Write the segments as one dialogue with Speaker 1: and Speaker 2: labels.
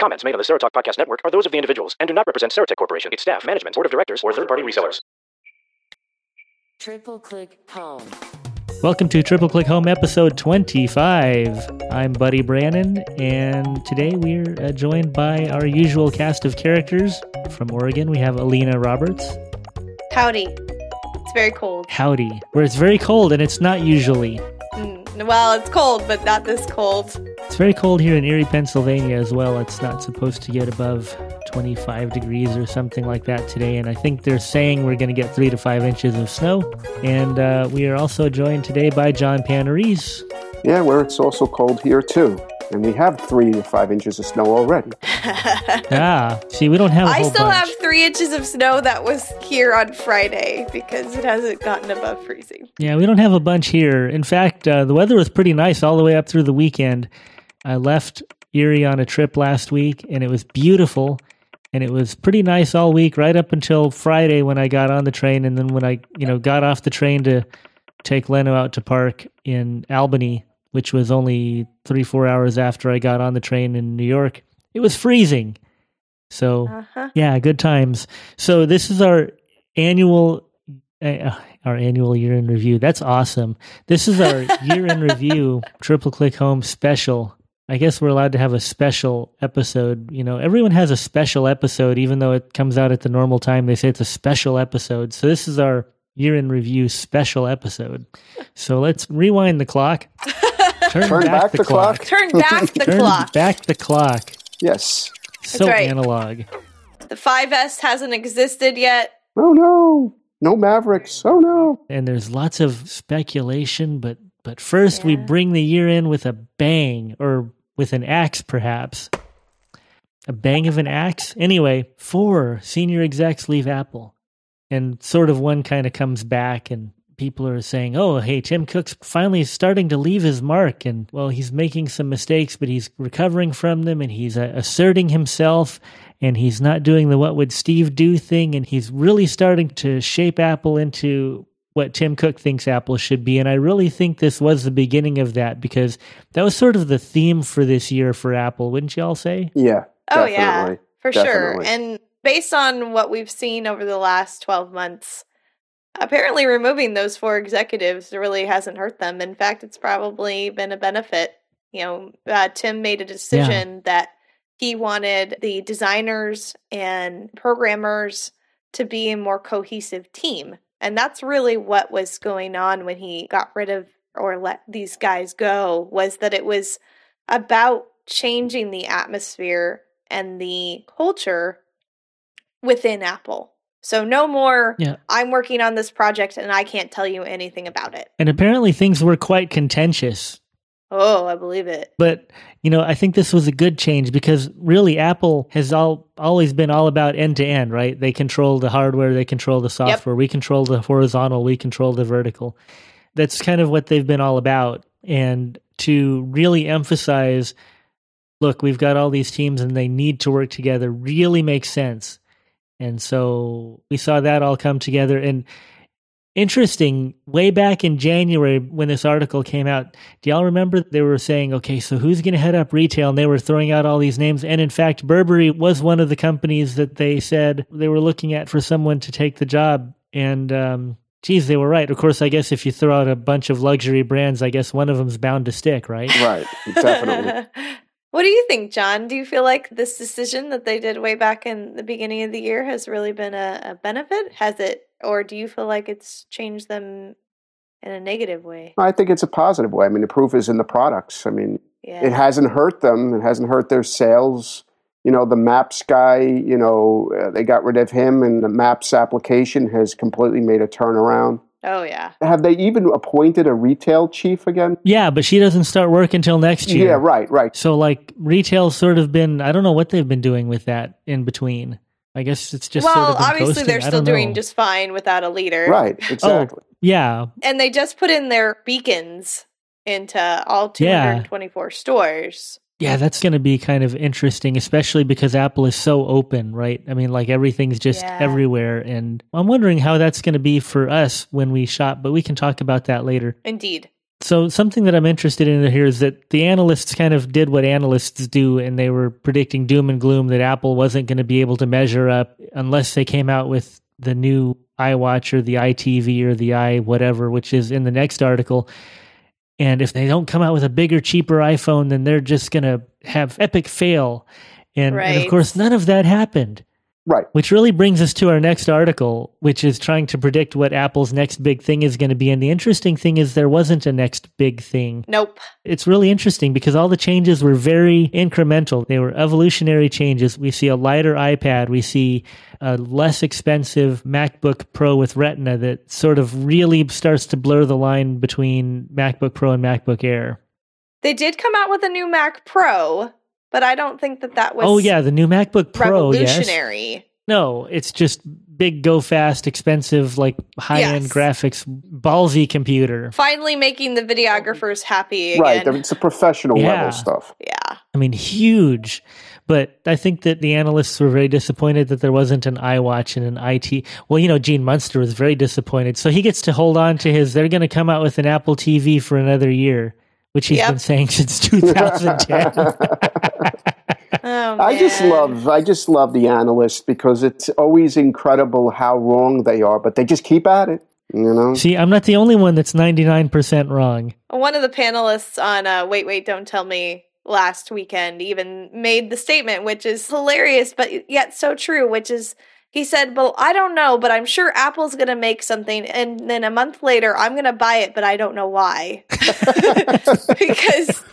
Speaker 1: Comments made on the Saratalk Podcast Network are those of the individuals and do not represent Saratech Corporation, its staff, management, board of directors, or third-party resellers.
Speaker 2: Triple click home.
Speaker 3: Welcome to Triple Click Home episode 25. I'm Buddy Brannon, and today we're uh, joined by our usual cast of characters. From Oregon, we have Alina Roberts.
Speaker 4: Howdy. It's very cold.
Speaker 3: Howdy, where it's very cold, and it's not usually.
Speaker 4: Mm, well, it's cold, but not this cold.
Speaker 3: It's very cold here in Erie, Pennsylvania as well. It's not supposed to get above 25 degrees or something like that today. And I think they're saying we're going to get three to five inches of snow. And uh, we are also joined today by John Panarese.
Speaker 5: Yeah, where it's also cold here too. And we have three to five inches of snow already.
Speaker 3: ah, see, we don't have. I
Speaker 4: I still have three inches of snow that was here on Friday because it hasn't gotten above freezing.
Speaker 3: Yeah, we don't have a bunch here. In fact, uh, the weather was pretty nice all the way up through the weekend. I left Erie on a trip last week, and it was beautiful, and it was pretty nice all week, right up until Friday when I got on the train, and then when I, you know, got off the train to take Leno out to park in Albany, which was only three four hours after I got on the train in New York. It was freezing, so
Speaker 4: Uh-huh.
Speaker 3: yeah, good times. So this is our annual uh, our annual year in review. That's awesome. This is our year in review triple click home special. I guess we're allowed to have a special episode. You know, everyone has a special episode, even though it comes out at the normal time. They say it's a special episode. So this is our year in review special episode. So let's rewind the clock. Turn,
Speaker 5: back the clock.
Speaker 4: Turn back the
Speaker 3: Turn
Speaker 4: clock.
Speaker 3: back the clock.
Speaker 5: Yes.
Speaker 3: So
Speaker 4: right.
Speaker 3: analog.
Speaker 4: The 5S hasn't existed yet.
Speaker 5: Oh no. No Mavericks. Oh no.
Speaker 3: and there's lots of speculation but but first we bring the year in with a bang or with an axe perhaps a bang of an axe anyway four senior execs leave apple and sort of one kind of comes back and people are saying oh hey tim cook's finally starting to leave his mark and well he's making some mistakes but he's recovering from them and he's uh, asserting himself and he's not doing the what would steve do thing and he's really starting to shape apple into what tim cook thinks apple should be and i really think this was the beginning of that because that was sort of the theme for this year for apple wouldn't you all say
Speaker 5: Yeah.
Speaker 4: Oh, yeah.
Speaker 5: definitely.
Speaker 4: For sure.
Speaker 5: Definitely.
Speaker 4: And based on what we've seen over the last 12 months, apparently removing those four executives really hasn't hurt them. In fact, it's probably been a benefit. You know, uh, Tim made a decision that he wanted the designers and programmers to be a more cohesive team. And that's really what was going on when he got rid of or let these guys go was that it was about changing the atmosphere and the culture within Apple. So no more
Speaker 3: Yeah.
Speaker 4: I'm working on this project and I can't tell you anything about it.
Speaker 3: and apparently things were quite contentious
Speaker 4: Oh, I believe it.
Speaker 3: But you know, I think this was a good change because really Apple has all always been all about end to end, right? They control the hardware, they control the software, we control the horizontal, we control the vertical. That's kind of what they've been all about. And to really emphasize, look, we've got all these teams and they need to work together really makes sense. And so we saw that all come together and interesting way back in January when this article came out do y'all remember they were saying, okay, so who's going to head up retail? And they were throwing out all these names. And in fact, Burberry was one of the companies that they said they were looking at for someone to take the job. And, um, geez, they were right. Of course, I guess if you throw out a bunch of luxury brands, I guess one of them's bound to stick, right?
Speaker 5: Right. Definitely.
Speaker 4: what do you think, John? Do you feel like this decision that they did way back in the beginning of the year has really been a, a benefit? Has it, or do you feel like it's changed them in a negative way?
Speaker 5: I think it's a positive way. I mean, the proof is in the products. I mean,
Speaker 4: Yeah.
Speaker 5: it hasn't hurt them. It hasn't hurt their sales. You know, the Maps guy, you know, uh, they got rid of him, and the Maps application has completely made a turnaround.
Speaker 4: oh, yeah.
Speaker 5: Have they even appointed a retail chief again?
Speaker 3: Yeah, but she doesn't start work until next year.
Speaker 5: Yeah, right, right.
Speaker 3: So, like, retail's sort of been, I don't know what they've been doing with that in between. I guess it's just
Speaker 4: well,
Speaker 3: sort of been
Speaker 4: obviously,
Speaker 3: coasting. I
Speaker 4: they're still
Speaker 3: don't know.
Speaker 4: doing just fine without a leader.
Speaker 5: Right, exactly.
Speaker 3: yeah,
Speaker 4: and they just put in their beacons into all
Speaker 3: Yeah.
Speaker 4: 224 stores.
Speaker 3: Yeah, that's going to be kind of interesting, especially because Apple is so open, right? I mean, like everything's just
Speaker 4: Yeah.
Speaker 3: everywhere. And I'm wondering how that's going to be for us when we shop, but we can talk about that later.
Speaker 4: Indeed.
Speaker 3: So something that I'm interested in here is that the analysts kind of did what analysts do, and they were predicting doom and gloom that Apple wasn't going to be able to measure up unless they came out with the new iWatch or the iTV or the i whatever, which is in the next article. And if they don't come out with a bigger, cheaper iPhone, then they're just going to have epic fail. And, and
Speaker 4: Right.
Speaker 3: of course, none of that happened.
Speaker 5: Right.
Speaker 3: Which really brings us to our next article, which is trying to predict what Apple's next big thing is going to be. And the interesting thing is, there wasn't a next big thing.
Speaker 4: Nope.
Speaker 3: It's really interesting because all the changes were very incremental. They were evolutionary changes. We see a lighter iPad, we see a less expensive MacBook Pro with Retina that sort of really starts to blur the line between MacBook Pro and MacBook Air.
Speaker 4: They did come out with a new Mac Pro, but I don't think that that was
Speaker 3: oh, yeah, the new MacBook Pro, yes.
Speaker 4: revolutionary.
Speaker 3: No, it's just big, go fast, expensive, like high end
Speaker 4: Yes.
Speaker 3: graphics, ballsy computer.
Speaker 4: Finally making the videographers happy again.
Speaker 5: Right. It's the professional
Speaker 3: Yeah.
Speaker 5: level stuff.
Speaker 4: yeah.
Speaker 3: I mean, huge. But I think that the analysts were very disappointed that there wasn't an iWatch and an IT. Well, you know, Gene Munster was very disappointed. So he gets to hold on to his, they're going to come out with an Apple TV for another year, which he's
Speaker 4: Yep.
Speaker 3: been saying since 2010.
Speaker 4: Oh,
Speaker 5: I just
Speaker 4: man.
Speaker 5: love I just love the analysts because it's always incredible how wrong they are, but they just keep at it. You know?
Speaker 3: See, I'm not the only one that's 99% wrong.
Speaker 4: One of the panelists on uh, Wait, Wait, Don't Tell Me last weekend even made the statement, which is hilarious, but yet so true, which is he said, Well, I don't know, but I'm sure Apple's going to make something. And then a month later, I'm going to buy it, but I don't know why. because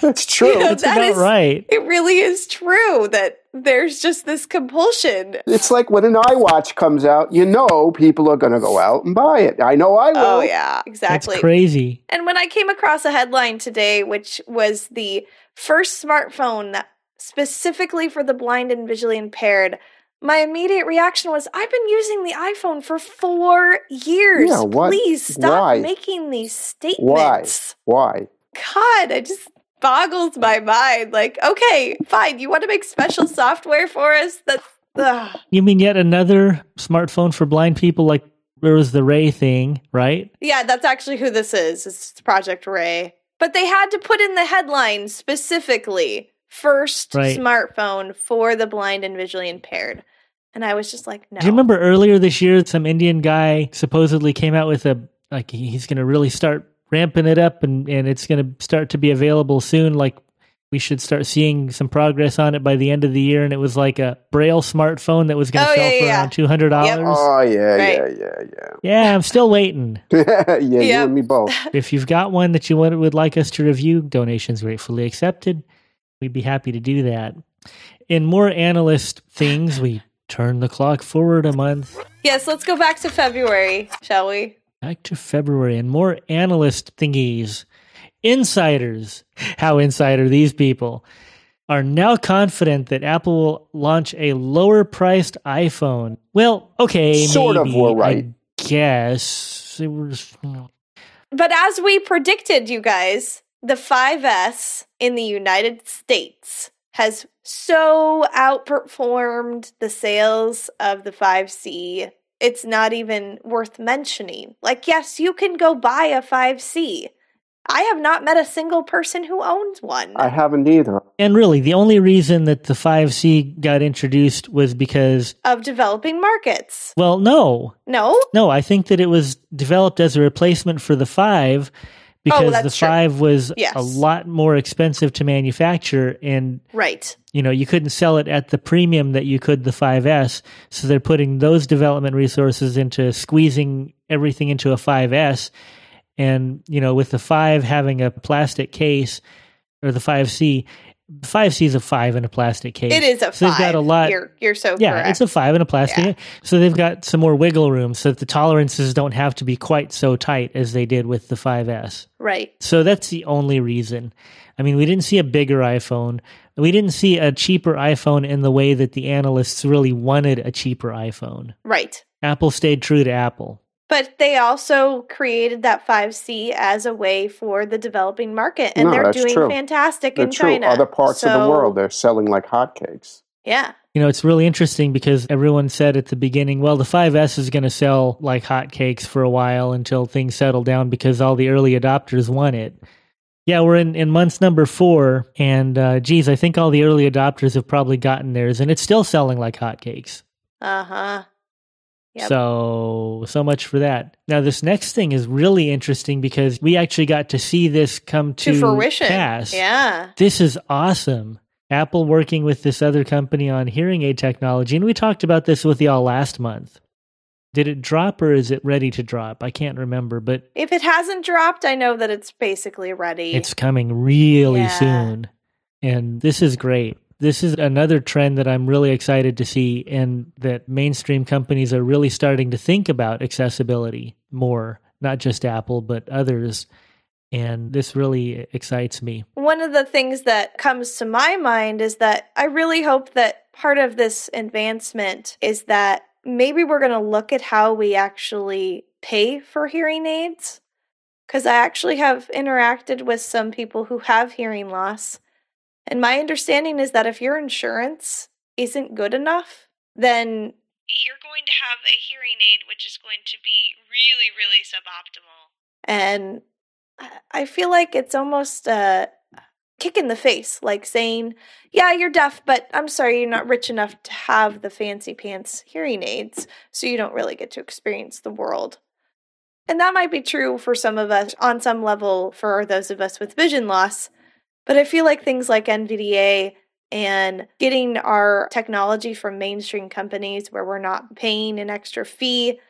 Speaker 5: That's true.
Speaker 4: Yeah.
Speaker 3: That's
Speaker 4: That
Speaker 3: about
Speaker 4: is-
Speaker 3: right.
Speaker 4: it really is true that there's just this compulsion.
Speaker 5: It's like when an iWatch comes out, you know people are going to go out and buy it. I know I will.
Speaker 4: Oh, yeah,
Speaker 3: That's
Speaker 4: exactly.
Speaker 3: crazy.
Speaker 4: And when I came across a headline today, which was the first smartphone that specifically for the blind and visually impaired, my immediate reaction was, I've been using the iPhone for four years.
Speaker 5: Yeah, what-
Speaker 4: Please stop
Speaker 5: why?
Speaker 4: making these
Speaker 5: Why?
Speaker 4: statements.
Speaker 5: Why?
Speaker 4: God, it just boggles my mind. Like, okay, fine, you want to make special software for us? That's ugh.
Speaker 3: You mean yet another smartphone for blind people? Like there was the Ray thing, right?
Speaker 4: Yeah, that's actually who this is. It's Project Ray. But they had to put in the headline specifically first
Speaker 3: Right.
Speaker 4: smartphone for the blind and visually impaired. And I was just like, no.
Speaker 3: Do you remember earlier this year, some Indian guy supposedly came out with a like he- he's going to really start ramping it up, and and it's going to start to be available soon. Like we should start seeing some progress on it by the end of the year. And it was like a braille smartphone that was going to
Speaker 4: Oh,
Speaker 3: sell
Speaker 4: yeah,
Speaker 3: for
Speaker 4: yeah,
Speaker 3: around two hundred dollars.
Speaker 5: Oh yeah,
Speaker 4: Right.
Speaker 5: yeah,
Speaker 3: Yeah, I'm still waiting.
Speaker 5: yeah, yeah. yeah, you
Speaker 4: Yep.
Speaker 5: and me both.
Speaker 3: if you've got one that you would, would like us to review, donations gratefully accepted. We'd be happy to do that. In more analyst things, we turn the clock forward a month
Speaker 4: Yes, let's go back to February, shall we?
Speaker 3: back to February and more analyst thingies. Insiders, how insider these people are now confident that Apple will launch a lower priced iPhone. Well, okay,
Speaker 5: Sort of
Speaker 3: maybe,
Speaker 5: were right.
Speaker 3: I guess it was
Speaker 4: But as we predicted, you guys, the 5S in the United States has so outperformed the sales of the 5C. It's not even worth mentioning. Like, yes, you can go buy a 5C. I have not met a single person who owns one.
Speaker 5: I haven't either.
Speaker 3: And really, the only reason that the 5C got introduced was because,
Speaker 4: of developing markets.
Speaker 3: well, no,
Speaker 4: No?
Speaker 3: no, I think that it was developed as a replacement for the 5 because the
Speaker 4: Oh, that's true.
Speaker 3: 5 was
Speaker 4: Yes.
Speaker 3: a lot more expensive to manufacture and,
Speaker 4: Right.
Speaker 3: you know, you couldn't sell it at the premium that you could the 5S. So they're putting those development resources into squeezing everything into a 5S. And, you know, with the 5 having a plastic case or the 5C, the 5C is a 5 in a plastic case.
Speaker 4: It is a
Speaker 3: So they've
Speaker 4: 5
Speaker 3: got a lot.
Speaker 4: You're, you're so
Speaker 3: Yeah,
Speaker 4: correct.
Speaker 3: it's a five and a plastic. So they've got some more wiggle room so that the tolerances don't have to be quite so tight as they did with the 5S.
Speaker 4: right.
Speaker 3: So that's the only reason. I mean, we didn't see a bigger iPhone. We didn't see a cheaper iPhone in the way that the analysts really wanted a cheaper iPhone.
Speaker 4: Right.
Speaker 3: Apple stayed true to Apple.
Speaker 4: But they also created that 5C as a way for the developing market, and
Speaker 5: No,
Speaker 4: they're
Speaker 5: that's
Speaker 4: doing
Speaker 5: true.
Speaker 4: fantastic
Speaker 5: They're
Speaker 4: in
Speaker 5: true.
Speaker 4: China.
Speaker 5: Other parts of the
Speaker 4: So,
Speaker 5: world, they're selling like hotcakes.
Speaker 4: Yeah.
Speaker 3: You know, it's really interesting because everyone said at the beginning, well, the 5S is going to sell like hotcakes for a while until things settle down because all the early adopters want it. Yeah, we're in, in months number four, and uh, geez, I think all the early adopters have probably gotten theirs, and it's still selling like hotcakes.
Speaker 4: Uh huh. Yep.
Speaker 3: So, so much for that. Now, this next thing is really interesting because we actually got to see this come to,
Speaker 4: to fruition.
Speaker 3: Pass.
Speaker 4: Yeah.
Speaker 3: This is awesome. Apple working with this other company on hearing aid technology, and we talked about this with y'all last month. Did it drop or is it ready to drop? I can't remember, but
Speaker 4: If it hasn't dropped, I know that it's basically ready.
Speaker 3: it's coming really
Speaker 4: Yeah.
Speaker 3: soon. And this is great. This is another trend that I'm really excited to see, and that mainstream companies are really starting to think about accessibility more, not just Apple, but others. And this really excites me.
Speaker 4: One of the things that comes to my mind is that I really hope that part of this advancement is that maybe we're going to look at how we actually pay for hearing aids. Because I actually have interacted with some people who have hearing loss. And my understanding is that if your insurance isn't good enough, then you're going to have a hearing aid which is going to be really, really suboptimal. And I- I feel like it's almost uh, a kick in the face, like saying, Yeah, you're deaf, but I'm sorry, you're not rich enough to have the fancy pants hearing aids, so you don't really get to experience the world. And that might be true for some of us on some level for those of us with vision loss, but I feel like things like NVDA and getting our technology from mainstream companies where we're not paying an extra fee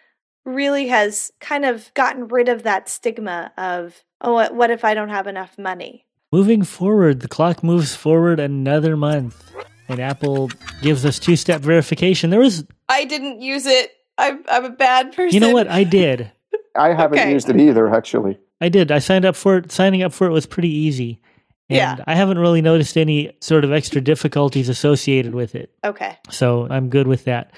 Speaker 4: really has kind of gotten rid of that stigma of oh what- what if i don't have enough money
Speaker 3: Moving forward, the clock moves forward another month, and Apple gives us two step verification. There was,
Speaker 4: i didn't use it i'm, I'm a bad person
Speaker 3: you know what? I did.
Speaker 5: I haven't
Speaker 4: Okay.
Speaker 5: used it either, actually.
Speaker 3: I did. I signed up for it. Signing up for it was pretty easy. And I haven't really noticed any sort of extra difficulties associated with it.
Speaker 4: okay
Speaker 3: So I'm good with that.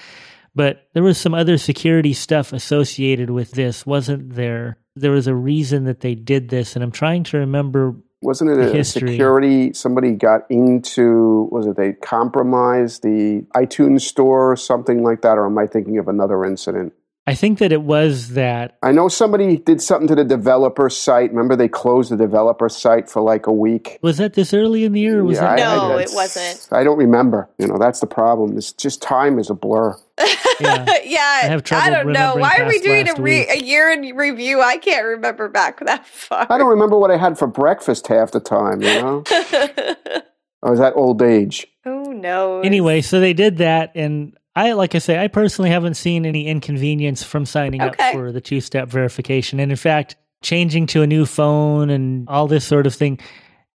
Speaker 3: But there was some other security stuff associated with this, wasn't there? There was a reason that they did this. And I'm trying to remember.
Speaker 5: Wasn't it a
Speaker 3: History.
Speaker 5: security? Somebody got into, was it they compromised the iTunes store or something like that? Or am I thinking of another incident?
Speaker 3: I think that it was that.
Speaker 5: I know somebody did something to the developer site. Remember, they closed the developer site for like a week.
Speaker 3: Was that this early in the year? Or was
Speaker 5: Yeah,
Speaker 3: that
Speaker 4: No,
Speaker 5: I- I-
Speaker 4: it wasn't.
Speaker 5: I don't remember. You know, that's the problem. It's just time is a blur.
Speaker 3: Yeah.
Speaker 4: yeah
Speaker 3: I have trouble
Speaker 4: don't know
Speaker 3: remembering
Speaker 4: why are we
Speaker 3: past
Speaker 4: doing a,
Speaker 3: last
Speaker 4: re-
Speaker 3: week.
Speaker 4: a year in review i can't remember back that far
Speaker 5: I don't remember what I had for breakfast half the time. You know, or is that old age?
Speaker 4: who knows
Speaker 3: anyway? So they did that, and I, like I say, I personally haven't seen any inconvenience from signing
Speaker 4: Okay.
Speaker 3: up for the two-step verification, and in fact, changing to a new phone and all this sort of thing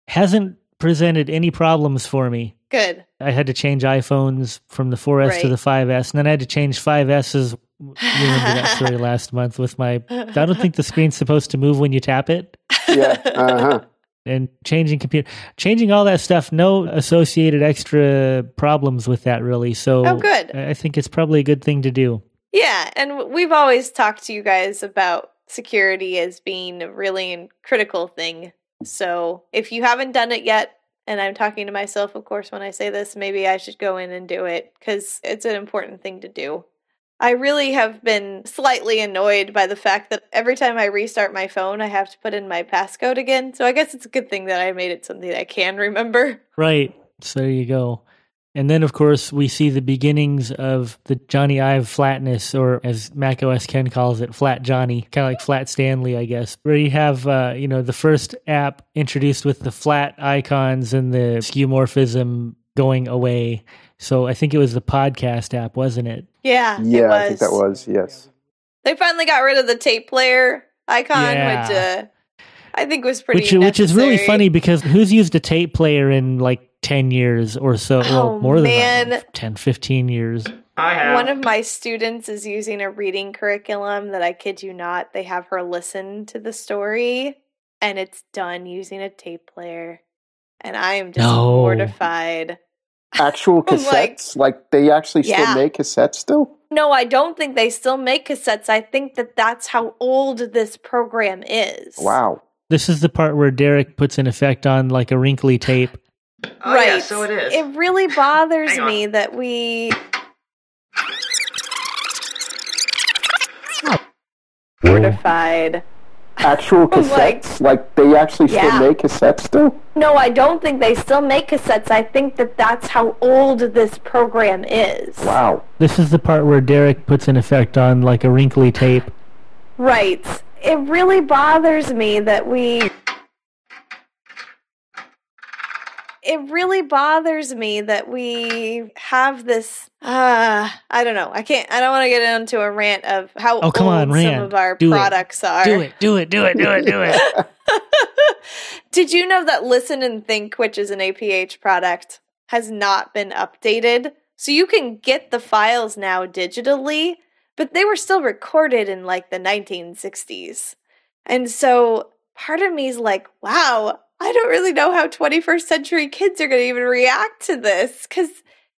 Speaker 3: hasn't presented any problems for me.
Speaker 4: good
Speaker 3: I had to change iPhones from the 4S to
Speaker 4: Right.
Speaker 3: the 5S, and then I had to change 5S's. You remember that story last month with my. I don't think the screen's supposed to move when you tap it.
Speaker 5: Yeah. Uh huh.
Speaker 3: And changing computer, changing all that stuff, no associated extra problems with that, really. So
Speaker 4: Oh, good.
Speaker 3: I I think it's probably a good thing to do.
Speaker 4: Yeah, and w- we've always talked to you guys about security as being a really in- critical thing. So if you haven't done it yet, and I'm talking to myself, of course, when I say this, maybe I should go in and do it because it's an important thing to do. I really have been slightly annoyed by the fact that every time I restart my phone, I have to put in my passcode again. So I guess it's a good thing that I made it something I can remember.
Speaker 3: Right. So there you go. And then, of course, we see the beginnings of the Johnny Ive flatness, or as Mac OS Ken calls it, Flat Johnny, kind of like Flat Stanley, I guess, where you have, uh, you know, the first app introduced with the flat icons and the skeuomorphism going away. So I think it was the podcast app, wasn't it?
Speaker 4: Yeah, it
Speaker 5: Yeah, I think that was yes.
Speaker 4: They finally got rid of the tape player icon, which
Speaker 3: Yeah.
Speaker 4: uh, I think was pretty.
Speaker 3: which uh, which is really
Speaker 4: necessary.
Speaker 3: funny because who's used a tape player in like 10 years or so?
Speaker 4: Oh,
Speaker 3: well, more than
Speaker 4: man.
Speaker 3: that, 10, 15 years.
Speaker 4: One of my students is using a reading curriculum that I kid you not, they have her listen to the story, and it's done using a tape player, and I am just
Speaker 3: No.
Speaker 4: mortified.
Speaker 5: Actual
Speaker 4: I'm like-
Speaker 5: cassettes, like, they actually still
Speaker 4: Yeah.
Speaker 5: make cassettes still.
Speaker 4: No, I don't think they still make cassettes. I think that that's how old this program is.
Speaker 5: Wow.
Speaker 3: This is the part where Derek puts an effect on like a wrinkly tape
Speaker 2: Oh,
Speaker 4: right.
Speaker 2: Yeah, so it is.
Speaker 4: It really bothers
Speaker 2: Hang on.
Speaker 4: me that we. Certified.
Speaker 5: Actual
Speaker 4: I'm like-
Speaker 5: cassettes? Like, they actually
Speaker 4: Yeah.
Speaker 5: still make cassettes still?
Speaker 4: No, I don't think they still make cassettes. I think that that's how old this program is.
Speaker 5: Wow.
Speaker 3: This is the part where Derek puts an effect on like a wrinkly tape.
Speaker 4: Right. It really bothers me that we. It really bothers me that we have this. Uh, I don't know. I can't. I don't want to get into a rant of how
Speaker 3: Oh, come
Speaker 4: old
Speaker 3: on,
Speaker 4: some
Speaker 3: rant.
Speaker 4: of our
Speaker 3: Do it.
Speaker 4: products are.
Speaker 3: Do it, do it, do it, do it, do it.
Speaker 4: Did you know that Listen and Think, which is an APH product, has not been updated? So you can get the files now digitally, but they were still recorded in like the 1960s. And so part of me is like, wow, I don't really know how 21st century kids are going to even react to this because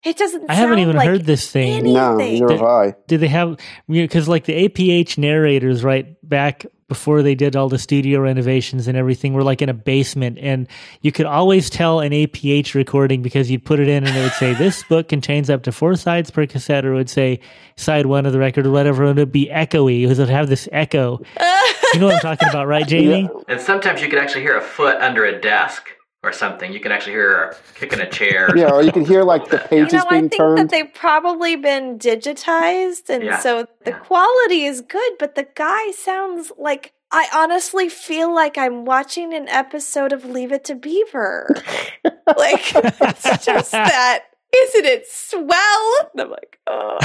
Speaker 4: it doesn't
Speaker 3: I haven't
Speaker 4: sound
Speaker 3: even
Speaker 4: like
Speaker 3: heard this thing.
Speaker 4: any-
Speaker 5: No,
Speaker 4: Anything.
Speaker 5: neither have I.
Speaker 3: Did they have because like the APH narrators right back before they did all the studio renovations and everything were like in a basement and you could always tell an APH recording because you'd put it in and it would say this book contains up to four sides per cassette or it would say side one of the record or whatever and it would be echoey because it would have this echo. you know what I'm talking about, right, Jamie?
Speaker 2: And sometimes you could actually hear a foot under a desk or something. You can actually hear her kicking a chair.
Speaker 5: Yeah, or you can hear like the pages
Speaker 4: You know, I
Speaker 5: being
Speaker 4: think
Speaker 5: turned.
Speaker 4: that they've probably been digitized, and
Speaker 2: Yeah.
Speaker 4: so the
Speaker 2: Yeah.
Speaker 4: quality is good, but the guy sounds like I honestly feel like I'm watching an episode of Leave It to Beaver. like, it's just that, isn't it swell? And I'm like, oh,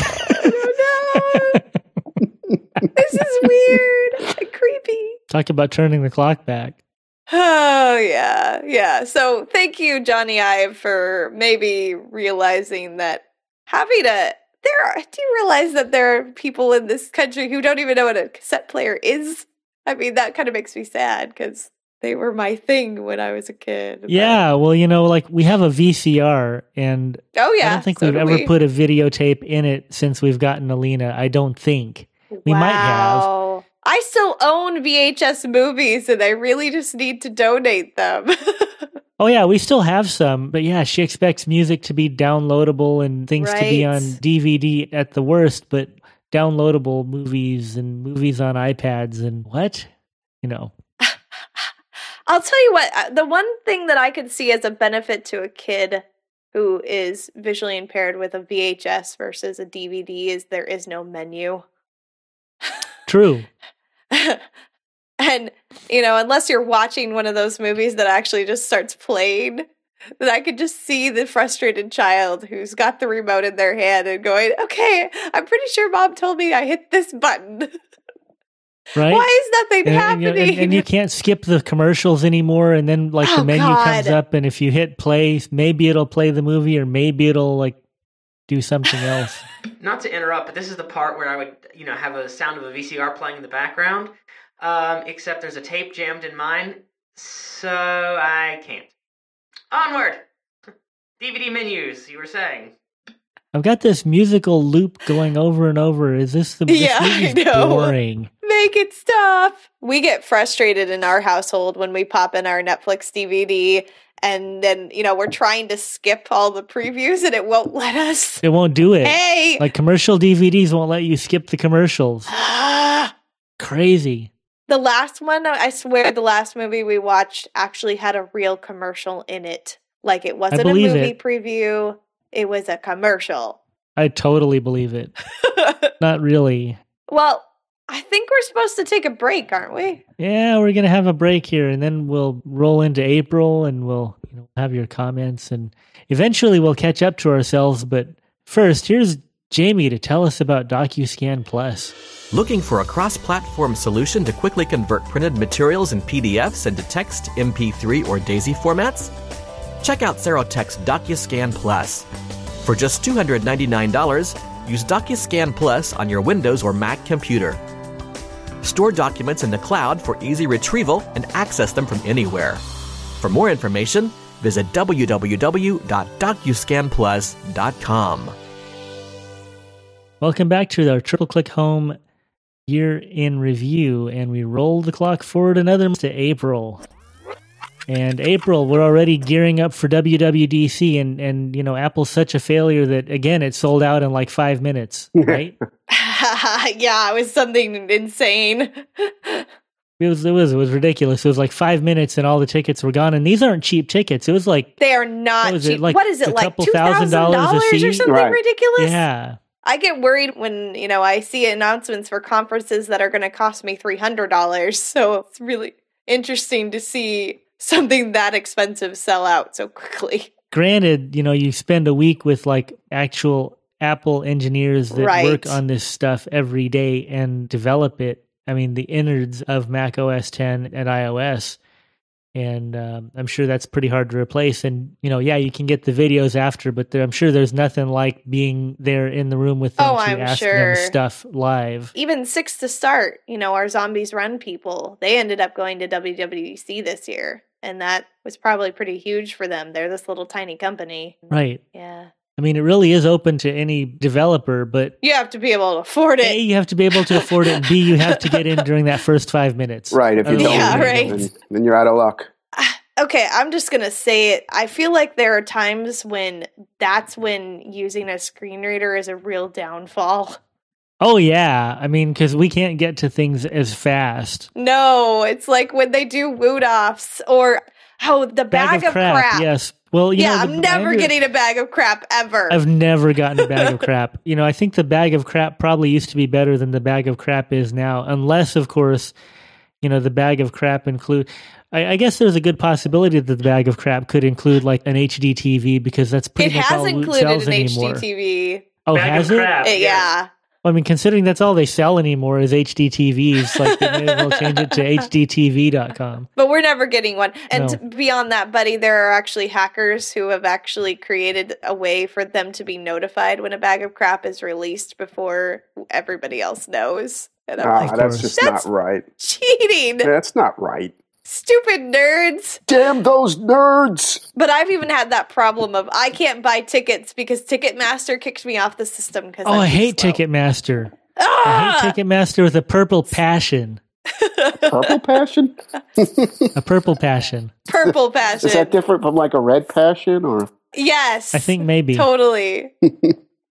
Speaker 4: I don't know. this is weird and creepy.
Speaker 3: Talk about turning the clock back.
Speaker 4: Oh yeah, yeah. So thank you, Johnny Ive, for maybe realizing that having a there are. Do you realize that there are people in this country who don't even know what a cassette player is? I mean, that kind of makes me sad because they were my thing when I was a kid. But-
Speaker 3: Yeah, well, you know, like we have a VCR and
Speaker 4: Oh yeah.
Speaker 3: I don't think
Speaker 4: so
Speaker 3: we've
Speaker 4: do
Speaker 3: ever
Speaker 4: we.
Speaker 3: put a videotape in it since we've gotten Alina. I don't think. we might have.
Speaker 4: Wow. I still own VHS movies, and I really just need to donate them.
Speaker 3: Oh yeah, we still have some, but yeah, she expects music to be downloadable and things to be
Speaker 4: Right.
Speaker 3: on DVD at the worst, but downloadable movies and movies on iPads and what? You know.
Speaker 4: I'll tell you what, uh, the one thing that I could see as a benefit to a kid who is visually impaired with a VHS versus a DVD is there is no menu.
Speaker 3: True.
Speaker 4: and, you know, unless you're watching one of those movies that actually just starts playing, then I could just see the frustrated child who's got the remote in their hand and going, okay, I'm pretty sure mom told me I hit this button.
Speaker 3: Right?
Speaker 4: Why is nothing
Speaker 3: And, you know,
Speaker 4: happening?
Speaker 3: and, and you can't skip the commercials anymore and then like
Speaker 4: Oh,
Speaker 3: the menu
Speaker 4: God.
Speaker 3: comes up and if you hit play maybe it'll play the movie or maybe it'll like do something else
Speaker 2: Not to interrupt, but this is the part where I would, you know, have a sound of a VCR playing in the background. Um, except there's a tape jammed in mine, so I can't. Onward. DVD menus. You were saying.
Speaker 3: i've got this musical loop going over and over is this the this
Speaker 4: Yeah, I
Speaker 3: movie's
Speaker 4: know.
Speaker 3: boring
Speaker 4: Make it stop. We get frustrated in our household when we pop in our Netflix DVD and then, you know, we're trying to skip all the previews and it won't let us.
Speaker 3: it won't do it
Speaker 4: Hey!
Speaker 3: Like commercial DVDs won't let you skip the commercials. Crazy.
Speaker 4: the last one, I swear, the last movie we watched actually had a real commercial in it. Like it wasn't a
Speaker 3: believe
Speaker 4: movie
Speaker 3: it.
Speaker 4: preview, it was a commercial.
Speaker 3: I totally believe it. Not really.
Speaker 4: well, I think we're supposed to take a break, aren't we?
Speaker 3: Yeah, we're gonna have a break here, and then we'll roll into April, and we'll you know have your comments, and eventually we'll catch up to ourselves. But first, here's Jamie to tell us about DocuScan Plus.
Speaker 6: Looking for a cross platform solution to quickly convert printed materials and PDFs into text, MP3, or DAISY formats? Check out Cerotex DocuScan Plus. For just $299, use DocuScan Plus on your Windows or Mac computer. Store documents in the cloud for easy retrieval and access them from anywhere. For more information, visit www.docuscanplus.com.
Speaker 3: Welcome back to our Triple Click Home year in review, and we roll the clock forward another month to April. And April, we're already gearing up for WWDC, and and you know Apple's such a failure that again it sold out in like five minutes, right?
Speaker 4: yeah, it was something insane.
Speaker 3: It was it was it was ridiculous. It was like five minutes, and all the tickets were gone. And these aren't cheap tickets. It was like
Speaker 4: They are not
Speaker 3: What was it,
Speaker 4: cheap.
Speaker 3: like
Speaker 4: what is
Speaker 3: a
Speaker 4: it like
Speaker 3: couple
Speaker 4: two
Speaker 3: thousand
Speaker 4: thousand
Speaker 3: dollars a
Speaker 4: dollars or
Speaker 3: seat?
Speaker 4: something
Speaker 5: Right.
Speaker 4: ridiculous?
Speaker 3: yeah,
Speaker 4: I get worried when you know I see announcements for conferences that are going to cost me three hundred dollars. So it's really interesting to see something that expensive sell out so quickly.
Speaker 3: granted, you know, you spend a week with like actual Apple engineers that
Speaker 4: Right.
Speaker 3: work on this stuff every day and develop it. I mean, the innards of Mac OS 10 and iOS. And um, I'm sure that's pretty hard to replace. And, you know, yeah, you can get the videos after, but there, I'm sure there's nothing like being there in the room with them
Speaker 4: Oh,
Speaker 3: to
Speaker 4: I'm
Speaker 3: ask
Speaker 4: sure.
Speaker 3: them stuff live.
Speaker 4: Even six to start, you know, our zombies run people. They ended up going to WWDC this year, and that was probably pretty huge for them. They're this little tiny company.
Speaker 3: Right.
Speaker 4: Yeah,
Speaker 3: I mean, it really is open to any developer, but
Speaker 4: you have to be able to afford
Speaker 3: A,
Speaker 4: it.
Speaker 3: you have to be able to afford it, and B, you have to get in during that first five minutes.
Speaker 5: Right. If you don't,
Speaker 4: Yeah,
Speaker 5: then-
Speaker 4: right.
Speaker 5: then, you're out of luck.
Speaker 4: Okay, I'm just going to say it. I feel like there are times when that's when using a screen reader is a real downfall.
Speaker 3: Oh yeah, I mean, because we can't get to things as fast.
Speaker 4: No, it's like when they do woot offs or oh the bag, of, crap.
Speaker 3: Yes. Well, you
Speaker 4: yeah,
Speaker 3: know,
Speaker 4: I'm
Speaker 3: the-
Speaker 4: never
Speaker 3: I under-
Speaker 4: getting a bag of crap ever.
Speaker 3: I've never gotten a bag of crap. You know, I think the bag of crap probably used to be better than the bag of crap is now, unless, of course, you know, the bag of crap include. I, I guess there's a good possibility that the bag of crap could include like an HD TV because that's
Speaker 4: it
Speaker 3: pretty much
Speaker 4: has
Speaker 3: all Woot
Speaker 4: included an
Speaker 3: sells anymore.
Speaker 4: HDTV.
Speaker 3: Oh,
Speaker 2: Bag
Speaker 3: has
Speaker 2: of
Speaker 3: it?
Speaker 2: crap.
Speaker 4: Eh,
Speaker 2: yes.
Speaker 4: yeah.
Speaker 3: Well, I mean, considering that's all they sell anymore is HD TVs, like they may as well change it to HDTV.com.
Speaker 4: But we're never getting one. And
Speaker 3: No.
Speaker 4: to- beyond that, buddy, there are actually hackers who have actually created a way for them to be notified when a bag of crap is released before everybody else knows. And I'm like,
Speaker 5: Ah,
Speaker 3: course.
Speaker 5: that's just
Speaker 4: That's-
Speaker 5: not right.
Speaker 4: cheating.
Speaker 5: That's not right.
Speaker 4: Stupid nerds.
Speaker 5: Damn those nerds!
Speaker 4: But I've even had that problem of I can't buy tickets because Ticketmaster kicked me off the system because
Speaker 3: Oh, I hate Ticketmaster. I
Speaker 4: Ah!
Speaker 3: hate Ticketmaster with a purple passion.
Speaker 5: Purple passion?
Speaker 3: A purple passion.
Speaker 4: Purple passion.
Speaker 5: Is that different from like a red passion? Or
Speaker 4: yes.
Speaker 3: I think maybe.
Speaker 4: totally.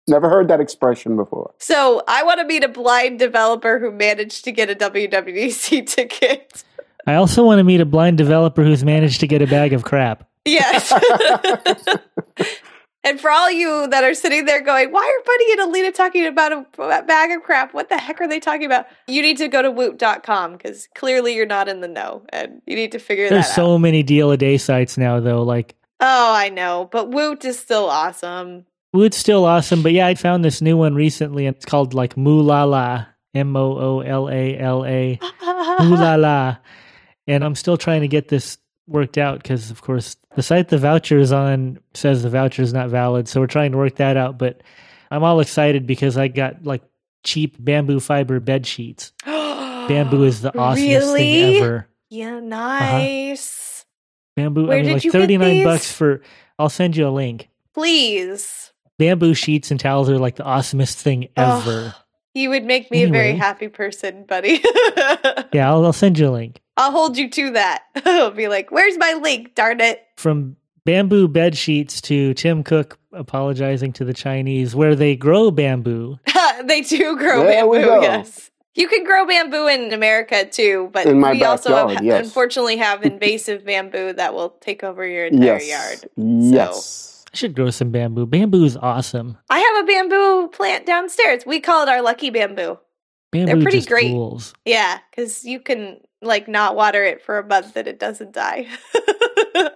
Speaker 5: never heard that expression before.
Speaker 4: So I want to meet a blind developer who managed to get a WWDC ticket.
Speaker 3: I also want to meet a blind developer who's managed to get a bag of crap.
Speaker 4: Yes. and for all you that are sitting there going, why are Buddy and Alina talking about a b- bag of crap? What the heck are they talking about? You need to go to woot.com because clearly you're not in the know and you need to figure
Speaker 3: There's
Speaker 4: that out.
Speaker 3: so many deal a day sites now, though. Like,
Speaker 4: Oh, I know. But Woot is still awesome.
Speaker 3: Woot's still awesome, but yeah, I found this new one recently, and it's called like Moolala, M O O L A L A. Ooh la la. And I'm still trying to get this worked out because, of course, the site the voucher is on says the voucher is not valid. So we're trying to work that out. But I'm all excited because I got like cheap bamboo fiber bed sheets. Bamboo is the awesomest
Speaker 4: Really?
Speaker 3: thing ever. Uh-huh.
Speaker 4: Yeah, nice.
Speaker 3: Bamboo,
Speaker 4: Where
Speaker 3: I
Speaker 4: did
Speaker 3: mean, like
Speaker 4: you get
Speaker 3: 39
Speaker 4: these?
Speaker 3: bucks for, I'll send you a link.
Speaker 4: Please.
Speaker 3: Bamboo sheets and towels are like the awesomest thing
Speaker 4: Ugh.
Speaker 3: ever.
Speaker 4: Oh, You would make me a very
Speaker 3: Anyway.
Speaker 4: happy person, buddy.
Speaker 3: Yeah, I'll, I'll send you a link.
Speaker 4: I'll hold you to that. I'll be like, where's my link? Darn it.
Speaker 3: from bamboo bed sheets to Tim Cook apologizing to the Chinese where they grow bamboo.
Speaker 4: they do grow
Speaker 5: There we
Speaker 4: bamboo,
Speaker 5: go.
Speaker 4: yes. You can grow bamboo in America too, but
Speaker 5: In my
Speaker 4: we also have,
Speaker 5: backyard, yes.
Speaker 4: unfortunately have invasive bamboo that will take over your entire
Speaker 5: Yes.
Speaker 4: yard.
Speaker 5: Yes.
Speaker 3: I should grow some bamboo. Bamboo is awesome.
Speaker 4: I have a bamboo plant downstairs. We call it our lucky bamboo.
Speaker 3: Bamboo
Speaker 4: pretty
Speaker 3: just
Speaker 4: great.
Speaker 3: rules.
Speaker 4: Yeah, because you can like not water it for a month and it doesn't die.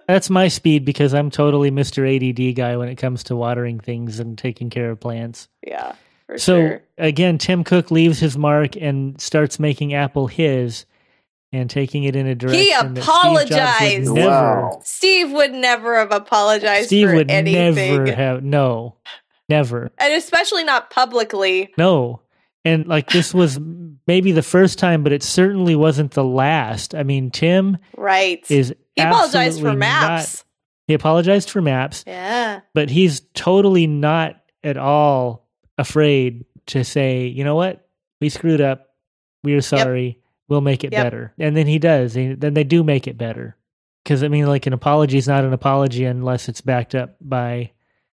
Speaker 3: That's my speed because I'm totally Mr. ADD guy when it comes to watering things and taking care of plants.
Speaker 4: yeah, for
Speaker 3: so
Speaker 4: sure.
Speaker 3: again, Tim Cook leaves his mark and starts making Apple his and taking it in a direction that Steve Jobs
Speaker 4: apologized.
Speaker 3: would never.
Speaker 5: Wow.
Speaker 4: Steve would never have apologized
Speaker 3: Steve
Speaker 4: for
Speaker 3: would
Speaker 4: anything.
Speaker 3: never have no. Never.
Speaker 4: and especially not publicly.
Speaker 3: No. And like this was maybe the first time, but it certainly wasn't the last. I mean, Tim
Speaker 4: Right.
Speaker 3: is
Speaker 4: he apologized for
Speaker 3: absolutely
Speaker 4: maps.
Speaker 3: not- he apologized for maps,
Speaker 4: Yeah.
Speaker 3: but he's totally not at all afraid to say, you know what, we screwed up. We are sorry. We'll make it
Speaker 4: Yep.
Speaker 3: better. And then he does. And then they do make it better. because I mean, like an apology is not an apology unless it's backed up by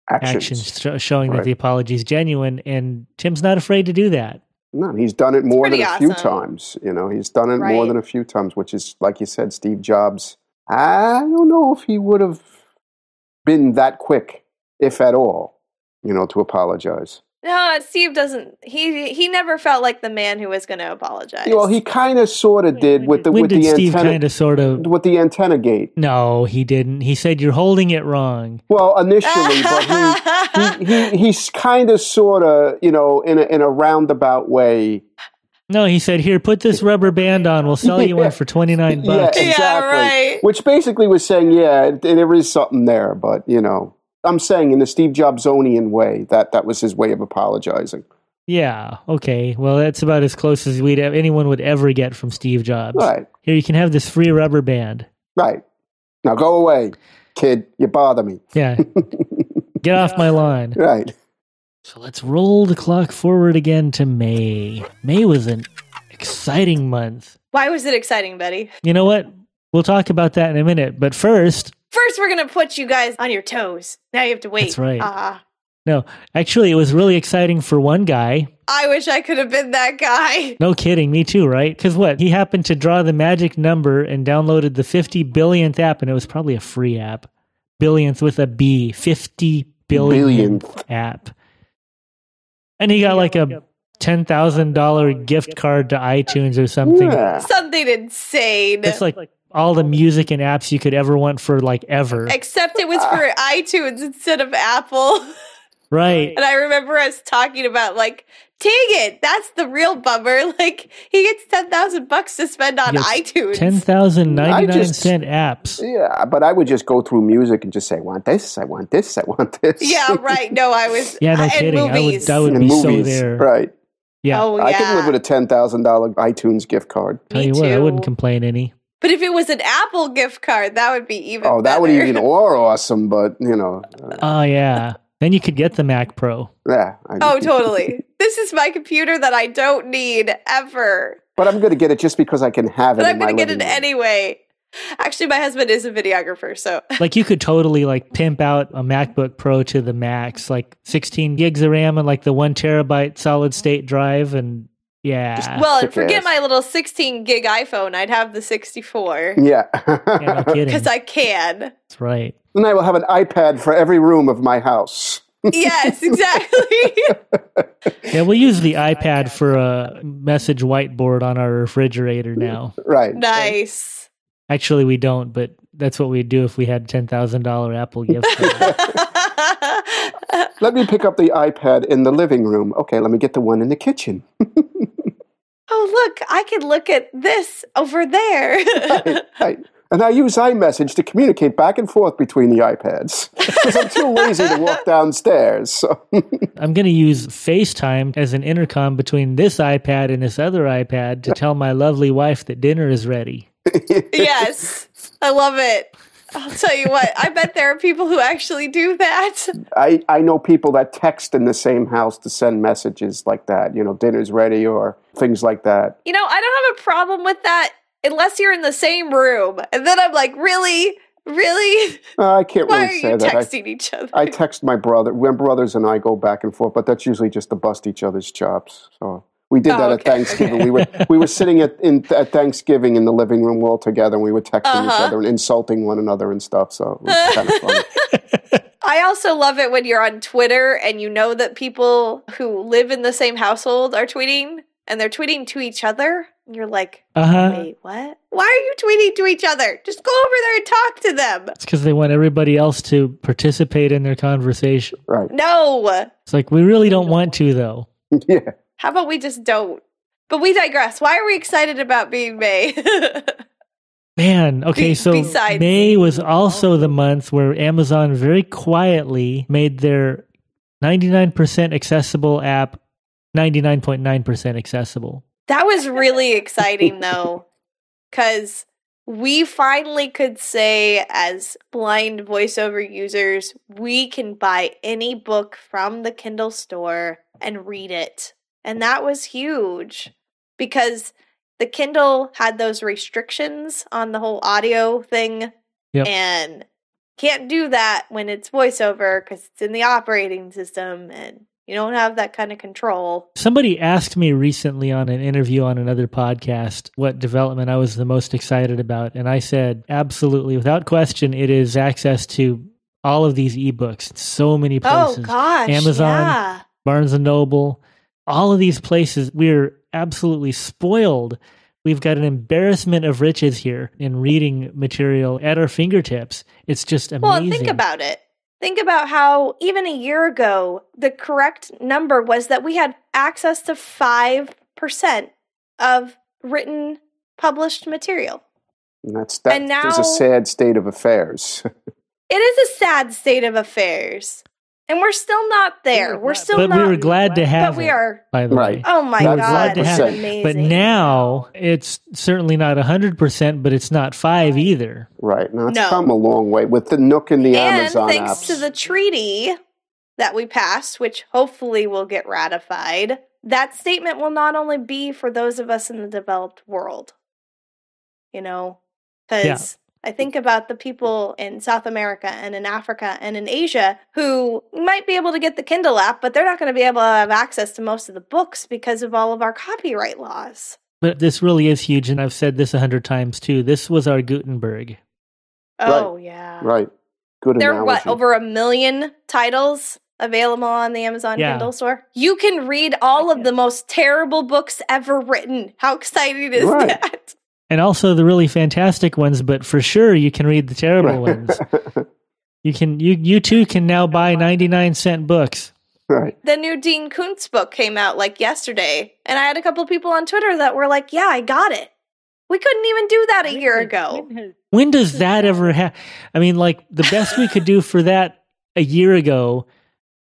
Speaker 3: actions, sho- showing that
Speaker 5: Right.
Speaker 3: the apology is genuine. And Tim's not afraid to do that.
Speaker 5: No, he's done it more than
Speaker 4: pretty
Speaker 5: a few
Speaker 4: awesome.
Speaker 5: times. You know, he's done it more
Speaker 4: Right.
Speaker 5: than a few times, which is like you said, Steve Jobs. I don't know if he would have been that quick, if at all, you know, to apologize.
Speaker 4: No, Steve doesn't. He he never felt like the man who was going to apologize.
Speaker 5: Well, he kind of, sort of did with the
Speaker 3: when
Speaker 5: with
Speaker 3: did
Speaker 5: the
Speaker 3: Steve
Speaker 5: antenna
Speaker 3: kind of sort of?
Speaker 5: with the antenna gate.
Speaker 3: No, he didn't. He said you're holding it wrong.
Speaker 5: Well, initially, but he, he, he he's kind of, sort of, you know, in a, in a roundabout way.
Speaker 3: No, he said here, put this rubber band on. We'll sell you one for twenty nine bucks.
Speaker 4: Yeah, right.
Speaker 5: Which basically was saying, yeah, it, there is something there, but you know, I'm saying in the Steve Jobsonian way that that was his way of apologizing.
Speaker 3: Yeah. Okay. Well, that's about as close as we'd have, anyone would ever get from Steve Jobs.
Speaker 5: Right,
Speaker 3: Here, you can have this free rubber band.
Speaker 5: right. Now go away, kid. You bother me.
Speaker 3: Yeah. Get off my lawn.
Speaker 5: Right.
Speaker 3: So let's roll the clock forward again to May. May was an exciting month.
Speaker 4: Why was it exciting, Betty?
Speaker 3: You know what? We'll talk about that in a minute. But first,
Speaker 4: First, we're going to put you guys on your toes. Now you have to wait.
Speaker 3: That's right.
Speaker 4: Ah,
Speaker 3: no, actually, it was really exciting for one guy.
Speaker 4: I wish I could have been that guy.
Speaker 3: No kidding, me too, right? Because what? He happened to draw the magic number and downloaded the 50 billionth app, and it was probably a free app. Billionth with a B, 50 billionth, app. And he got like a $10,000 gift card to iTunes or something.
Speaker 5: Yeah.
Speaker 4: Something insane.
Speaker 3: It's like all the music and apps you could ever want for like ever.
Speaker 4: Except it was
Speaker 5: Ah.
Speaker 4: for iTunes instead of Apple.
Speaker 3: Right.
Speaker 4: And I remember us talking about like, dang it, that's the real bummer. Like he gets ten thousand bucks to spend on
Speaker 3: Yes,
Speaker 4: iTunes.
Speaker 3: 10,099
Speaker 5: I just-
Speaker 3: cent apps.
Speaker 5: Yeah, but I would just go through music and just say, "I want this, I want this, I want this."
Speaker 4: yeah, right. No, I was
Speaker 3: Yeah, no
Speaker 4: and
Speaker 3: kidding. I would,
Speaker 4: Movies.
Speaker 3: I would
Speaker 5: And
Speaker 3: be so
Speaker 5: movies,
Speaker 3: there.
Speaker 5: right?
Speaker 3: Yeah.
Speaker 4: Oh yeah.
Speaker 5: I can live with a ten thousand dollar iTunes gift card.
Speaker 3: Tell
Speaker 4: me
Speaker 3: you what, I
Speaker 4: too.
Speaker 3: wouldn't complain any.
Speaker 4: But if it was an Apple gift card, that would be even
Speaker 5: Oh, that would
Speaker 4: better.
Speaker 5: even or awesome, but you know, uh,
Speaker 3: Oh, yeah. then you could get the Mac Pro.
Speaker 5: yeah. I-
Speaker 4: Oh totally. this is my computer that I don't need ever.
Speaker 5: But I'm going to get it just because I can have it.
Speaker 4: But
Speaker 5: in
Speaker 4: I'm
Speaker 5: my
Speaker 4: gonna get
Speaker 5: living
Speaker 4: it
Speaker 5: room.
Speaker 4: anyway. Actually my husband is a videographer, so
Speaker 3: Like you could totally like pimp out a MacBook Pro to the max, like 16 gigs of RAM and like the one terabyte solid state drive. And yeah.
Speaker 4: well
Speaker 5: kick
Speaker 4: forget
Speaker 5: ass.
Speaker 4: my little sixteen gig iPhone, I'd have the sixty four.
Speaker 5: Yeah.
Speaker 3: yeah, no kidding.
Speaker 4: Because I can.
Speaker 3: That's right.
Speaker 5: Then I will have an iPad for every room of my house.
Speaker 4: Yes, exactly.
Speaker 3: Yeah, we'll use the iPad for a message whiteboard on our refrigerator now.
Speaker 5: Right.
Speaker 4: Nice.
Speaker 3: Actually, we don't, but that's what we'd do if we had $10,000 Apple gift card.
Speaker 5: Let me pick up the iPad in the living room. Okay, let me get the one in the kitchen.
Speaker 4: oh, look, I can look at this over there.
Speaker 5: Right. And I use iMessage to communicate back and forth between the iPads because I'm too lazy to walk downstairs. So.
Speaker 3: I'm going to use FaceTime as an intercom between this iPad and this other iPad to tell my lovely wife that dinner is ready.
Speaker 4: yes, I love it. I'll tell you what, I bet there are people who actually do that.
Speaker 5: I, I know people that text in the same house to send messages like that, you know, dinner's ready or things like that.
Speaker 4: You know, I don't have a problem with that unless you're in the same room. And then I'm like, really? Really?
Speaker 5: Uh, I can't
Speaker 4: Why are
Speaker 5: really say
Speaker 4: you
Speaker 5: that. I-
Speaker 4: texting each other?
Speaker 5: I text my brother. My brothers and I go back and forth, but that's usually just to bust each other's chops. So we did
Speaker 4: Oh,
Speaker 5: that
Speaker 4: okay,
Speaker 5: at Thanksgiving. We were we were sitting at in, at Thanksgiving in the living room all together, and we were texting each
Speaker 4: Uh-huh.
Speaker 5: other and insulting one another and stuff. So it was kind of funny.
Speaker 4: I also love it when you're on Twitter and you know that people who live in the same household are tweeting and they're tweeting to each other. And you're like,
Speaker 3: Uh huh.
Speaker 4: wait, what? Why are you tweeting to each other? Just go over there and talk to them.
Speaker 3: It's because they want everybody else to participate in their conversation.
Speaker 5: Right?
Speaker 4: No.
Speaker 3: It's like, we really don't want to, though.
Speaker 5: Yeah.
Speaker 4: How about we just don't? But we digress. Why are we excited about being May?
Speaker 3: Man, okay,
Speaker 4: Be-
Speaker 3: so
Speaker 4: besides-
Speaker 3: May was also the month where Amazon very quietly made their 99% accessible app 99.9% accessible.
Speaker 4: that was really exciting though, because we finally could say, as blind voiceover users, we can buy any book from the Kindle store and read it. And that was huge because the Kindle had those restrictions on the whole audio thing
Speaker 3: Yep.
Speaker 4: And can't do that when it's voiceover because it's in the operating system and you don't have that kind of control.
Speaker 3: Somebody asked me recently on an interview on another podcast what development I was the most excited about. And I said, absolutely, without question, it is access to all of these ebooks, so many places.
Speaker 4: Oh gosh.
Speaker 3: Amazon,
Speaker 4: Yeah.
Speaker 3: Barnes and Noble, all of these places. We're absolutely spoiled. We've got an embarrassment of riches here in reading material at our fingertips. It's just amazing.
Speaker 4: Well, and think about it. Think about how even a year ago, the correct number was that we had access to 5% of written published material.
Speaker 5: And that's that
Speaker 4: And
Speaker 5: is
Speaker 4: now-
Speaker 5: a sad state of affairs.
Speaker 4: It is a sad state of affairs. And we're still not there. We're still
Speaker 3: but
Speaker 4: not.
Speaker 3: we were glad to have
Speaker 4: But we
Speaker 3: it,
Speaker 4: are.
Speaker 3: by the
Speaker 5: Right.
Speaker 3: way.
Speaker 4: Oh my
Speaker 5: We're
Speaker 4: God.
Speaker 5: glad to
Speaker 4: This is
Speaker 5: have it.
Speaker 4: amazing.
Speaker 3: But now it's certainly not 100%, but it's not 5 either.
Speaker 5: right now, it's
Speaker 4: No.
Speaker 5: come a long way with the Nook and the
Speaker 4: and
Speaker 5: Amazon
Speaker 4: thanks
Speaker 5: apps.
Speaker 4: to the treaty that we passed, which hopefully will get ratified, that statement will not only be for those of us in the developed world, you know, because
Speaker 3: Yeah.
Speaker 4: I think about the people in South America and in Africa and in Asia who might be able to get the Kindle app, but they're not going to be able to have access to most of the books because of all of our copyright laws.
Speaker 3: But this really is huge, and I've said this a hundred times too. This was our Gutenberg.
Speaker 4: Oh, yeah.
Speaker 5: right. Good
Speaker 4: There are
Speaker 5: analogy.
Speaker 4: what over a million titles available on the Amazon
Speaker 3: Yeah.
Speaker 4: Kindle store. You can read all of the most terrible books ever written. How exciting is
Speaker 5: Right.
Speaker 4: that?
Speaker 3: And also the really fantastic ones, but for sure you can read the terrible ones. You can you you too can now buy 99 cent books.
Speaker 5: right.
Speaker 4: The new Dean Kuntz book came out like yesterday, and I had a couple people on Twitter that were like, "Yeah, I got it." We couldn't even do that a year ago.
Speaker 3: When does that ever happen? I mean, like the best we could do for that a year ago.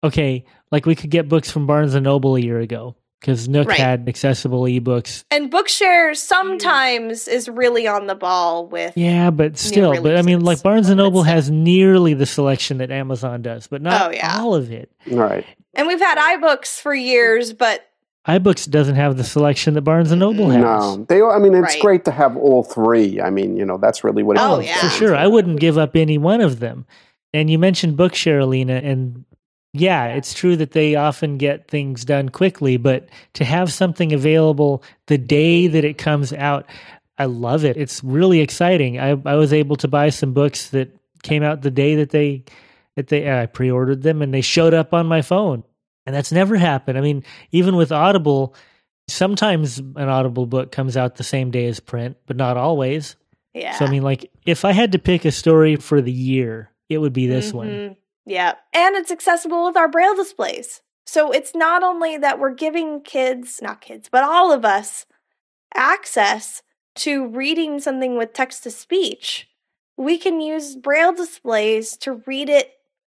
Speaker 3: Okay, like we could get books from Barnes and Noble a year ago because Nook
Speaker 4: Right.
Speaker 3: had accessible ebooks.
Speaker 4: And Bookshare sometimes is really on the ball with
Speaker 3: Yeah, but still, but I mean,
Speaker 4: releases. Oh,
Speaker 3: like Barnes and
Speaker 4: But
Speaker 3: Noble
Speaker 4: still.
Speaker 3: has nearly the selection that Amazon does, but not
Speaker 4: Oh, yeah.
Speaker 3: all of it.
Speaker 5: Right.
Speaker 4: And we've had iBooks for years, but
Speaker 3: iBooks doesn't have the selection that Barnes and Noble has.
Speaker 5: No, they. I mean, it's
Speaker 4: Right.
Speaker 5: great to have all three. I mean, you know, that's really what. It
Speaker 4: Oh,
Speaker 5: comes
Speaker 4: yeah.
Speaker 5: down
Speaker 3: for sure.
Speaker 5: to.
Speaker 3: I wouldn't give up any one of them. And you mentioned Bookshare, Alina, and yeah, it's true that they often get things done quickly, but to have something available the day that it comes out, I love it. It's really exciting. I, I was able to buy some books that came out the day that they that they I pre-ordered them and they showed up on my phone. And that's never happened. I mean, even with Audible, sometimes an Audible book comes out the same day as print, but not always.
Speaker 4: yeah.
Speaker 3: So I mean, like, if I had to pick a story for the year, it would be this one.
Speaker 4: Mhm. Yeah. And it's accessible with our braille displays. So it's not only that we're giving kids, not kids, but all of us access to reading something with text to speech. We can use braille displays to read it.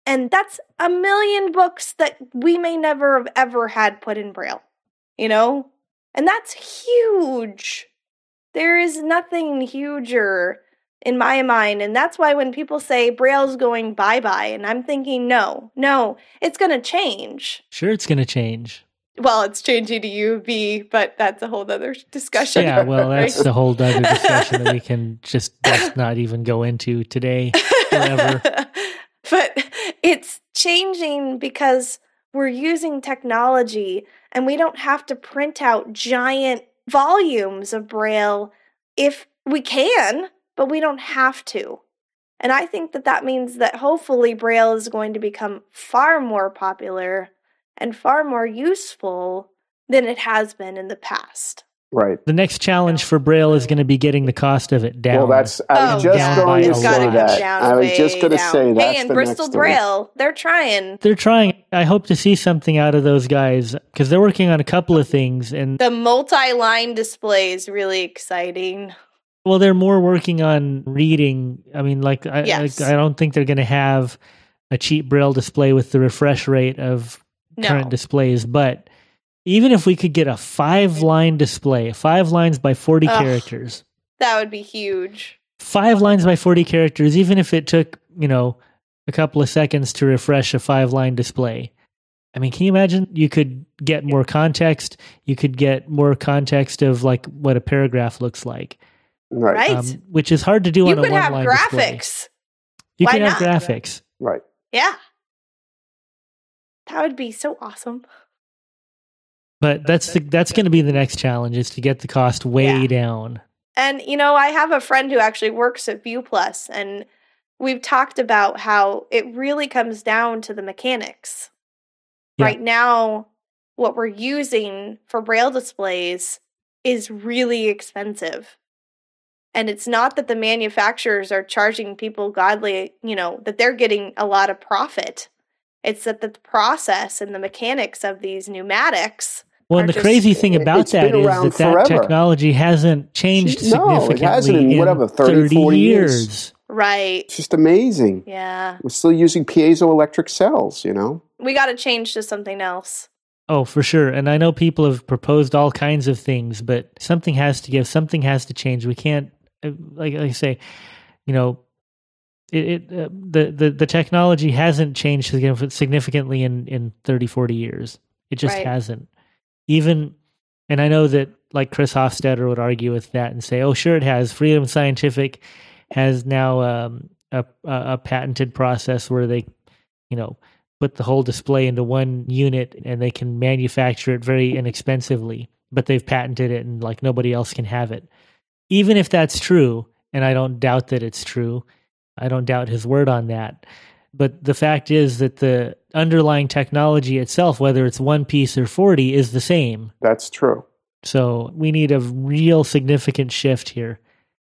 Speaker 4: And that's a million books that we may never have ever had put in braille, you know? And that's huge. There is nothing huger in my mind. And that's why when people say Braille's going bye bye, and I'm thinking, no, no, it's going to change.
Speaker 3: Sure, it's going to change.
Speaker 4: Well, it's changing to UV, but that's a whole other discussion.
Speaker 3: Yeah, well, that's
Speaker 4: Right.
Speaker 3: the whole other discussion that we can just best not even go into today. whatever.
Speaker 4: but it's changing because we're using technology and we don't have to print out giant volumes of braille if we can, but we don't have to. And I think that that means that hopefully braille is going to become far more popular and far more useful than it has been in the past.
Speaker 5: Right.
Speaker 3: The next challenge for Braille is going to be getting the cost of it down.
Speaker 5: Well, that's. I was
Speaker 3: Oh,
Speaker 5: just
Speaker 3: down by
Speaker 5: going
Speaker 3: a
Speaker 5: to
Speaker 4: It's gotta
Speaker 5: say
Speaker 3: lot.
Speaker 4: come
Speaker 5: that.
Speaker 4: down,
Speaker 5: I was
Speaker 4: way
Speaker 5: just going to
Speaker 4: down.
Speaker 5: say that's
Speaker 4: Hey, and
Speaker 5: the
Speaker 4: Bristol
Speaker 5: next thing.
Speaker 4: Braille, they're trying.
Speaker 3: They're trying. I hope to see something out of those guys because they're working on a couple of things, and
Speaker 4: The multi-line display is really exciting.
Speaker 3: Well, they're more working on reading. I mean, like I,
Speaker 4: Yes.
Speaker 3: I, I don't think they're going to have a cheap braille display with the refresh rate of
Speaker 4: No.
Speaker 3: current displays. But even if we could get a five-line display, five lines by forty
Speaker 4: Ugh.
Speaker 3: characters,
Speaker 4: That would be huge.
Speaker 3: five lines by forty characters, even if it took you know a couple of seconds to refresh a five-line display. I mean, can you imagine? You could get more context. You could get more context of like what a paragraph looks like
Speaker 5: Right.
Speaker 4: right?
Speaker 3: um, which is hard to do
Speaker 4: you
Speaker 3: on a
Speaker 4: could have
Speaker 3: one-line display.
Speaker 4: graphics.
Speaker 3: You
Speaker 4: Why
Speaker 3: can have
Speaker 4: not?
Speaker 3: graphics.
Speaker 5: Right.
Speaker 4: Yeah. That would be so awesome.
Speaker 3: But that's the, that's going to be the next challenge is to get the cost way
Speaker 4: Yeah.
Speaker 3: down.
Speaker 4: And you know, I have a friend who actually works at View Plus and we've talked about how it really comes down to the mechanics.
Speaker 3: Yeah.
Speaker 4: Right now what we're using for braille displays is really expensive. And it's not that the manufacturers are charging people godly, you know, that they're getting a lot of profit. It's that the process and the mechanics of these pneumatics
Speaker 3: Well,
Speaker 4: Or
Speaker 3: and the
Speaker 4: just-
Speaker 3: crazy thing
Speaker 5: It-
Speaker 3: about
Speaker 5: it's been
Speaker 3: that is
Speaker 5: around
Speaker 3: that that
Speaker 5: forever.
Speaker 3: technology hasn't changed
Speaker 5: No,
Speaker 3: significantly
Speaker 5: it hasn't in whatever, 30, 40 years.
Speaker 4: right.
Speaker 5: It's just amazing.
Speaker 4: Yeah.
Speaker 5: We're still using piezoelectric cells, you know?
Speaker 4: We got to change to something else.
Speaker 3: Oh, for sure. And I know people have proposed all kinds of things, but something has to give. Something has to change. We can't, uh, like, like I say, you know, it, it uh, the, the the technology hasn't changed signifi- significantly in in 30, 40 years. It just
Speaker 4: Right.
Speaker 3: hasn't. Even, and I know that like Chris Hofstadter would argue with that and say, "Oh, sure, it has." Freedom Scientific has now um, a a a patented process where they, you know, put the whole display into one unit and they can manufacture it very inexpensively but they've patented it and like nobody else can have it even if that's true and i don't doubt that it's true i don't doubt his word on that but the fact is that the underlying technology itself whether it's one piece or 40 is the same
Speaker 5: That's true.
Speaker 3: so we need a real significant shift here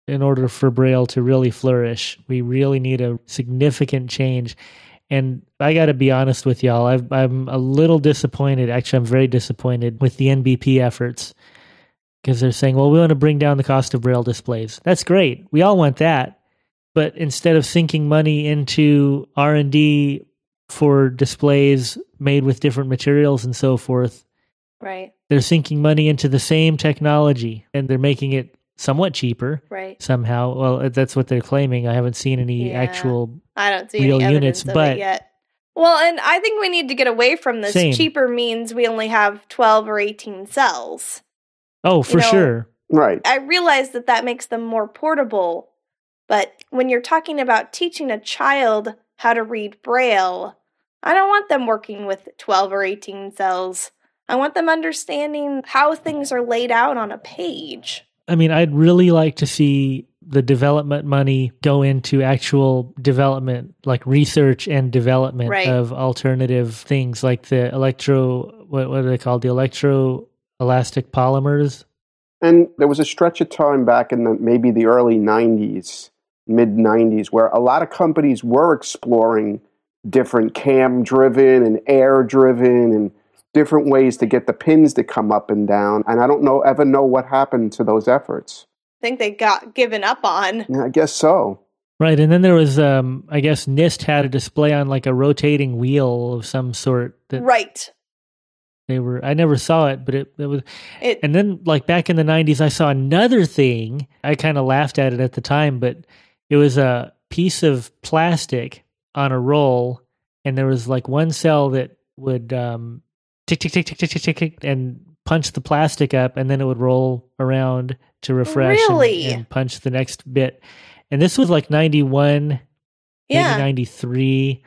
Speaker 3: in order for Braille to really flourish. We really need a significant change. And I got to be honest with y'all, I've, I'm a little disappointed. Actually, I'm very disappointed with the NBP efforts because they're saying, well, we want to bring down the cost of Braille displays. That's great. We all want that. But instead of sinking money into R&D for displays made with different materials and so forth,
Speaker 4: Right.
Speaker 3: they're sinking money into the same technology and they're making it somewhat cheaper
Speaker 4: Right.
Speaker 3: somehow. Well, uh, that's what they're claiming. I haven't seen any
Speaker 4: Yeah.
Speaker 3: actual.
Speaker 4: I don't see
Speaker 3: real
Speaker 4: any
Speaker 3: units,
Speaker 4: evidence of
Speaker 3: but-
Speaker 4: it yet. Well, and I think we need to get away from this.
Speaker 3: Same.
Speaker 4: Cheaper means we only have 12 or 18 cells.
Speaker 3: Oh, for
Speaker 4: know,
Speaker 3: sure.
Speaker 5: Right.
Speaker 4: I realize that that makes them more portable, but when you're talking about teaching a child how to read Braille, I don't want them working with 12 or 18 cells. I want them understanding how things are laid out on a page.
Speaker 3: I mean, I'd really like to see the development money go into actual development, like research and development
Speaker 4: Right.
Speaker 3: of alternative things, like the electro. What, what are they called? The electro elastic polymers.
Speaker 5: And there was a stretch of time back in the maybe the early 90s, mid 90s, where a lot of companies were exploring different cam driven and air driven and different ways to get the pins to come up and down. And I don't know ever know what happened to those efforts.
Speaker 4: I think they got given up on.
Speaker 5: Yeah, I guess so.
Speaker 3: Right, and then there was, um, I guess NIST had a display on like a rotating wheel of some sort that
Speaker 4: Right.
Speaker 3: they were. I never saw it, but it, it was.
Speaker 4: It,
Speaker 3: And then, like back in the '90s, I saw another thing. I kind of laughed at it at the time, but it was a piece of plastic on a roll, and there was like one cell that would um, tick tick tick tick tick tick tick, tick and punch the plastic up, and then it would roll around to refresh and-
Speaker 4: Really?
Speaker 3: and punch the next bit. And this was like '91 maybe
Speaker 4: yeah.
Speaker 3: 93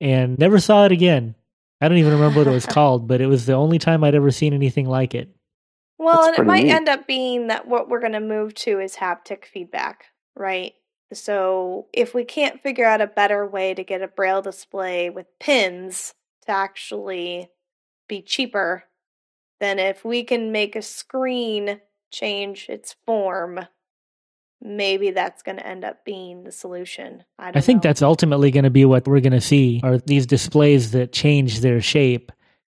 Speaker 3: and never saw it again i don't even remember what it was called but it was the only time i'd ever seen anything like it
Speaker 4: Well,
Speaker 5: That's
Speaker 4: and it
Speaker 5: pretty
Speaker 4: might
Speaker 5: neat.
Speaker 4: end up being that what we're going to move to is haptic feedback, right? So if we can't figure out a better way to get a braille display with pins to actually be cheaper, then if we can make a screen change its form, maybe that's going to end up being the solution. I, don't
Speaker 3: i think
Speaker 4: know.
Speaker 3: that's ultimately going to be what we're going to see are these displays that change their shape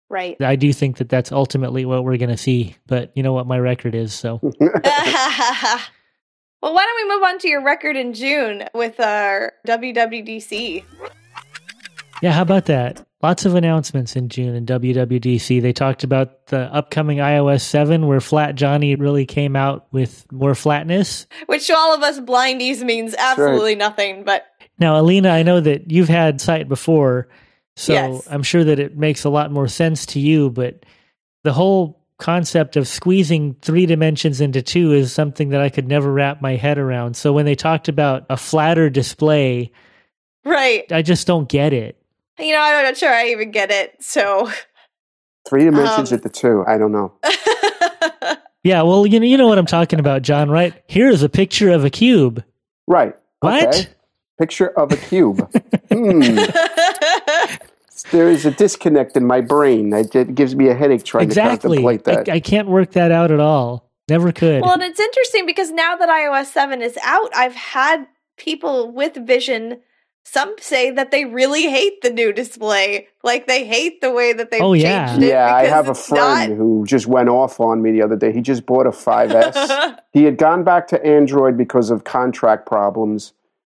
Speaker 4: right.
Speaker 3: i do think that that's ultimately what we're going to see but you know what my record is so
Speaker 4: Hmm. well, why don't we move on to your record in June with our WWDC?
Speaker 3: yeah how about that lots of announcements in june in wwdc they talked about the upcoming ios 7 where flat johnny really came out with more flatness
Speaker 4: which to all of us blindies means absolutely nothing. But
Speaker 3: Now, Alina, I know that you've had sight before, so
Speaker 4: Yes.
Speaker 3: I'm sure that it makes a lot more sense to you, but the whole concept of squeezing three dimensions into two is something that I could never wrap my head around. So when they talked about a flatter display,
Speaker 4: Right.
Speaker 3: I just don't get it.
Speaker 4: You know, I'm not sure I even get it. So.
Speaker 5: Three dimensions
Speaker 4: Um,
Speaker 5: at the two. I don't know.
Speaker 3: Yeah, well, you know, you know what I'm talking about, John, right? Here is a picture of a cube.
Speaker 5: Right.
Speaker 3: What?
Speaker 5: Okay. Picture of a cube. Hmm. There is a disconnect in my brain. It it gives me a headache trying to
Speaker 3: exactly.
Speaker 5: contemplate that.
Speaker 3: I, I can't work that out at all. Never could.
Speaker 4: Well, and it's interesting because now that iOS 7 is out, I've had people with vision. Some say that they really hate the new display. Like they hate the way that they've
Speaker 3: Oh,
Speaker 4: changed
Speaker 3: yeah.
Speaker 4: it.
Speaker 5: yeah, I
Speaker 4: because
Speaker 5: have a
Speaker 4: it's
Speaker 5: friend who just went off on me the other day. He just bought a 5S.
Speaker 4: not-
Speaker 5: he had gone back to Android because of contract problems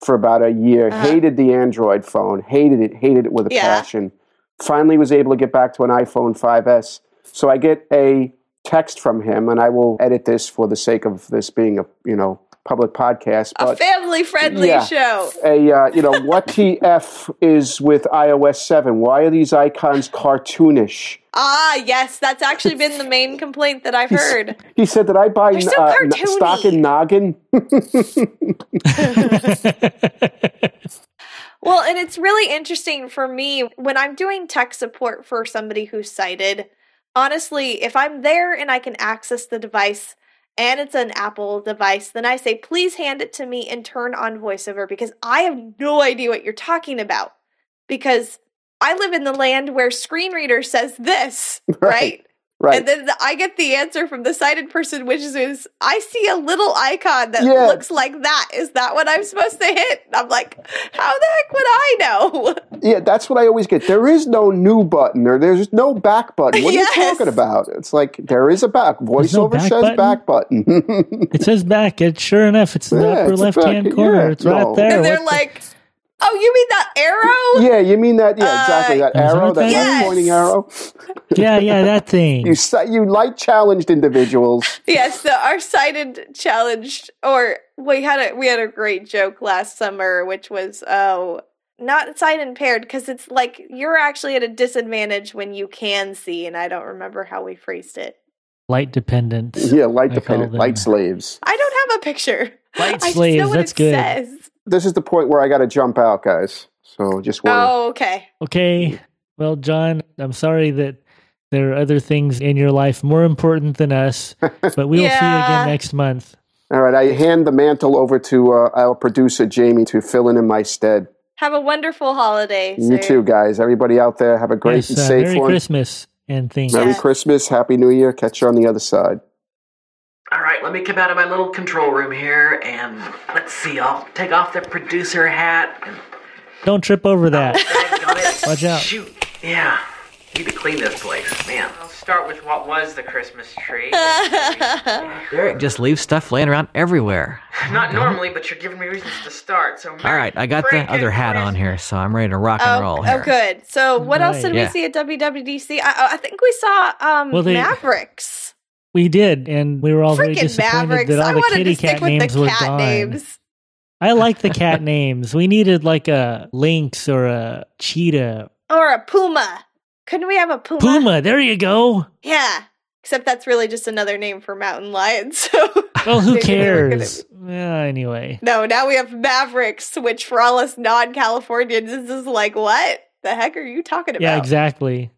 Speaker 5: for about a year.
Speaker 4: Uh-huh.
Speaker 5: Hated the Android phone, hated it, hated it with a
Speaker 4: Yeah.
Speaker 5: passion. Finally was able to get back to an iPhone 5S. So I get a text from him and I will edit this for the sake of this being a, you know, public podcast,
Speaker 4: a
Speaker 5: but
Speaker 4: family friendly
Speaker 5: Yeah.
Speaker 4: show.
Speaker 5: a uh, you know what TF is with iOS 7? Why are these icons cartoonish?
Speaker 4: Ah, yes, that's actually been the main complaint that I've heard.
Speaker 5: He said that I buy
Speaker 4: They're so
Speaker 5: uh, n-
Speaker 4: cartoony.
Speaker 5: stock in Noggin.
Speaker 4: Well, and it's really interesting for me when I'm doing tech support for somebody who's sighted. Honestly, if I'm there and I can access the device and it's an Apple device, then I say, please hand it to me and turn on voiceover because I have no idea what you're talking about. Because I live in the land where screen reader says this, right?
Speaker 5: right.
Speaker 4: And then the, I get the answer from the sighted person, which is, is I see a little icon that
Speaker 5: Yeah.
Speaker 4: looks like that. Is that what I'm supposed to hit? And I'm like, how the heck would I know?
Speaker 5: Yeah, that's what I always get. There is no new button or there's no back button. What
Speaker 4: Yes.
Speaker 5: are you talking about? It's like there is a back.
Speaker 3: There's no
Speaker 5: Voiceover
Speaker 3: back
Speaker 5: says
Speaker 3: button?
Speaker 5: back button.
Speaker 3: it says back. It sure enough, it's in the
Speaker 5: Yeah,
Speaker 3: upper
Speaker 5: it's a
Speaker 3: left hand
Speaker 5: back-
Speaker 3: corner.
Speaker 5: yeah,
Speaker 3: it's
Speaker 5: no.
Speaker 3: right there.
Speaker 4: and they're
Speaker 3: What the-
Speaker 4: like, oh, you mean that arrow?
Speaker 5: yeah, you mean that? Yeah, exactly. That
Speaker 3: Uh,
Speaker 5: arrow, that
Speaker 4: Yes.
Speaker 5: left pointing arrow.
Speaker 3: yeah, yeah, that thing.
Speaker 5: You si- you light challenged individuals.
Speaker 4: Yes, the, our sighted challenged, or we had a we had a great joke last summer, which was oh, not sight impaired because it's like you're actually at a disadvantage when you can see, and I don't remember how we phrased it.
Speaker 3: Light dependence.
Speaker 5: Yeah, light
Speaker 3: I
Speaker 5: dependent,
Speaker 3: call them-
Speaker 5: light slaves.
Speaker 4: I don't have a picture.
Speaker 3: Light
Speaker 4: I just
Speaker 3: slaves,
Speaker 4: know what
Speaker 3: that's
Speaker 4: it
Speaker 3: good.
Speaker 4: says.
Speaker 5: This is the point where I got to jump out, guys. So just want
Speaker 4: Oh, okay.
Speaker 3: Okay. Well, John, I'm sorry that there are other things in your life more important than us, but we will see you
Speaker 4: Yeah.
Speaker 3: again next month.
Speaker 5: All right, I hand the mantle over to uh, our producer Jamie to fill in in my stead.
Speaker 4: Have a wonderful holiday. sir.
Speaker 5: You too, guys. Everybody out there, have a great
Speaker 3: Yes,
Speaker 5: and
Speaker 3: uh,
Speaker 5: safe
Speaker 3: Merry
Speaker 5: one.
Speaker 3: Christmas and things.
Speaker 5: Merry
Speaker 4: Yes.
Speaker 5: Christmas, Happy New Year. Catch you on the other side.
Speaker 2: All right, let me come out of my little control room here and let's see. I'll take off the producer hat and
Speaker 3: Don't trip over that.
Speaker 2: Daggone it.
Speaker 3: Watch out.
Speaker 2: Shoot. Yeah. Need to clean this place, man. I'll start with what was the Christmas tree.
Speaker 6: Derek just leaves stuff laying around everywhere.
Speaker 2: Not normally, but you're giving me reasons to start. So
Speaker 6: All right, I got the other hat on here, so I'm ready to rock and
Speaker 4: Oh,
Speaker 6: roll
Speaker 4: oh,
Speaker 6: here.
Speaker 4: good. So, what else did
Speaker 6: Yeah.
Speaker 4: we see at WWDC? I, I think we saw um,
Speaker 3: Well, they-
Speaker 4: Mavericks.
Speaker 3: We did, and we were all very
Speaker 4: Freaking
Speaker 3: disappointed
Speaker 4: Mavericks!
Speaker 3: that all
Speaker 4: I
Speaker 3: the
Speaker 4: wanted
Speaker 3: kitty
Speaker 4: to stick
Speaker 3: cat
Speaker 4: with
Speaker 3: names
Speaker 4: the
Speaker 3: were
Speaker 4: cat
Speaker 3: gone.
Speaker 4: names.
Speaker 3: I like the cat names. We needed like a lynx or a cheetah.
Speaker 4: Or a puma. Couldn't we have a puma?
Speaker 3: Puma, there you go.
Speaker 4: Yeah. Except that's really just another name for mountain lions. So
Speaker 3: Well, who
Speaker 4: Maybe they were gonna
Speaker 3: cares? Yeah, anyway.
Speaker 4: no, now we have Mavericks, which for all us non-Californians, this is like what the heck are you talking about?
Speaker 3: Yeah, exactly.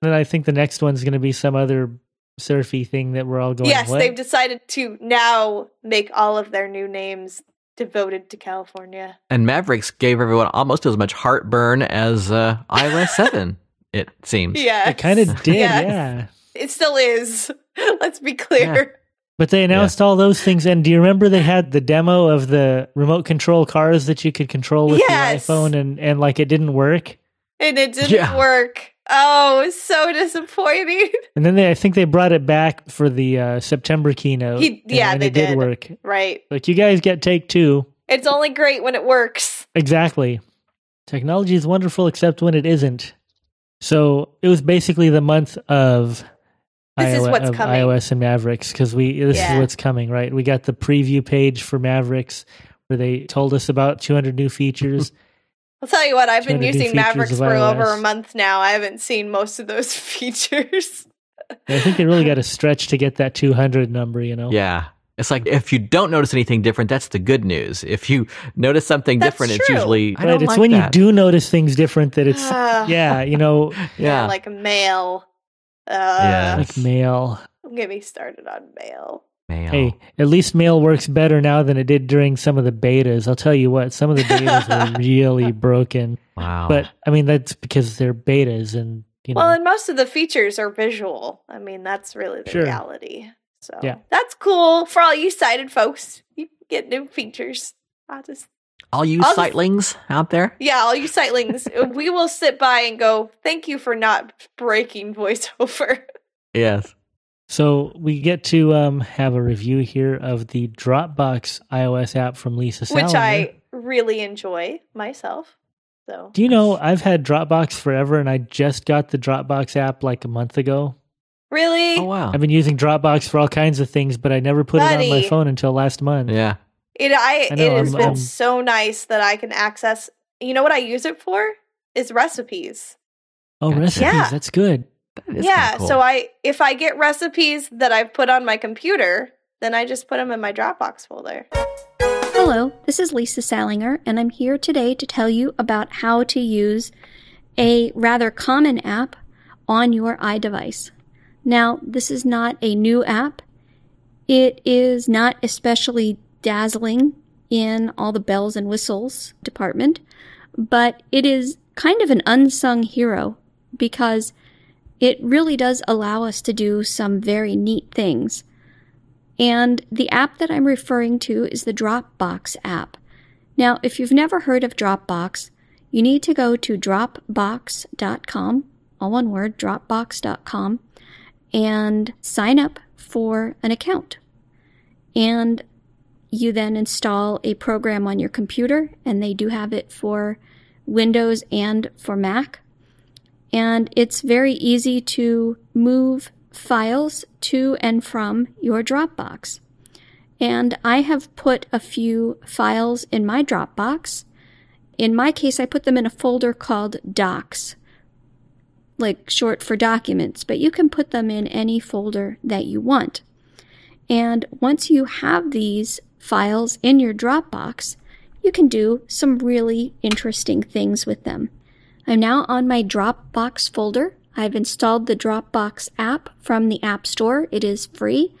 Speaker 3: then I think the next one's going to be some other surfy thing that we're all going,
Speaker 4: Yes,
Speaker 3: what?
Speaker 4: they've decided to now make all of their new names devoted to California.
Speaker 6: And Mavericks gave everyone almost as much heartburn as uh, iOS 7, it seems.
Speaker 4: Yeah,
Speaker 3: It kind of Mm. did,
Speaker 4: Yes.
Speaker 3: yeah.
Speaker 4: It still is. Let's be clear.
Speaker 3: But they announced all those things. And do you remember they had the demo of the remote control cars that you could control with
Speaker 4: Yes.
Speaker 3: your iPhone and, and like it didn't work?
Speaker 4: And it didn't
Speaker 6: Yeah.
Speaker 4: work. Oh, it was so disappointing.
Speaker 3: And then they, I think they brought it back for the uh, September keynote.
Speaker 4: He-
Speaker 3: and-
Speaker 4: yeah,
Speaker 3: and
Speaker 4: they
Speaker 3: it did,
Speaker 4: did.
Speaker 3: work.
Speaker 4: right.
Speaker 3: Like you guys get take two.
Speaker 4: It's only great when it works.
Speaker 3: Exactly. Technology is wonderful except when it isn't. So it was basically the month of
Speaker 4: This is
Speaker 3: iOS,
Speaker 4: what's
Speaker 3: of
Speaker 4: coming.
Speaker 3: iOS and Mavericks because we this
Speaker 4: Yeah.
Speaker 3: is what's coming, right? We got the preview page for Mavericks where they told us about 200 new features.
Speaker 4: I'll tell you what, I've been
Speaker 3: 200 new
Speaker 4: using
Speaker 3: features
Speaker 4: Mavericks
Speaker 3: of
Speaker 4: for over a
Speaker 3: iOS.
Speaker 4: month now. I haven't seen most of those features.
Speaker 3: I think they really got to stretch to get that 200 number, you know?
Speaker 6: Yeah. It's like if you don't notice anything different, that's the good news. If you notice something
Speaker 4: That's
Speaker 6: different, it's
Speaker 4: true.
Speaker 6: usually I
Speaker 3: Right,
Speaker 6: don't
Speaker 3: it's
Speaker 6: like
Speaker 3: when
Speaker 6: that.
Speaker 3: you do notice things different that it's,
Speaker 4: Ah.
Speaker 3: yeah, you know,
Speaker 6: Yeah.
Speaker 4: like mail. Uh,
Speaker 6: Yeah.
Speaker 3: like mail.
Speaker 4: Don't get me started on mail.
Speaker 6: Male.
Speaker 3: Hey, at least mail works better now than it did during some of the betas. I'll tell you what, some of the betas were really broken.
Speaker 6: Wow.
Speaker 3: But I mean, that's because they're betas and, you know,
Speaker 4: Oh. Well, and most of the features are visual. I mean, that's really the
Speaker 3: Sure.
Speaker 4: reality. So
Speaker 3: Yeah.
Speaker 4: that's cool for all you sighted folks. You can get new features. I just
Speaker 6: all you
Speaker 4: I'll just-
Speaker 6: sightlings out there,
Speaker 4: yeah, all you sightlings, we will sit by and go. Thank you for not breaking voiceover.
Speaker 6: yes,
Speaker 3: so we get to um, have a review here of the Dropbox iOS app from Lisa Salinger.
Speaker 4: which I really enjoy myself. So
Speaker 3: Do you know I've had Dropbox forever and I just got the Dropbox app like a month ago?
Speaker 4: really,
Speaker 6: oh wow,
Speaker 3: I've been using Dropbox for all kinds of things, but I never put it on
Speaker 4: Buddy.
Speaker 3: my phone until last month.
Speaker 6: yeah,
Speaker 4: it I,
Speaker 3: I know,
Speaker 4: it has
Speaker 3: I'm-
Speaker 4: been
Speaker 3: I'm-
Speaker 4: so nice that I can access. You know what I use it for is recipes.
Speaker 3: Oh,
Speaker 6: Gotcha.
Speaker 3: recipes.
Speaker 4: Yeah.
Speaker 3: That's good.
Speaker 6: That is
Speaker 4: yeah,
Speaker 6: kinda cool.
Speaker 4: so I if I get recipes that I've put on my computer, then I just put them in my Dropbox folder.
Speaker 7: Hello, this is Lisa Salinger, and I'm here today to tell you about how to use a rather common app on your iDevice. Now, this is not a new app, it is not especially dazzling in all the bells and whistles department, but it is kind of an unsung hero because it really does allow us to do some very neat things. And the app that I'm referring to is the Dropbox app. Now, if you've never heard of Dropbox, you need to go to dropbox.com, all one word, dropbox.com, and sign up for an account. And you then install a program on your computer, and they do have it for Windows and for Mac. And it's very easy to move files to and from your Dropbox. And I have put a few files in my Dropbox. In my case, I put them in a folder called Docs, like short for documents, but you can put them in any folder that you want. And once you have these files in your Dropbox, you can do some really interesting things with them. I'm now on my Dropbox folder. I've installed the Dropbox app from the App Store. It is free.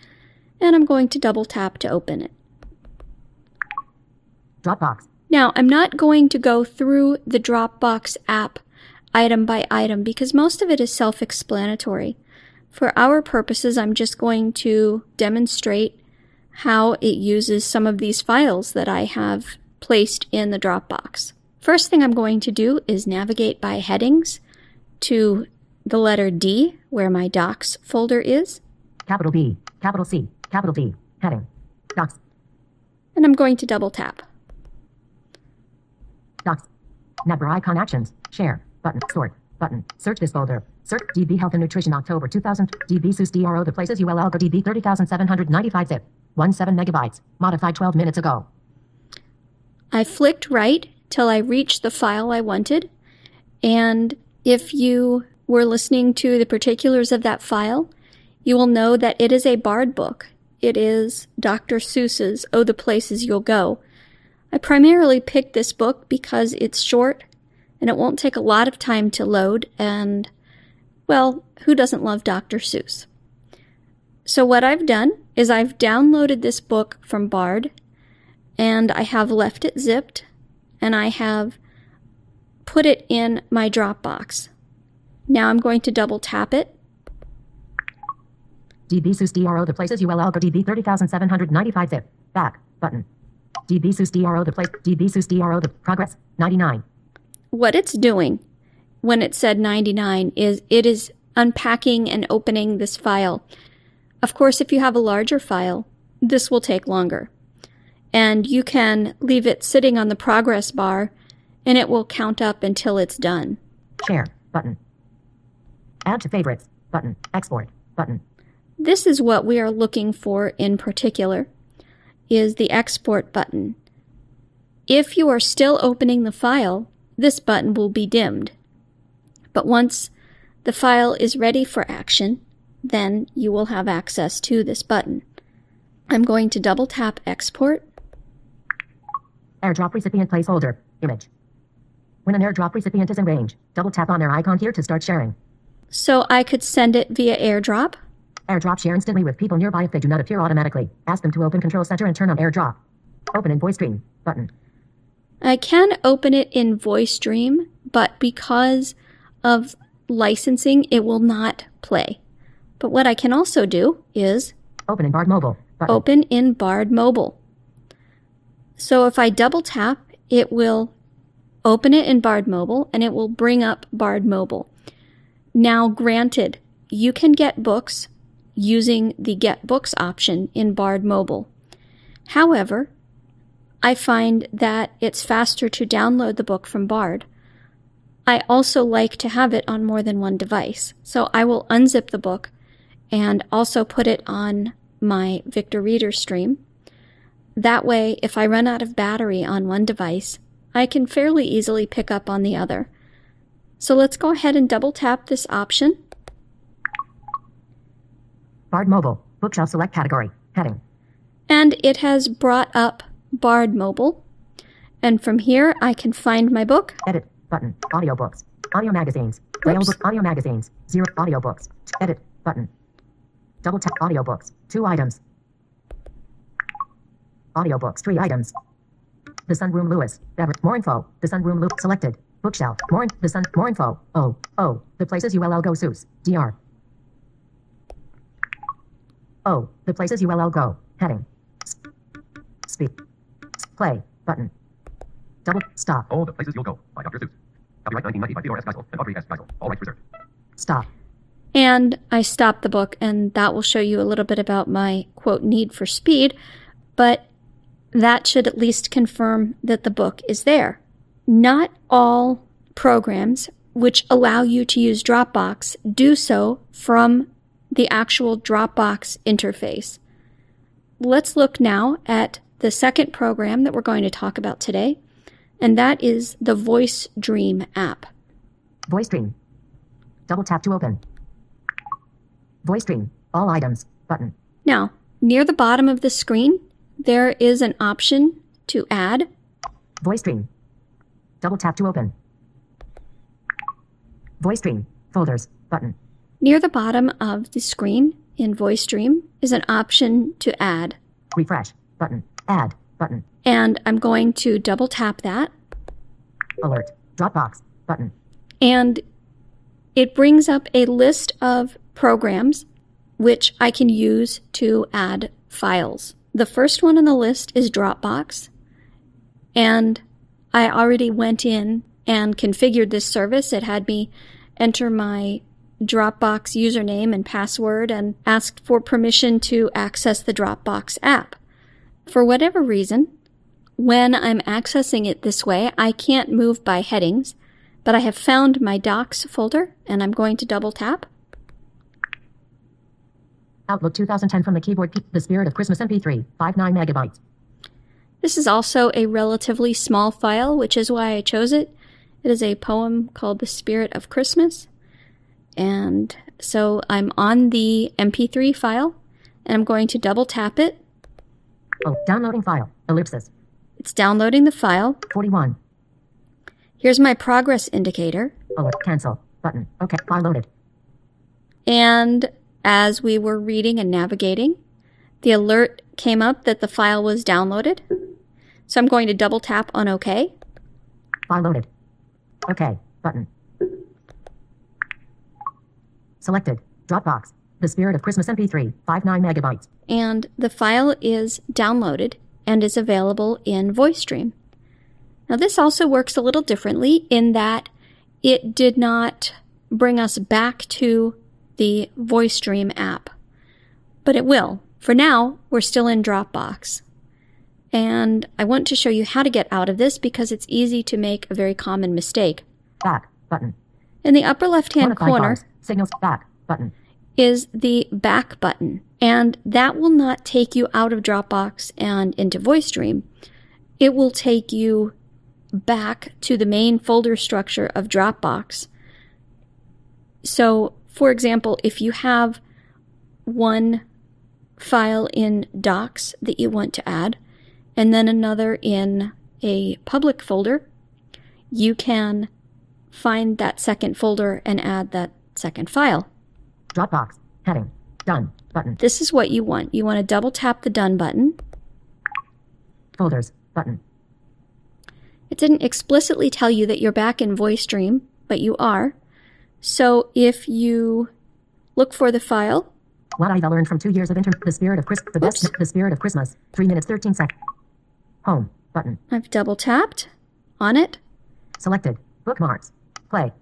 Speaker 7: And I'm going to double tap to open it.
Speaker 8: Dropbox.
Speaker 7: Now, I'm not going to go through the Dropbox app item by item because most of it is self explanatory. For our purposes, I'm just going to demonstrate how it uses some of these files that I have placed in the Dropbox. First thing I'm going to do is navigate by headings to the letter D, where my docs folder is,
Speaker 8: Capital B. Capital C. Capital D. Heading. Docs.
Speaker 7: and I'm going to double tap.
Speaker 8: Docs. Number icon actions. Share. Button. Sort. Button. Search this folder. Search DB Health and Nutrition October 2000. DB SUS DRO the places ULL go DB 30795 zip. 17 megabytes. Modified 12 minutes ago.
Speaker 7: I flicked right till I reached the file I wanted. And if you were listening to the particulars of that file, you will know that it is a Bard book. It is Dr. Seuss's Oh, the Places You'll Go. I primarily picked this book because it's short and it won't take a lot of time to load. And, well, who doesn't love Dr. Seuss? So, what I've done is I've downloaded this book from Bard and I have left it zipped and I have put it in my Dropbox. Now I'm going to double tap it
Speaker 8: DB SUS DRO the places ULL go DB 30795 zip. Back. Button. DB SUS DRO the place. DB SUS DRO the progress. 99.
Speaker 7: what it's doing when it said 99 is it is unpacking and opening this file. Of course, if you have a larger file, this will take longer. And you can leave it sitting on the progress bar and it will count up until it's done.
Speaker 8: Share. Button. Add to favorites. Button. Export. Button.
Speaker 7: This is what we are looking for in particular is the export button. If you are still opening the file, this button will be dimmed. But once the file is ready for action, then you will have access to this button. I'm going to double tap export.
Speaker 8: AirDrop recipient placeholder. Image. When an AirDrop recipient is in range, double tap on their icon here to start sharing.
Speaker 7: So I could send it via airdrop.
Speaker 8: AirDrop share instantly with people nearby if they do not appear automatically. Ask them to open Control Center and turn on AirDrop. Open in voice stream. Button.
Speaker 7: I can open it in VoiceStream, but because of licensing, it will not play. But what I can also do is
Speaker 8: Open in Bard Mobile. Button.
Speaker 7: open in Bard Mobile. So if I double tap, it will open it in Bard Mobile and it will bring up Bard Mobile. Now, granted, you can get books using the Get Books option in Bard Mobile. However, I find that it's faster to download the book from Bard. I also like to have it on more than one device, so I will unzip the book and also put it on my Victor Reader stream. That way, if I run out of battery on one device, I can fairly easily pick up on the other. So let's go ahead and double tap this option.
Speaker 8: Bard Mobile. Bookshelf select category. Heading.
Speaker 7: and it has brought up Bard Mobile. And from here, I can find my book.
Speaker 8: Edit. Button. Audiobooks. Audio magazines. Braille book. Audio magazines. Zero. Audiobooks. Edit. Button. Double tap. Audiobooks. Two items. Audiobooks. Three items. The Sunroom Lewis. Bever. More info. The Sunroom Lewis. Selected. Bookshelf. More. In- the Sun. More info. Oh. Oh. The places ULL go. Seuss. DR. Oh. The places ULL go. Heading. S- Speak. S- Play. Button. Double. Stop.
Speaker 9: Oh.
Speaker 10: All the places you'll go by Dr. Seuss. Copyright 1990 by Theodore S. Geisel and Audrey S. Geisel. All rights reserved.
Speaker 8: Stop.
Speaker 7: And I stop the book, and that will show you a little bit about my quote need for speed, but that should at least confirm that the book is there. Not all programs which allow you to use Dropbox do so from the actual Dropbox interface. Let's look now at the second program that we're going to talk about today, and that is the Voice Dream app.
Speaker 8: Voice stream. Double tap to open. Voice stream. All items. Button.
Speaker 7: Now, near the bottom of the screen, there is an option to add.
Speaker 8: Voice stream. Double tap to open. Voice stream. Folders. Button.
Speaker 7: Near the bottom of the screen in VoiceStream is an option to add,
Speaker 8: Refresh. Button. Add. Button.
Speaker 7: and I'm going to double tap that,
Speaker 8: Alert. Dropbox. Button.
Speaker 7: and it brings up a list of programs which I can use to add files. The first one on the list is Dropbox, and I already went in and configured this service. It had me enter my Dropbox username and password and asked for permission to access the Dropbox app. For whatever reason, when I'm accessing it this way, I can't move by headings, but I have found my docs folder and I'm going to double tap.
Speaker 8: Outlook 2010 from the keyboard. P- The Spirit of Christmas MP3. 59 megabytes.
Speaker 7: This is also a relatively small file, which is why I chose it. It is a poem called The Spirit of Christmas. And so I'm on the MP3 file and I'm going to double tap it.
Speaker 8: Oh. Downloading file. Ellipsis.
Speaker 7: It's downloading the file.
Speaker 8: 41.
Speaker 7: Here's my progress indicator.
Speaker 8: Alert. Cancel. Button. Okay. File loaded.
Speaker 7: And as we were reading and navigating, the alert came up that the file was downloaded. So I'm going to double tap on OK.
Speaker 8: File loaded. Okay. Button. Selected. Dropbox. The Spirit of Christmas MP3. 59 megabytes.
Speaker 7: and the file is downloaded and is available in VoiceStream. Now, this also works a little differently in that it did not bring us back to the VoiceStream app, but it will. For now, we're still in Dropbox. And I want to show you how to get out of this because it's easy to make a very common mistake.
Speaker 8: Back. Button.
Speaker 7: In the upper left hand
Speaker 8: Modify
Speaker 7: corner,
Speaker 8: bars. Signals. Back. Button.
Speaker 7: is the back button, and that will not take you out of Dropbox and into VoiceStream. It will take you back to the main folder structure of Dropbox. So, for example, if you have one file in docs that you want to add and then another in a public folder, you can find that second folder and add that second file.
Speaker 8: Dropbox. Heading. Done. Button.
Speaker 7: This is what you want. You want to double tap the done button.
Speaker 8: Folders. Button.
Speaker 7: It didn't explicitly tell you that you're back in VoiceStream, but you are. So if you look for the file,
Speaker 8: What I've learned from two years of inter. The spirit of Chris. The best.
Speaker 7: Oops.
Speaker 8: The spirit of Christmas. Three minutes thirteen seconds. Home. Button.
Speaker 7: I've double tapped on it.
Speaker 8: Selected. Bookmarks. Play.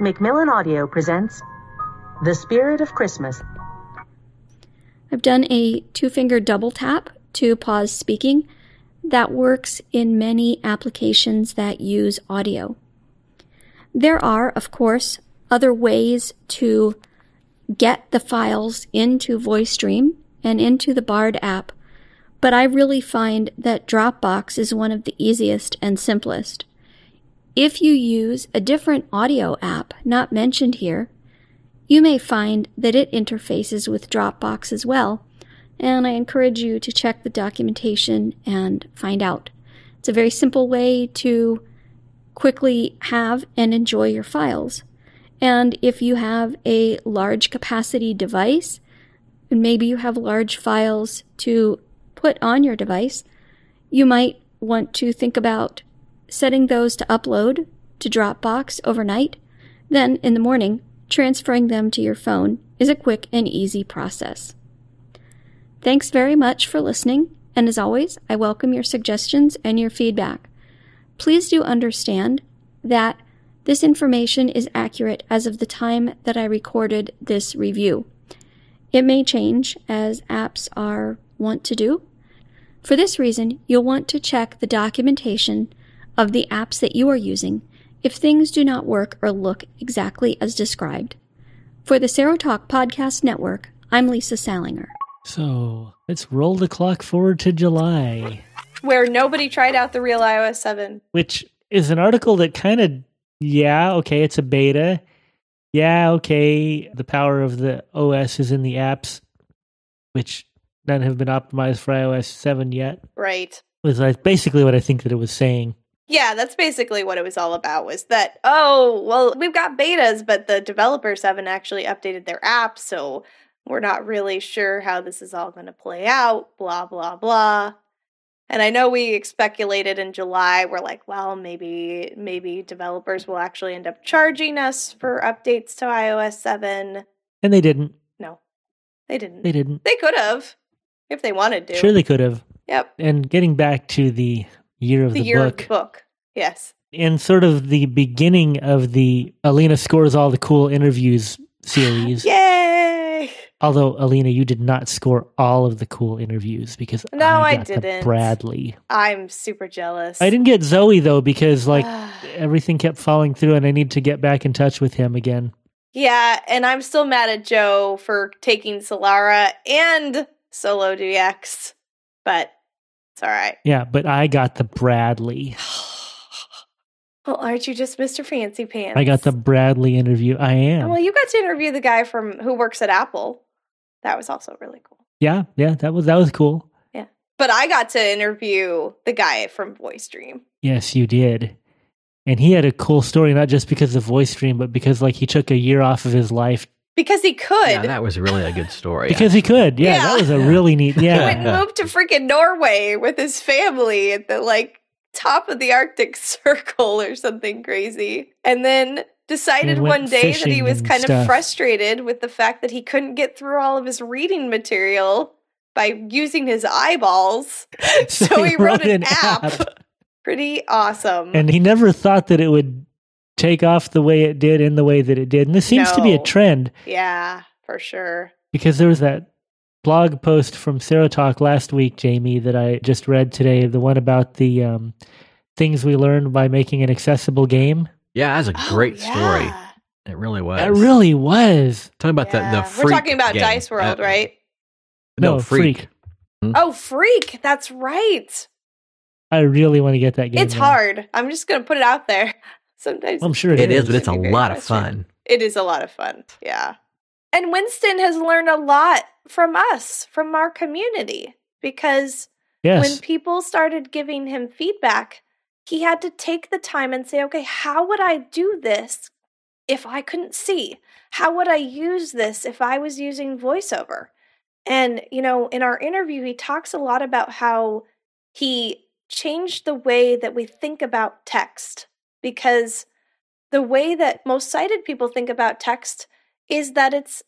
Speaker 11: Macmillan Audio presents The Spirit of Christmas.
Speaker 7: I've done a two finger double tap to pause speaking. That works in many applications that use audio. There are, of course, other ways to get the files into VoiceStream and into the Bard app, but I really find that Dropbox is one of the easiest and simplest. If you use a different audio app not mentioned here, you may find that it interfaces with Dropbox as well, and I encourage you to check the documentation and find out. It's a very simple way to quickly have and enjoy your files. And if you have a large capacity device, and maybe you have large files to put on your device, you might want to think about setting those to upload to Dropbox overnight. Then in the morning, transferring them to your phone is a quick and easy process. Thanks very much for listening, and as always, I welcome your suggestions and your feedback. Please do understand that this information is accurate as of the time that I recorded this review. It may change as apps are want to do. For this reason, you'll want to check the documentation of the apps that you are using if things do not work or look exactly as described. For the Serotalk Podcast Network, I'm Lisa Salinger.
Speaker 3: So let's roll the clock forward to July,
Speaker 4: Where nobody tried out the real iOS 7.
Speaker 3: which is an article that kind of, yeah, okay, it's a beta. Yeah, okay, the power of the OS is in the apps, which none have been optimized for iOS 7 yet,
Speaker 4: Right.
Speaker 3: was like basically what I think that it was saying.
Speaker 4: Yeah, that's basically what it was all about was that, oh, well, we've got betas, but the developers haven't actually updated their app, so we're not really sure how this is all going to play out, blah, blah, blah. And I know we speculated in July, we're like, well, maybe maybe developers will actually end up charging us for updates to iOS 7.
Speaker 3: And they didn't.
Speaker 4: They didn't.
Speaker 3: They didn't.
Speaker 4: They could have if they wanted to.
Speaker 3: Sure, they could have.
Speaker 4: Yep.
Speaker 3: And getting back to the year of
Speaker 4: The,
Speaker 3: the,
Speaker 4: year
Speaker 3: book,
Speaker 4: of the book. Yes.
Speaker 3: in sort of the beginning of the Alina scores all the cool interviews series.
Speaker 4: Yay!
Speaker 3: Although Alina, you did not score all of the cool interviews because
Speaker 4: No, I
Speaker 3: got the
Speaker 4: didn't.
Speaker 3: Bradley.
Speaker 4: I'm super jealous.
Speaker 3: I didn't get Zoe though because like everything kept falling through, and I need to get back in touch with him again.
Speaker 4: Yeah, and I'm still mad at Joe for taking Solara and Solo DX, but it's all right.
Speaker 3: Yeah, but I got the Bradley.
Speaker 4: Well, aren't you just Mr. Fancy Pants?
Speaker 3: I got the Bradley interview. I am.
Speaker 4: Well, you got to interview the guy from who works at Apple. That was also really cool.
Speaker 3: yeah, yeah, that was that was cool.
Speaker 4: But I got to interview the guy from VoiceDream.
Speaker 3: Yes, you did. And he had a cool story, not just because of voice stream, but because like he took a year off of his life
Speaker 4: Because he could.
Speaker 12: Yeah, that was really a good story.
Speaker 3: because he could. Yeah, that
Speaker 4: Yeah.
Speaker 3: was a really neat.
Speaker 4: he
Speaker 3: Yeah,
Speaker 4: went and moved to freaking Norway with his family at the like top of the Arctic Circle or something crazy. And then decided
Speaker 3: And went
Speaker 4: one day that he
Speaker 3: fishing
Speaker 4: was
Speaker 3: and
Speaker 4: kind of
Speaker 3: stuff.
Speaker 4: frustrated with the fact that he couldn't get through all of his reading material by using his eyeballs. so he wrote an app. Pretty awesome.
Speaker 3: and he never thought that it would take off the way it did in the way that it did. And this seems to be a
Speaker 4: No.
Speaker 3: trend
Speaker 4: yeah, for sure.
Speaker 3: because there was that blog post from Sarah Talk last week, Jamie, that I just read today, the one about the um, things we learned by making an accessible game.
Speaker 12: yeah, that's a great
Speaker 4: Oh,
Speaker 12: story.
Speaker 4: yeah.
Speaker 12: It really was.
Speaker 3: That really was.
Speaker 12: talking about the,
Speaker 4: Yeah.
Speaker 12: the
Speaker 4: We're
Speaker 12: Freak
Speaker 4: talking about
Speaker 12: game.
Speaker 4: Dice World,
Speaker 12: Uh,
Speaker 4: right?
Speaker 12: No,
Speaker 3: No,
Speaker 12: freak.
Speaker 3: Freak.
Speaker 4: Oh, freak. That's right.
Speaker 3: I really want to get that game.
Speaker 4: It's
Speaker 3: now.
Speaker 4: hard. I'm just going to put it out there. Sometimes
Speaker 12: I'm sure it is, but it's a lot of fun.
Speaker 4: It is a lot of fun. Yeah. And Winston has learned a lot from us, from our community, because
Speaker 3: Yes.
Speaker 4: when people started giving him feedback, he had to take the time and say, okay, how would I do this if I couldn't see? How would I use this if I was using voiceover? And, you know, in our interview, he talks a lot about how he changed the way that we think about text because the way that most sighted people think about text is that it's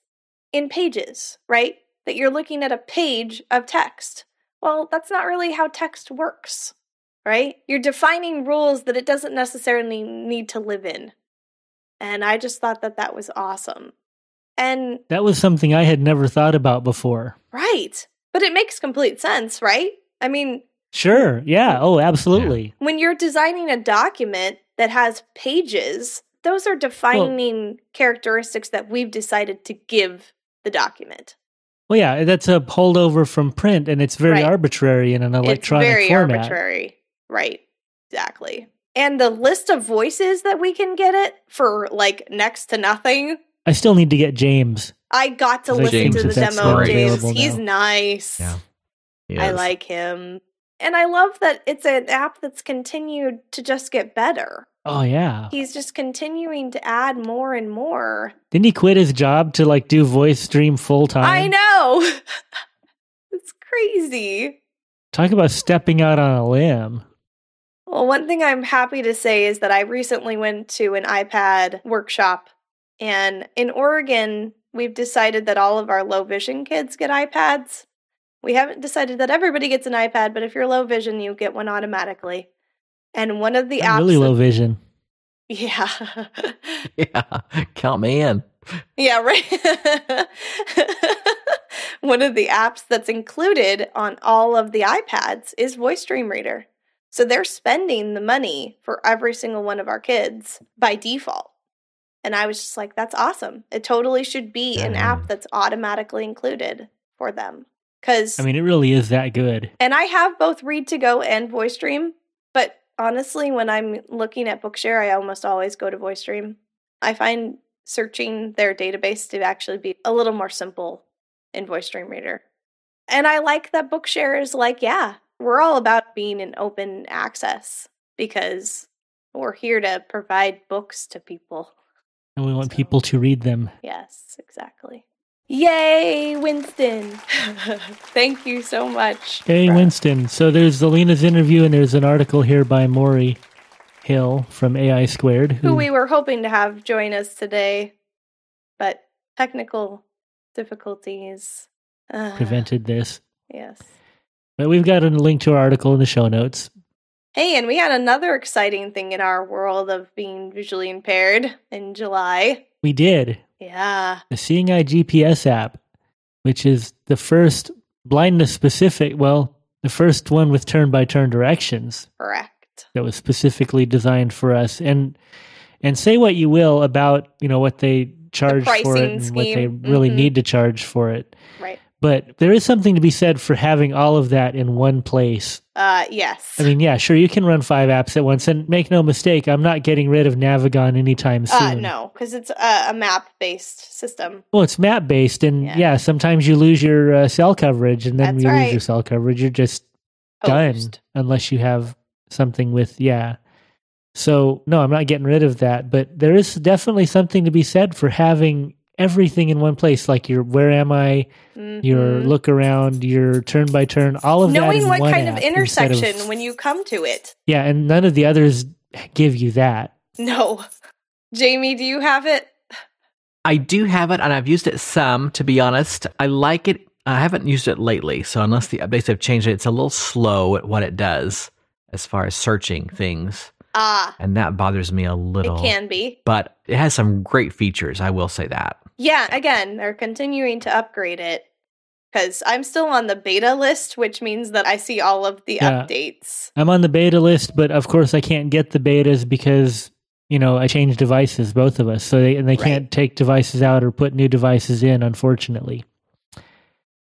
Speaker 4: in pages, right? That you're looking at a page of text. Well, that's not really how text works, right? You're defining rules that it doesn't necessarily need to live in. And I just thought that that was awesome. And
Speaker 3: That was something I had never thought about before.
Speaker 4: Right. But it makes complete sense, right? I mean,
Speaker 3: Sure. Yeah. Oh, absolutely.
Speaker 4: when you're designing a document that has pages, those are defining characteristics that we've decided to give the document.
Speaker 3: Well, yeah, that's a holdover from print, and it's very
Speaker 4: Right.
Speaker 3: arbitrary in an electronic
Speaker 4: it's very
Speaker 3: format.
Speaker 4: arbitrary. Right. Exactly. And the list of voices that we can get it for like next to nothing.
Speaker 3: I still need to get James.
Speaker 4: I got to
Speaker 3: Is it
Speaker 4: listen
Speaker 3: James
Speaker 4: to the
Speaker 3: if that's
Speaker 4: demo
Speaker 3: not
Speaker 4: of James.
Speaker 3: available
Speaker 4: He's
Speaker 3: now?
Speaker 4: nice. I like him. And I love that it's an app that's continued to just get better.
Speaker 3: Oh yeah.
Speaker 4: He's just continuing to add more and more.
Speaker 3: Didn't he quit his job to like do voice stream full time?
Speaker 4: I know. it's crazy.
Speaker 3: Talk about stepping out on a limb.
Speaker 4: Well, one thing I'm happy to say is that I recently went to an iPad workshop, and in Oregon, we've decided that all of our low vision kids get iPads. We haven't decided that everybody gets an iPad, but if you're low vision, you get one automatically. And one of the apps
Speaker 3: I'm really
Speaker 4: that-
Speaker 3: low vision.
Speaker 4: Yeah.
Speaker 12: Yeah, count me in.
Speaker 4: yeah, right. One of the apps that's included on all of the iPads is Voice Dream Reader. So they're spending the money for every single one of our kids by default. And I was just like, that's awesome. It totally should be an app that's automatically included for them. Because
Speaker 3: I mean, it really is that good.
Speaker 4: and I have both Read to Go and VoiceStream, but honestly, when I'm looking at Bookshare, I almost always go to VoiceStream. I find searching their database to actually be a little more simple in VoiceStream Reader. And I like that Bookshare is like, yeah, we're all about being in open access because we're here to provide books to people.
Speaker 3: And we want people to read them.
Speaker 4: Yes, exactly. Yay, Winston! Thank you so much.
Speaker 3: Hey, Winston. So there's Zelina's interview, and there's an article here by Maury Hill from AI Squared.
Speaker 4: who we were hoping to have join us today, but technical difficulties. Uh,
Speaker 3: prevented this.
Speaker 4: Yes.
Speaker 3: But we've got a link to our article in the show notes.
Speaker 4: Hey, and we had another exciting thing in our world of being visually impaired in July.
Speaker 3: We did
Speaker 4: Yeah.
Speaker 3: the Seeing Eye GPS app, which is the first blindness specific, well, the first one with turn by turn directions
Speaker 4: Correct.
Speaker 3: that was specifically designed for us. And and say what you will about, you know, what they charge for it
Speaker 4: pricing
Speaker 3: and what they
Speaker 4: scheme.
Speaker 3: really
Speaker 4: Mhm.
Speaker 3: need to charge for it.
Speaker 4: Right.
Speaker 3: But there is something to be said for having all of that in one place
Speaker 4: Uh, yes.
Speaker 3: I mean, yeah, sure, you can run five apps at once, and make no mistake, I'm not getting rid of Navigon anytime soon.
Speaker 4: Uh, no, because it's a, a map based system.
Speaker 3: Well, it's map based, and
Speaker 4: Yeah.
Speaker 3: yeah. sometimes you lose your uh, cell coverage, and then
Speaker 4: That's
Speaker 3: you
Speaker 4: right.
Speaker 3: lose your cell coverage. You're just done
Speaker 4: Hosed.
Speaker 3: unless you have something with yeah. So no, I'm not getting rid of that, but there is definitely something to be said for having everything in one place, like your where am I, your
Speaker 4: Mhm.
Speaker 3: look around, your turn by turn, all of that.
Speaker 4: Knowing
Speaker 3: in
Speaker 4: what
Speaker 3: one
Speaker 4: kind of
Speaker 3: app instead
Speaker 4: intersection when you come to it.
Speaker 3: Yeah, and none of the others give you that.
Speaker 4: No. Jamie, do you have it?
Speaker 12: I do have it, and I've used it some, to be honest. I like it. I haven't used it lately, so unless the updates have changed it, it's a little slow at what it does as far as searching things,
Speaker 4: Ah,
Speaker 12: and that bothers me a little.
Speaker 4: it can be.
Speaker 12: But it has some great features, I will say that.
Speaker 4: Yeah, again, they're continuing to upgrade it because I'm still on the beta list, which means that I see all of the
Speaker 3: Yeah.
Speaker 4: updates.
Speaker 3: I'm on the beta list, but of course I can't get the betas because you know I changed devices, both of us. So they and they can't take devices out or put new devices in, unfortunately.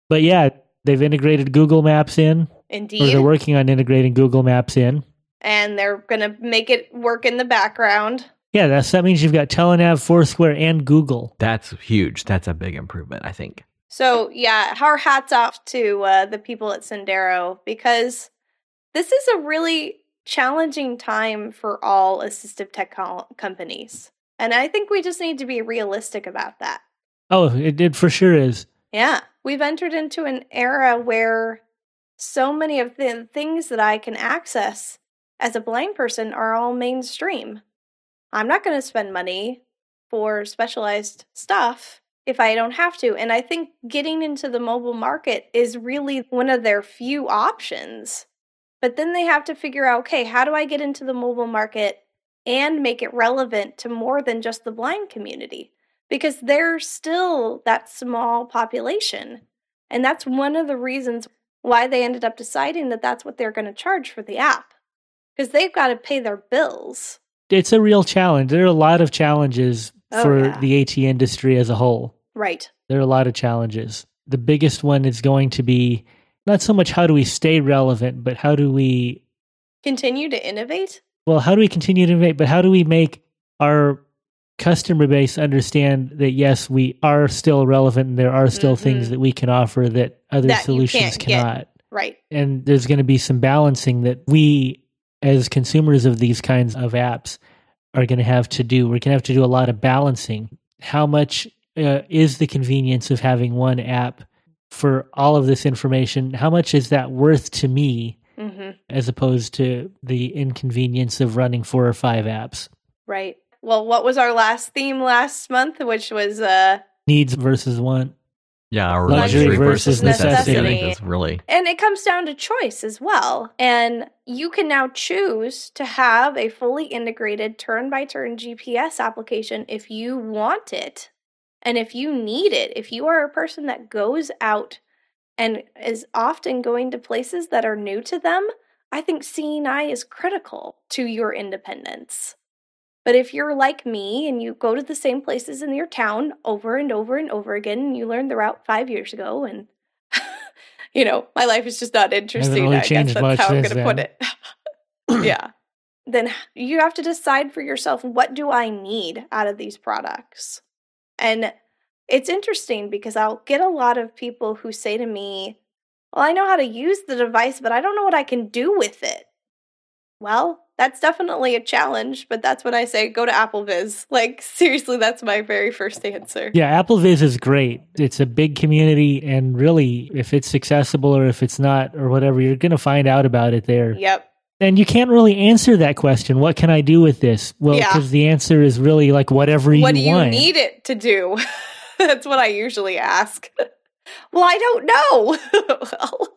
Speaker 3: But yeah, they've integrated Google Maps in, or
Speaker 4: Indeed.
Speaker 3: they're working on integrating Google Maps in.
Speaker 4: and they're going to make it work in the background.
Speaker 3: Yeah, that's, that means you've got Telenav, Foursquare, and Google.
Speaker 12: That's huge. That's a big improvement, I think.
Speaker 4: So yeah, our hats off to uh, the people at Sendero because this is a really challenging time for all assistive tech co- companies, and I think we just need to be realistic about that.
Speaker 3: Oh, it did for sure is.
Speaker 4: Yeah, we've entered into an era where so many of the things that I can access as a blind person are all mainstream. I'm not going to spend money for specialized stuff if I don't have to. And I think getting into the mobile market is really one of their few options. But then they have to figure out okay, how do I get into the mobile market and make it relevant to more than just the blind community? Because they're still that small population. And that's one of the reasons why they ended up deciding that that's what they're going to charge for the app because they've got to pay their bills.
Speaker 3: It's a real challenge. There are a lot of challenges
Speaker 4: Oh,
Speaker 3: for
Speaker 4: yeah.
Speaker 3: the AT industry as a whole.
Speaker 4: Right.
Speaker 3: There are a lot of challenges. The biggest one is going to be not so much how do we stay relevant, but how do we,
Speaker 4: Continue to innovate?
Speaker 3: well, how do we continue to innovate, but how do we make our customer base understand that yes, we are still relevant and there are still things that we can offer that other
Speaker 4: Mm-hmm. That you
Speaker 3: solutions
Speaker 4: can't get.
Speaker 3: cannot.
Speaker 4: Right.
Speaker 3: and there's going to be some balancing that we as consumers of these kinds of apps are going to have to do we're going to have to do a lot of balancing how much uh, is the convenience of having one app for all of this information how much is that worth to me
Speaker 4: Mm-hmm.
Speaker 3: as opposed to the inconvenience of running four or five apps
Speaker 4: Right. Well, what was our last theme last month, which was uh,
Speaker 3: needs versus want
Speaker 12: Yeah, or
Speaker 3: Luxury versus
Speaker 12: I
Speaker 3: necessity.
Speaker 12: think that's really
Speaker 4: And it comes down to choice as well. And you can now choose to have a fully integrated turn by turn GPS application if you want it and if you need it. If you are a person that goes out and is often going to places that are new to them, I think seeing eye is critical to your independence. But if you're like me and you go to the same places in your town over and over and over again, and you learned the route five years ago, and you know, my life is just not interesting.
Speaker 3: really
Speaker 4: I guess
Speaker 3: changed
Speaker 4: that's
Speaker 3: much
Speaker 4: how I'm
Speaker 3: since
Speaker 4: going to put it. yeah. Then you have to decide for yourself what do I need out of these products? And it's interesting because I'll get a lot of people who say to me, Well, I know how to use the device, but I don't know what I can do with it. Well, that's definitely a challenge, but that's when I say go to Apple Viz. Like, seriously, that's my very first answer.
Speaker 3: Yeah, Apple Viz is great. It's a big community, and really, if it's accessible or if it's not or whatever, you're going to find out about it there.
Speaker 4: Yep.
Speaker 3: And you can't really answer that question. What can I do with this? Well,
Speaker 4: Yeah.
Speaker 3: because the answer is really like whatever
Speaker 4: what
Speaker 3: you
Speaker 4: do you
Speaker 3: want.
Speaker 4: need it to do? that's what I usually ask. well, I don't know. well,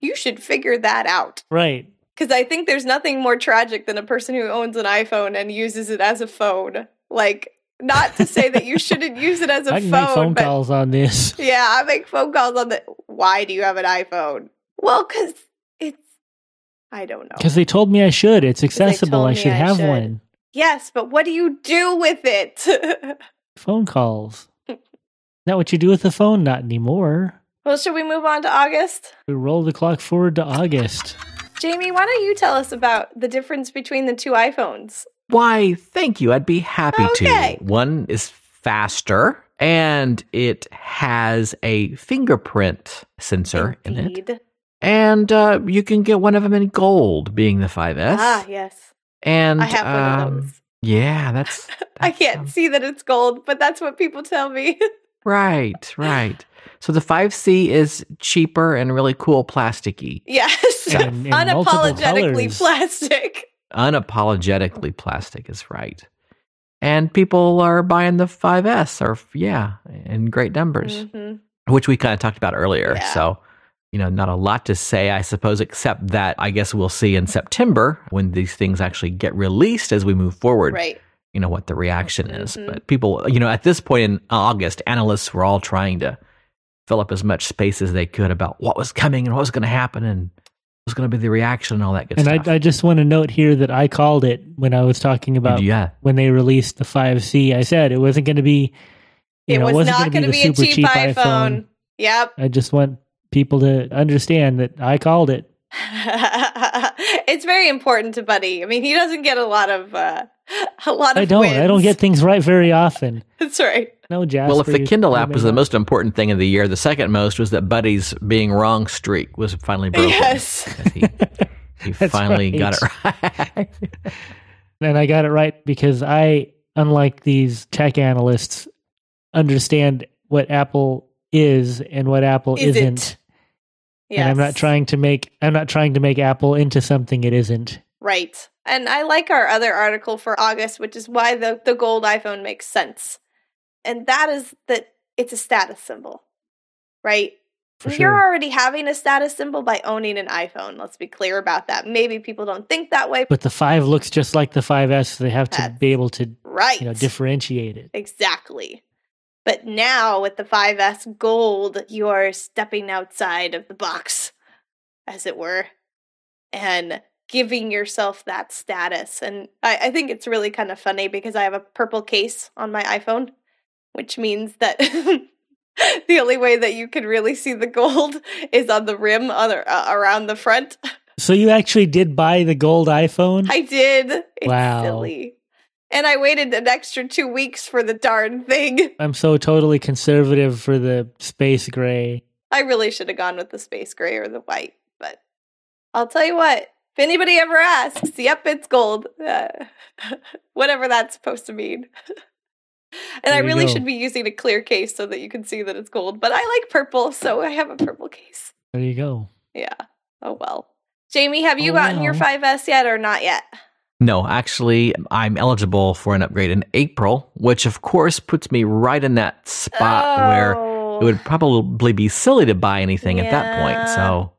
Speaker 4: you should figure that out.
Speaker 3: Right.
Speaker 4: Because I think there's nothing more tragic than a person who owns an iPhone and uses it as a phone. Like, not to say that you shouldn't use it as a
Speaker 3: I can
Speaker 4: phone,
Speaker 3: make phone
Speaker 4: but
Speaker 3: calls on this.
Speaker 4: yeah, I make phone calls on the. Why do you have an iPhone? Well, because it's. I don't know.
Speaker 3: Because they told me I should. It's
Speaker 4: they
Speaker 3: accessible.
Speaker 4: told
Speaker 3: I
Speaker 4: me
Speaker 3: should
Speaker 4: I
Speaker 3: have
Speaker 4: should.
Speaker 3: one.
Speaker 4: Yes, but what do you do with it?
Speaker 3: Phone calls. not what you do with the phone. Not anymore.
Speaker 4: well, should we move on to August?
Speaker 3: We roll the clock forward to August.
Speaker 4: Jamie, why don't you tell us about the difference between the two iPhones?
Speaker 12: Why, thank you. I'd be happy
Speaker 4: Okay.
Speaker 12: to. One is faster and it has a fingerprint sensor in it.
Speaker 4: Indeed.
Speaker 12: And uh, you can get one of them in gold, being the 5S.
Speaker 4: Ah, yes.
Speaker 12: and
Speaker 4: I have one of
Speaker 12: um,
Speaker 4: those.
Speaker 12: Yeah, that's
Speaker 4: I can't see that it's gold, but that's what people tell me.
Speaker 12: right, right. So the 5C is cheaper and really cool plasticky.
Speaker 4: yes.
Speaker 3: And- and multiple
Speaker 4: Unapologetically
Speaker 3: colors.
Speaker 4: plastic.
Speaker 12: Unapologetically plastic is right. And people are buying the 5S or yeah, in great numbers.
Speaker 4: hmm
Speaker 12: which we kind of talked about earlier.
Speaker 4: Yeah.
Speaker 12: So, you know, not a lot to say, I suppose, except that I guess we'll see in September when these things actually get released as we move forward,
Speaker 4: Right.
Speaker 12: you know, what the reaction is.
Speaker 4: Mhm.
Speaker 12: But people, you know, at this point in August, analysts were all trying to fill up as much space as they could about what was coming and what was going to happen and what was going to be the reaction and all that good
Speaker 3: And
Speaker 12: stuff.
Speaker 3: I, I just want to note here that I called it when I was talking about
Speaker 12: yeah.
Speaker 3: when they released the 5C. I said it wasn't going to be. You
Speaker 4: It
Speaker 3: know,
Speaker 4: was
Speaker 3: wasn't
Speaker 4: not
Speaker 3: going to
Speaker 4: be a
Speaker 3: super
Speaker 4: cheap, iPhone. Yep.
Speaker 3: I just want people to understand that I called it.
Speaker 4: it's very important to Buddy. I mean, he doesn't get a lot of uh, a lot of
Speaker 3: I don't. I don't
Speaker 4: wins.
Speaker 3: get things right very often.
Speaker 4: That's right.
Speaker 3: No, Jasper.
Speaker 12: well, if the
Speaker 3: you-
Speaker 12: Kindle
Speaker 3: you
Speaker 12: app
Speaker 3: may
Speaker 12: was the
Speaker 3: not.
Speaker 12: most important thing of the year, the second most was that Buddy's being wrong streak was finally broken.
Speaker 4: Yes.
Speaker 12: He
Speaker 3: That's
Speaker 12: finally got it
Speaker 3: right.
Speaker 12: right.
Speaker 3: and I got it right because I, unlike these tech analysts, understand what Apple is and what Apple
Speaker 4: Is
Speaker 3: isn't.
Speaker 4: it? Yes.
Speaker 3: And I'm not trying to make I'm not trying to make Apple into something it isn't.
Speaker 4: Right. And I like our other article for August, which is why the, the gold iPhone makes sense. And that is that it's a status symbol, right?
Speaker 3: For
Speaker 4: You're
Speaker 3: sure.
Speaker 4: already having a status symbol by owning an iPhone. Let's be clear about that. Maybe people don't think that way.
Speaker 3: But the five looks just like the 5S, so they have to
Speaker 4: That's
Speaker 3: be able to
Speaker 4: right.
Speaker 3: you know differentiate it.
Speaker 4: Exactly. But now with the 5S Gold, you're stepping outside of the box, as it were, and giving yourself that status. And I, I think it's really kind of funny because I have a purple case on my iPhone, which means that. The only way that you can really see the gold is on the rim on the, uh, around the front.
Speaker 3: So you actually did buy the gold iPhone?
Speaker 4: I did. It's
Speaker 3: Wow.
Speaker 4: silly. And I waited an extra two weeks for the darn thing.
Speaker 3: I'm so totally conservative for the space gray.
Speaker 4: I really should have gone with the space gray or the white, but I'll tell you what. If anybody ever asks, yep, it's gold. Uh, whatever that's supposed to mean. and I
Speaker 3: There you
Speaker 4: really
Speaker 3: go.
Speaker 4: should be using a clear case so that you can see that it's gold, but I like purple, so I have a purple case.
Speaker 3: There you go.
Speaker 4: Yeah. Oh well. Jamie, have you
Speaker 3: Oh,
Speaker 4: gotten your
Speaker 3: well.
Speaker 4: 5S yet or not yet?
Speaker 12: No, actually, I'm eligible for an upgrade in April, which of course puts me right in that spot where
Speaker 4: Oh.
Speaker 12: it would probably be silly to buy anything at that point.
Speaker 4: Yeah.
Speaker 12: So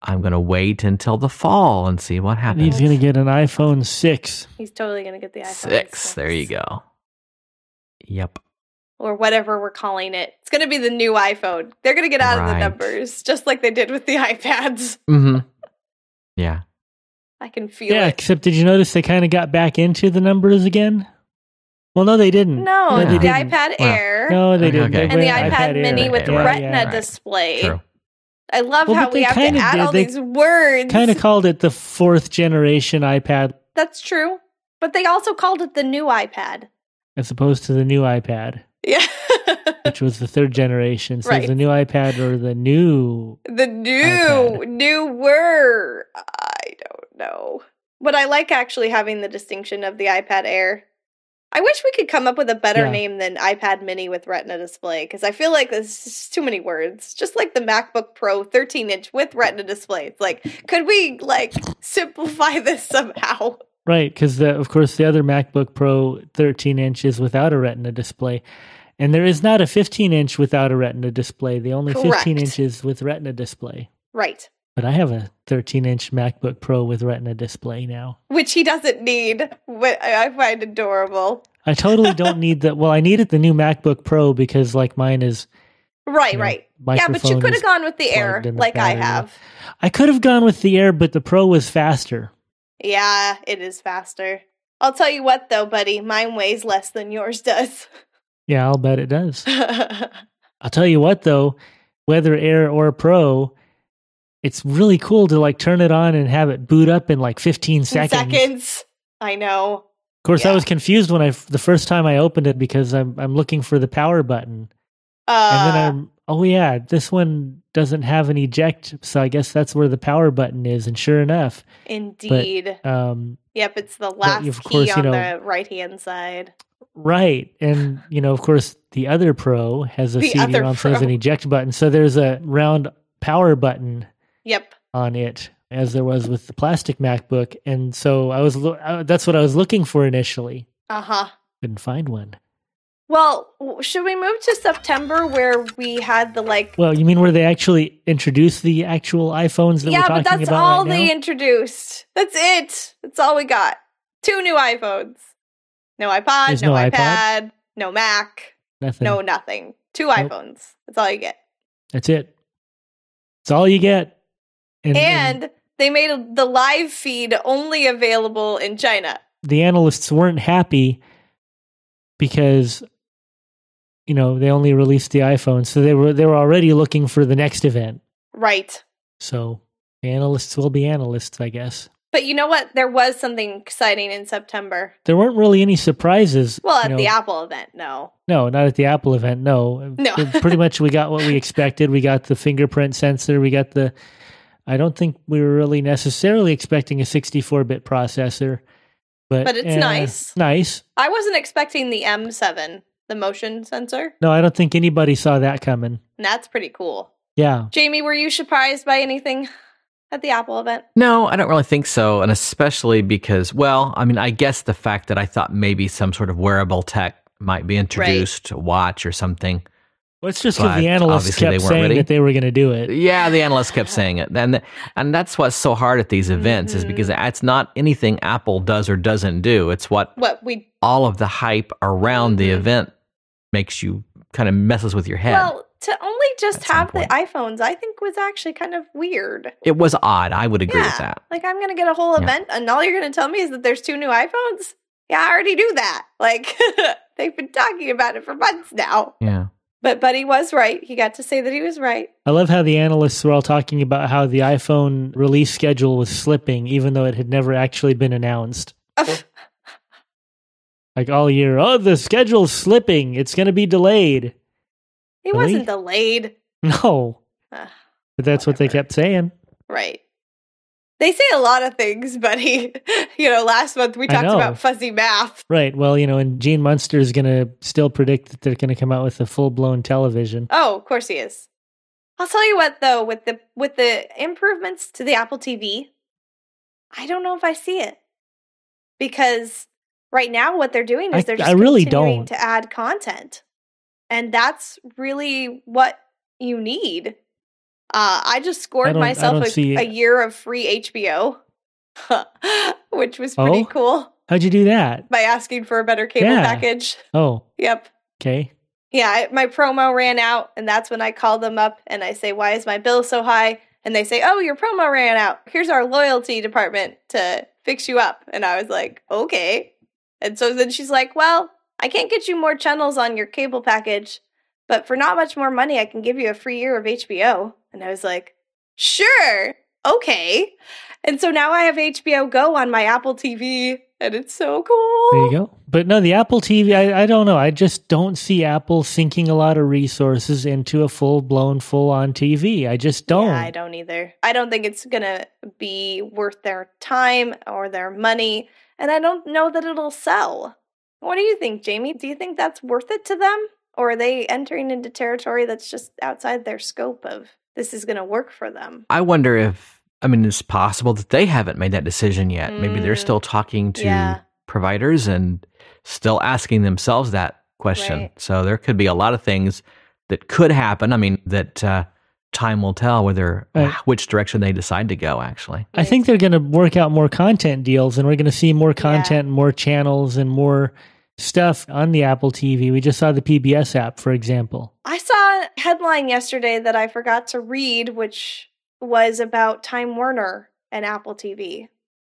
Speaker 12: I'm going to wait until the fall and see what
Speaker 3: And he's
Speaker 12: happens.
Speaker 3: gonna get an iPhone six.
Speaker 4: He's totally going to get the iPhone
Speaker 12: Six. There you go. Yep.
Speaker 4: or whatever we're calling it. It's going to be the new iPhone. They're going to get out of the
Speaker 12: Right.
Speaker 4: numbers, just like they did with the iPads.
Speaker 12: hmm Yeah.
Speaker 4: I can feel
Speaker 3: yeah,
Speaker 4: it.
Speaker 3: except did you notice they kind of got back into the numbers again? Well, no, they didn't.
Speaker 4: No,
Speaker 12: Yeah.
Speaker 3: they
Speaker 4: the
Speaker 3: didn't.
Speaker 4: iPad
Speaker 12: Wow.
Speaker 4: Air
Speaker 3: No, they
Speaker 12: Okay,
Speaker 3: didn't. They
Speaker 12: okay.
Speaker 4: and the
Speaker 3: went
Speaker 4: iPad, Mini
Speaker 12: Air.
Speaker 4: with the
Speaker 12: Okay, right,
Speaker 4: Retina
Speaker 12: yeah, right.
Speaker 4: display.
Speaker 12: True.
Speaker 4: I love
Speaker 3: Well,
Speaker 4: how
Speaker 3: but
Speaker 4: we
Speaker 3: they
Speaker 4: have to
Speaker 3: kinda
Speaker 4: add
Speaker 3: did.
Speaker 4: all
Speaker 3: They
Speaker 4: these words.
Speaker 3: Kind of called it the fourth generation iPad
Speaker 4: That's true. But they also called it the new iPad.
Speaker 3: as opposed to the new iPad,
Speaker 4: Yeah.
Speaker 3: which was the third generation. So it's
Speaker 4: Right.
Speaker 3: the new iPad or the new.
Speaker 4: the new
Speaker 3: iPad.
Speaker 4: new word. I don't know. But I like actually having the distinction of the iPad Air. I wish we could come up with a better
Speaker 3: Yeah.
Speaker 4: name than iPad Mini with Retina display because I feel like this is too many words. Just like the MacBook Pro 13 inch with Retina display. It's like, could we like simplify this somehow?
Speaker 3: Right, because of course the other MacBook Pro 13 inch is without a Retina display, and there is not a 15 inch without a Retina display. The only 15
Speaker 4: Correct.
Speaker 3: inches with Retina display.
Speaker 4: Right.
Speaker 3: But I have a 13 inch MacBook Pro with Retina display now.
Speaker 4: Which he doesn't need. What I I find adorable.
Speaker 3: I totally don't need the. Well, I needed the new MacBook Pro because like mine is.
Speaker 4: Right,
Speaker 3: you know,
Speaker 4: right. Yeah, but you
Speaker 3: microphone
Speaker 4: could
Speaker 3: is
Speaker 4: have gone with the Air
Speaker 3: plugged in the
Speaker 4: like I
Speaker 3: battery.
Speaker 4: have.
Speaker 3: I could have gone with the Air, but the Pro was faster.
Speaker 4: Yeah, it is faster. I'll tell you what, though, buddy, mine weighs less than yours does.
Speaker 3: Yeah, I'll bet it does.
Speaker 4: yeah,
Speaker 3: I'll tell you what though, whether Air or Pro, it's really cool to like turn it on and have it boot up in like 15 seconds.
Speaker 4: seconds. I know.
Speaker 3: Of course, I
Speaker 4: yeah.
Speaker 3: was confused when I f- the first time I opened it because I'm I'm looking for the power button, and then
Speaker 4: Uh,
Speaker 3: I'm oh yeah, this one doesn't have an eject, so I guess that's where the power button is. And sure enough,
Speaker 4: indeed.
Speaker 3: um,
Speaker 4: yep, it's the last
Speaker 3: of
Speaker 4: key
Speaker 3: course, you
Speaker 4: on
Speaker 3: know-
Speaker 4: the right hand side.
Speaker 3: Right. And, you know, of course, the other pro has a
Speaker 4: The
Speaker 3: CD
Speaker 4: other
Speaker 3: ROM so has
Speaker 4: Pro.
Speaker 3: an eject button. So there's a round power button
Speaker 4: Yep.
Speaker 3: on it, as there was with the plastic MacBook. And so I was, lo- uh, that's what I was looking for initially.
Speaker 4: Uh huh.
Speaker 3: Couldn't find one.
Speaker 4: Well, w- should we move to September where we had the like.
Speaker 3: Well, you mean where they actually introduced the actual iPhones that
Speaker 4: yeah,
Speaker 3: we're talking
Speaker 4: but that's
Speaker 3: about
Speaker 4: all
Speaker 3: right
Speaker 4: they
Speaker 3: now?
Speaker 4: introduced. That's it. That's all we got. Two new iPhones. No iPod,
Speaker 3: There's
Speaker 4: no,
Speaker 3: no iPod?
Speaker 4: iPad, no Mac,
Speaker 3: Nothing.
Speaker 4: no nothing. Two
Speaker 3: Nope.
Speaker 4: iPhones. That's all you get.
Speaker 3: That's it. It's all you get.
Speaker 4: and, they made the live feed only available in China.
Speaker 3: the analysts weren't happy because you know they only released the iPhone, so they were they were already looking for the next event.
Speaker 4: Right.
Speaker 3: So the analysts will be analysts, I guess.
Speaker 4: But you know what? There was something exciting in September.
Speaker 3: There weren't really any surprises.
Speaker 4: Well,
Speaker 3: you
Speaker 4: at
Speaker 3: know.
Speaker 4: the Apple event, no.
Speaker 3: No, not at the Apple event. No,
Speaker 4: No.
Speaker 3: It- pretty much we got what we expected. We got the fingerprint sensor. We got the. I don't think we were really necessarily expecting a 64-bit processor, but
Speaker 4: But it's
Speaker 3: eh,
Speaker 4: nice.
Speaker 3: Nice.
Speaker 4: I wasn't expecting the M7, the motion sensor.
Speaker 3: No, I don't think anybody saw that coming.
Speaker 4: And that's pretty cool.
Speaker 3: Yeah.
Speaker 4: Jamie, were you surprised by anything at the Apple event?
Speaker 12: No, I don't really think so. And especially because, well, I mean, I guess the fact that I thought maybe some sort of wearable tech might be introduced, a watch or something.
Speaker 3: Well, it's just because
Speaker 12: But
Speaker 3: the analysts
Speaker 12: obviously they
Speaker 3: kept
Speaker 12: weren't
Speaker 3: saying
Speaker 12: ready.
Speaker 3: that they were going to do it.
Speaker 12: Yeah, the analysts kept saying it. And, and that's what's so hard at these events is because it's not anything Apple does or doesn't do. It's what
Speaker 4: What we
Speaker 12: all of the hype around the event makes you kind of messes with your head.
Speaker 4: well to only just have the iPhones, I think was actually kind of weird.
Speaker 12: it was odd. I would agree with that.
Speaker 4: Like I'm gonna get a whole
Speaker 12: Yeah.
Speaker 4: event, and all you're gonna tell me is that there's two new iPhones. Yeah, I already knew that. Like they've been talking about it for months now.
Speaker 12: Yeah.
Speaker 4: But Buddy was right. He got to say that he was right.
Speaker 3: I love how the analysts were all talking about how the iPhone release schedule was slipping, even though it had never actually been announced. like all year, oh, the schedule's slipping. It's going to be delayed.
Speaker 4: He
Speaker 3: Really?
Speaker 4: wasn't delayed.
Speaker 3: No.
Speaker 4: Ugh,
Speaker 3: But that's what they kept saying.
Speaker 4: Right. They say a lot of things, Buddy. you know, last month we
Speaker 3: I
Speaker 4: talked
Speaker 3: know.
Speaker 4: about fuzzy math.
Speaker 3: Right. Well, you know, and Gene Munster is going to still predict that they're going to come out with a full blown television.
Speaker 4: Oh, of course he is. I'll tell you what though, with the with the improvements to the Apple TV, I don't know if I see it. Because right now what they're doing is
Speaker 3: I-
Speaker 4: they're just
Speaker 3: I really
Speaker 4: continuing
Speaker 3: don't.
Speaker 4: to add content. And that's really what you need. Uh, I just
Speaker 3: I
Speaker 4: scored
Speaker 3: don't- I
Speaker 4: myself
Speaker 3: don't
Speaker 4: a,
Speaker 3: see it.
Speaker 4: a year of free HBO, which was pretty
Speaker 3: Oh?
Speaker 4: cool
Speaker 3: How'd you do that?
Speaker 4: by asking for a better cable
Speaker 3: Yeah.
Speaker 4: package.
Speaker 3: Oh,
Speaker 4: Yep.
Speaker 3: okay.
Speaker 4: Yeah, I, my promo ran out, and that's when I call them up and I say, "Why is my bill so high?" And they say, "Oh, your promo ran out. Here's our loyalty department to fix you up." And I was like, "Okay." And so then she's like, "Well, I can't get you more channels on your cable package, but for not much more money, I can give you a free year of HBO." And I was like, "Sure, okay." And so now I have HBO Go on my Apple TV, and it's so cool.
Speaker 3: There you go. But no, the Apple TV, I, I don't know. I just don't see Apple sinking a lot of resources into a full blown, full on TV. I just don't.
Speaker 4: Yeah, I don't either. I don't think it's going to be worth their time or their money. And I don't know that it'll sell. What do you think, Jamie? Do you think that's worth it to them? Or are they entering into territory that's just outside their scope of this is going to work for them?
Speaker 12: I wonder if I mean it's possible that they haven't made that decision yet. Maybe they're
Speaker 4: Mm,
Speaker 12: still talking to
Speaker 4: yeah.
Speaker 12: providers and still asking themselves that question.
Speaker 4: Right.
Speaker 12: So there could be a lot of things that could happen. I mean that uh, time will tell whether uh,
Speaker 3: Right.
Speaker 12: which direction they decide to go. Actually,
Speaker 3: I think they're going to work out more content deals and we're going to see more content, and more channels, and more stuff on the Apple TV. We just saw the PBS app, for example.
Speaker 4: I saw a headline yesterday that I forgot to read, which was about Time Warner and Apple TV.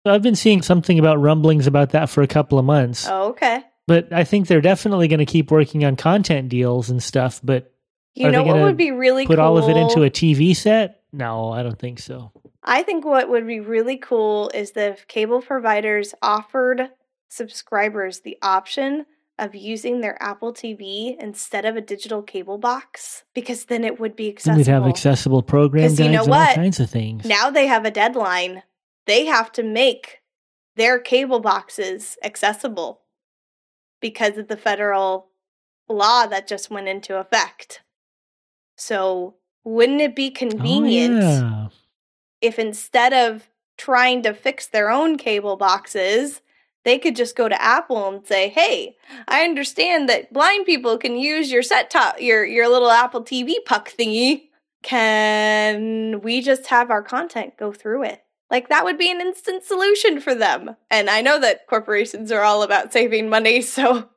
Speaker 3: So I've been seeing something about rumblings about that for a couple of months.
Speaker 4: Oh, okay.
Speaker 3: But I think they're definitely going to keep working on content deals and stuff. But
Speaker 4: You
Speaker 3: Are they
Speaker 4: know what
Speaker 3: gonna
Speaker 4: would be really
Speaker 3: put
Speaker 4: cool?
Speaker 3: all of it into a TV set? No, I don't think so.
Speaker 4: I think what would be really cool is if cable providers offered subscribers the option of using their Apple TV instead of a digital cable box because then it would be
Speaker 3: And
Speaker 4: accessible.
Speaker 3: we'd have accessible program guides
Speaker 4: 'Cause you know
Speaker 3: and all
Speaker 4: what?
Speaker 3: kinds of things.
Speaker 4: Now they have a deadline. They have to make their cable boxes accessible because of the federal law that just went into effect. So, wouldn't it be
Speaker 3: Oh,
Speaker 4: convenient?
Speaker 3: yeah.
Speaker 4: if instead of trying to fix their own cable boxes, they could just go to Apple and say, "Hey, I understand that blind people can use your set top your your little Apple TV puck thingy. Can we just have our content go through it?" Like that would be an instant solution for them. And I know that corporations are all about saving money, so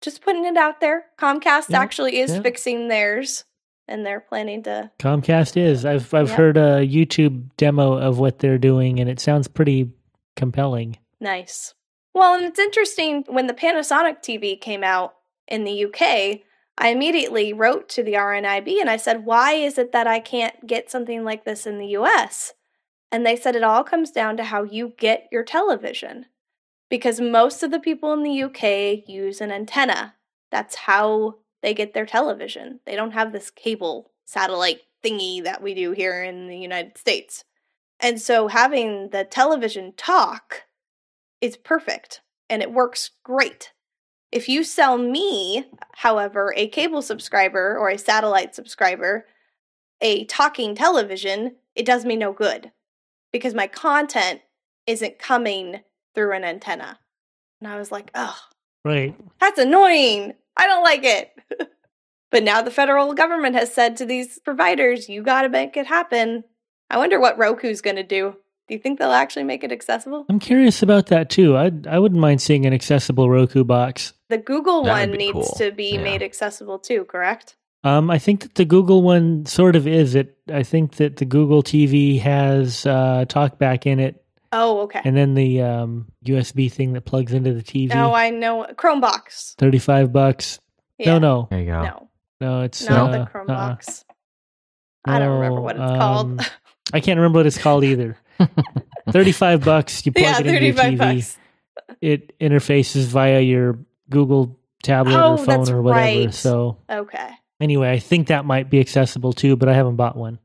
Speaker 4: just putting it out there. Comcast
Speaker 3: Yeah,
Speaker 4: actually is
Speaker 3: yeah.
Speaker 4: fixing theirs and they're planning to
Speaker 3: Comcast is. I've I've
Speaker 4: Yeah.
Speaker 3: heard a YouTube demo of what they're doing, and it sounds pretty compelling.
Speaker 4: Nice. Well, and it's interesting when the Panasonic TV came out in the UK, I immediately wrote to the RNIB and I said, Why is it that I can't get something like this in the US? And they said it all comes down to how you get your television. Because most of the people in the UK use an antenna. That's how they get their television. They don't have this cable satellite thingy that we do here in the United States. And so having the television talk is perfect and it works great. If you sell me, however, a cable subscriber or a satellite subscriber, a talking television, it does me no good because my content isn't coming through an antenna. And I was like, oh,
Speaker 3: right.
Speaker 4: That's annoying. I don't like it. but now the federal government has said to these providers, you got to make it happen. I wonder what Roku's going to do. Do you think they'll actually make it accessible?
Speaker 3: I'm curious about that too. I I wouldn't mind seeing an accessible Roku box.
Speaker 4: The Google
Speaker 12: That would
Speaker 4: one
Speaker 12: be
Speaker 4: needs
Speaker 12: cool.
Speaker 4: to be
Speaker 12: Yeah.
Speaker 4: made accessible too, correct?
Speaker 3: Um, I think that the Google one sort of is it. I think that the Google TV has uh, TalkBack in it,
Speaker 4: Oh, okay.
Speaker 3: and then the um, USB thing that plugs into the TV.
Speaker 4: Oh, I know Chromebox.
Speaker 3: Thirty-five bucks.
Speaker 4: Yeah.
Speaker 3: No, no,
Speaker 12: There you go.
Speaker 4: No,
Speaker 3: no. It's
Speaker 4: not
Speaker 3: uh,
Speaker 4: the
Speaker 3: uh-uh.
Speaker 4: Chromebox. I don't remember what it's
Speaker 3: No, um,
Speaker 4: called.
Speaker 3: I can't remember what it's called either. Thirty-five bucks. You plug
Speaker 4: yeah,
Speaker 3: it into your
Speaker 4: thirty-five
Speaker 3: TV.
Speaker 4: bucks.
Speaker 3: It interfaces via your Google tablet
Speaker 4: Oh,
Speaker 3: or phone
Speaker 4: that's
Speaker 3: or whatever.
Speaker 4: right.
Speaker 3: So
Speaker 4: Okay,
Speaker 3: anyway, I think that might be accessible too, but I haven't bought one.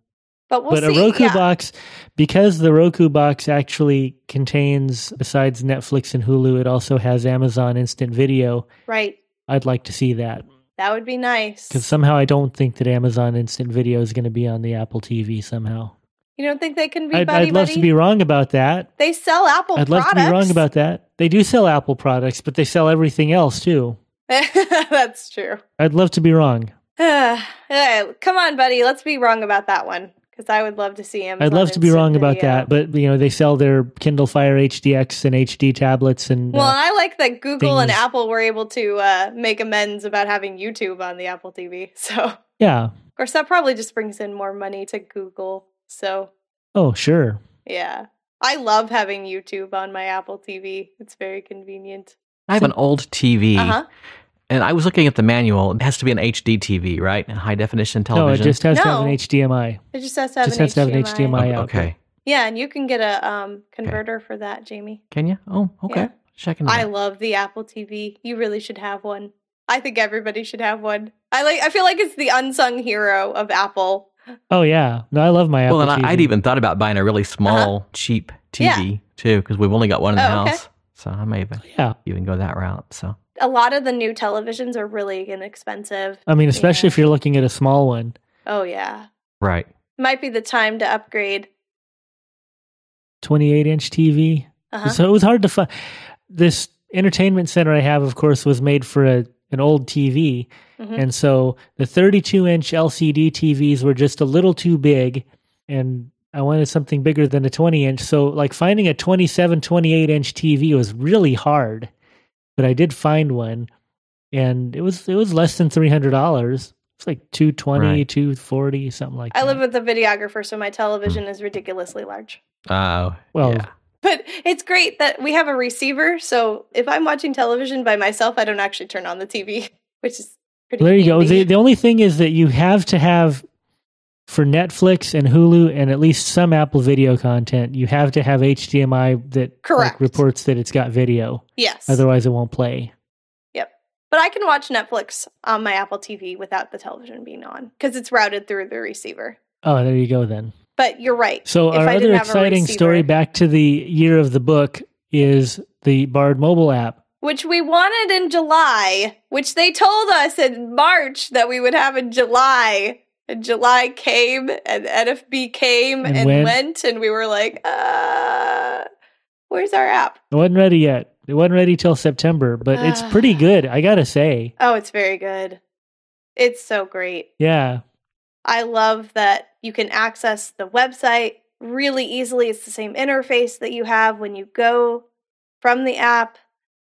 Speaker 4: but we'll
Speaker 3: but
Speaker 4: see.
Speaker 3: a Roku
Speaker 4: yeah.
Speaker 3: box, because the Roku box actually contains, besides Netflix and Hulu, it also has Amazon Instant Video.
Speaker 4: right?
Speaker 3: I'd like to see that
Speaker 4: That would be nice.
Speaker 3: because somehow I don't think that Amazon Instant Video is going to be on the Apple TV somehow.
Speaker 4: you don't think they can be
Speaker 3: I'd,
Speaker 4: buddy
Speaker 3: I'd love
Speaker 4: buddy?
Speaker 3: to be wrong about that.
Speaker 4: they sell Apple
Speaker 3: I'd love
Speaker 4: products.
Speaker 3: to be wrong about that. They do sell Apple products, but they sell everything else too.
Speaker 4: That's true.
Speaker 3: I'd love to be wrong.
Speaker 4: Uh, come on, buddy. Let's be wrong about that one because I would love to see him.
Speaker 3: I'd love to be wrong about that, but you know they sell their Kindle Fire HDX and HD tablets and
Speaker 4: well,
Speaker 3: uh,
Speaker 4: I like that Google and
Speaker 3: things-
Speaker 4: Apple were able to uh, make amends about having YouTube on the Apple TV. So, of
Speaker 3: yeah.
Speaker 4: course, that probably just brings in more money to Google. So,
Speaker 3: Oh sure,
Speaker 4: yeah. I love having YouTube on my Apple TV. It's very convenient.
Speaker 12: I have an old TV,
Speaker 4: Uh huh.
Speaker 12: and I was looking at the manual. It has to be an HD TV, right? A high definition
Speaker 3: no, it
Speaker 12: television.
Speaker 3: just has to have
Speaker 4: No.
Speaker 3: an HDMI.
Speaker 4: It just has to have,
Speaker 3: Just
Speaker 4: an,
Speaker 3: has to have
Speaker 4: HDMI.
Speaker 3: an HDMI.
Speaker 12: Oh,
Speaker 3: out.
Speaker 12: okay.
Speaker 4: Yeah, and you can get a um, converter for that, Jamie.
Speaker 12: Can you? Oh, okay.
Speaker 4: Yeah.
Speaker 3: Hmm.
Speaker 12: Checking.
Speaker 4: I
Speaker 12: I
Speaker 4: love the Apple TV. You really should have one. I think everybody should have one. I like. I feel like it's the unsung hero of Apple.
Speaker 3: Oh yeah, no, I love my Apple
Speaker 12: well, and
Speaker 3: TV.
Speaker 12: I, I'd even thought about buying a really small, cheap TV too, because we've only got one in the
Speaker 4: Oh, okay.
Speaker 12: house. So I may even
Speaker 3: yeah.
Speaker 12: even go that route. So
Speaker 4: A lot of the new televisions are really inexpensive.
Speaker 3: I mean, especially
Speaker 4: Yeah.
Speaker 3: if you're looking at a small one.
Speaker 4: Oh yeah,
Speaker 12: right.
Speaker 4: might be the time to upgrade.
Speaker 3: 28 inch TV.
Speaker 4: Uh-huh.
Speaker 3: So it was hard to find. This entertainment center I have, of course, was made for a, an old TV.
Speaker 4: Mhm.
Speaker 3: And so the 32 inch LCD TVs were just a little too big. And I wanted something bigger than a 20 inch. So, like, finding a 27, 28 inch TV was really hard. But I did find one. And it was it was less than three hundred dollars. It's like two twenty,
Speaker 12: Right.
Speaker 3: two forty, something like
Speaker 4: I
Speaker 3: that.
Speaker 4: live with a videographer, so my television is ridiculously large.
Speaker 12: Oh,
Speaker 3: Well,
Speaker 12: yeah.
Speaker 4: But it's great that we have a receiver. So if I'm watching television by myself, I don't actually turn on the TV, which is pretty.
Speaker 3: There you go.
Speaker 4: handy.
Speaker 3: The, the only thing is that you have to have for Netflix and Hulu and at least some Apple video content, you have to have HDMI that like,
Speaker 4: Correct.
Speaker 3: reports that it's got video.
Speaker 4: yes.
Speaker 3: Otherwise, it won't play.
Speaker 4: But I can watch Netflix on my Apple TV without the television being on because it's routed through the receiver.
Speaker 3: Oh, there you go then.
Speaker 4: But you're right.
Speaker 3: So,
Speaker 4: If
Speaker 3: our
Speaker 4: I didn't
Speaker 3: other
Speaker 4: have a
Speaker 3: exciting story
Speaker 4: receiver-
Speaker 3: back to the year of the book is the Bard mobile app.
Speaker 4: Which we wanted in July, which they told us in March that we would have in July. And July came and NFB came
Speaker 3: And
Speaker 4: and,
Speaker 3: went.
Speaker 4: went. and we were like, uh, where's our app?
Speaker 3: It wasn't ready yet. It wasn't ready till September, but it's
Speaker 4: Ah.
Speaker 3: pretty good, I gotta say.
Speaker 4: Oh, it's very good. It's so great.
Speaker 3: Yeah.
Speaker 4: I love that you can access the website really easily. It's the same interface that you have when you go from the app.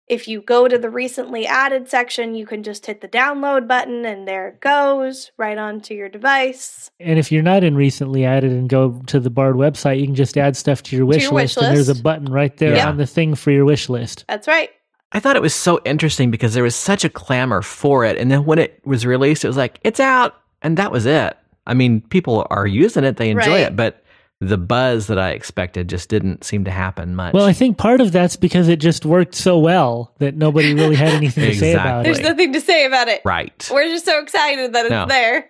Speaker 4: If you go to the recently added section, you can just hit the download button and there it goes right onto your device.
Speaker 3: And if you're not in recently added and go to the Bard website, you can just add stuff to your wish,
Speaker 4: your
Speaker 3: list,
Speaker 4: wish
Speaker 3: And there's a
Speaker 4: list.
Speaker 3: button right there
Speaker 12: Yeah.
Speaker 3: on the thing for your wish list.
Speaker 4: That's right.
Speaker 12: I thought it was so interesting because there was such a clamor for it, and then when it was released, it was like it's out, and that was it. I mean, people are using it; they enjoy
Speaker 4: Right.
Speaker 12: it, but the buzz that I expected just didn't seem to happen much.
Speaker 3: Well, I think part of that's because it just worked so well that nobody really had anything to say about
Speaker 4: There's
Speaker 3: it.
Speaker 4: nothing to say about it.
Speaker 12: Right.
Speaker 4: We're just so excited that it's
Speaker 12: No.
Speaker 4: there.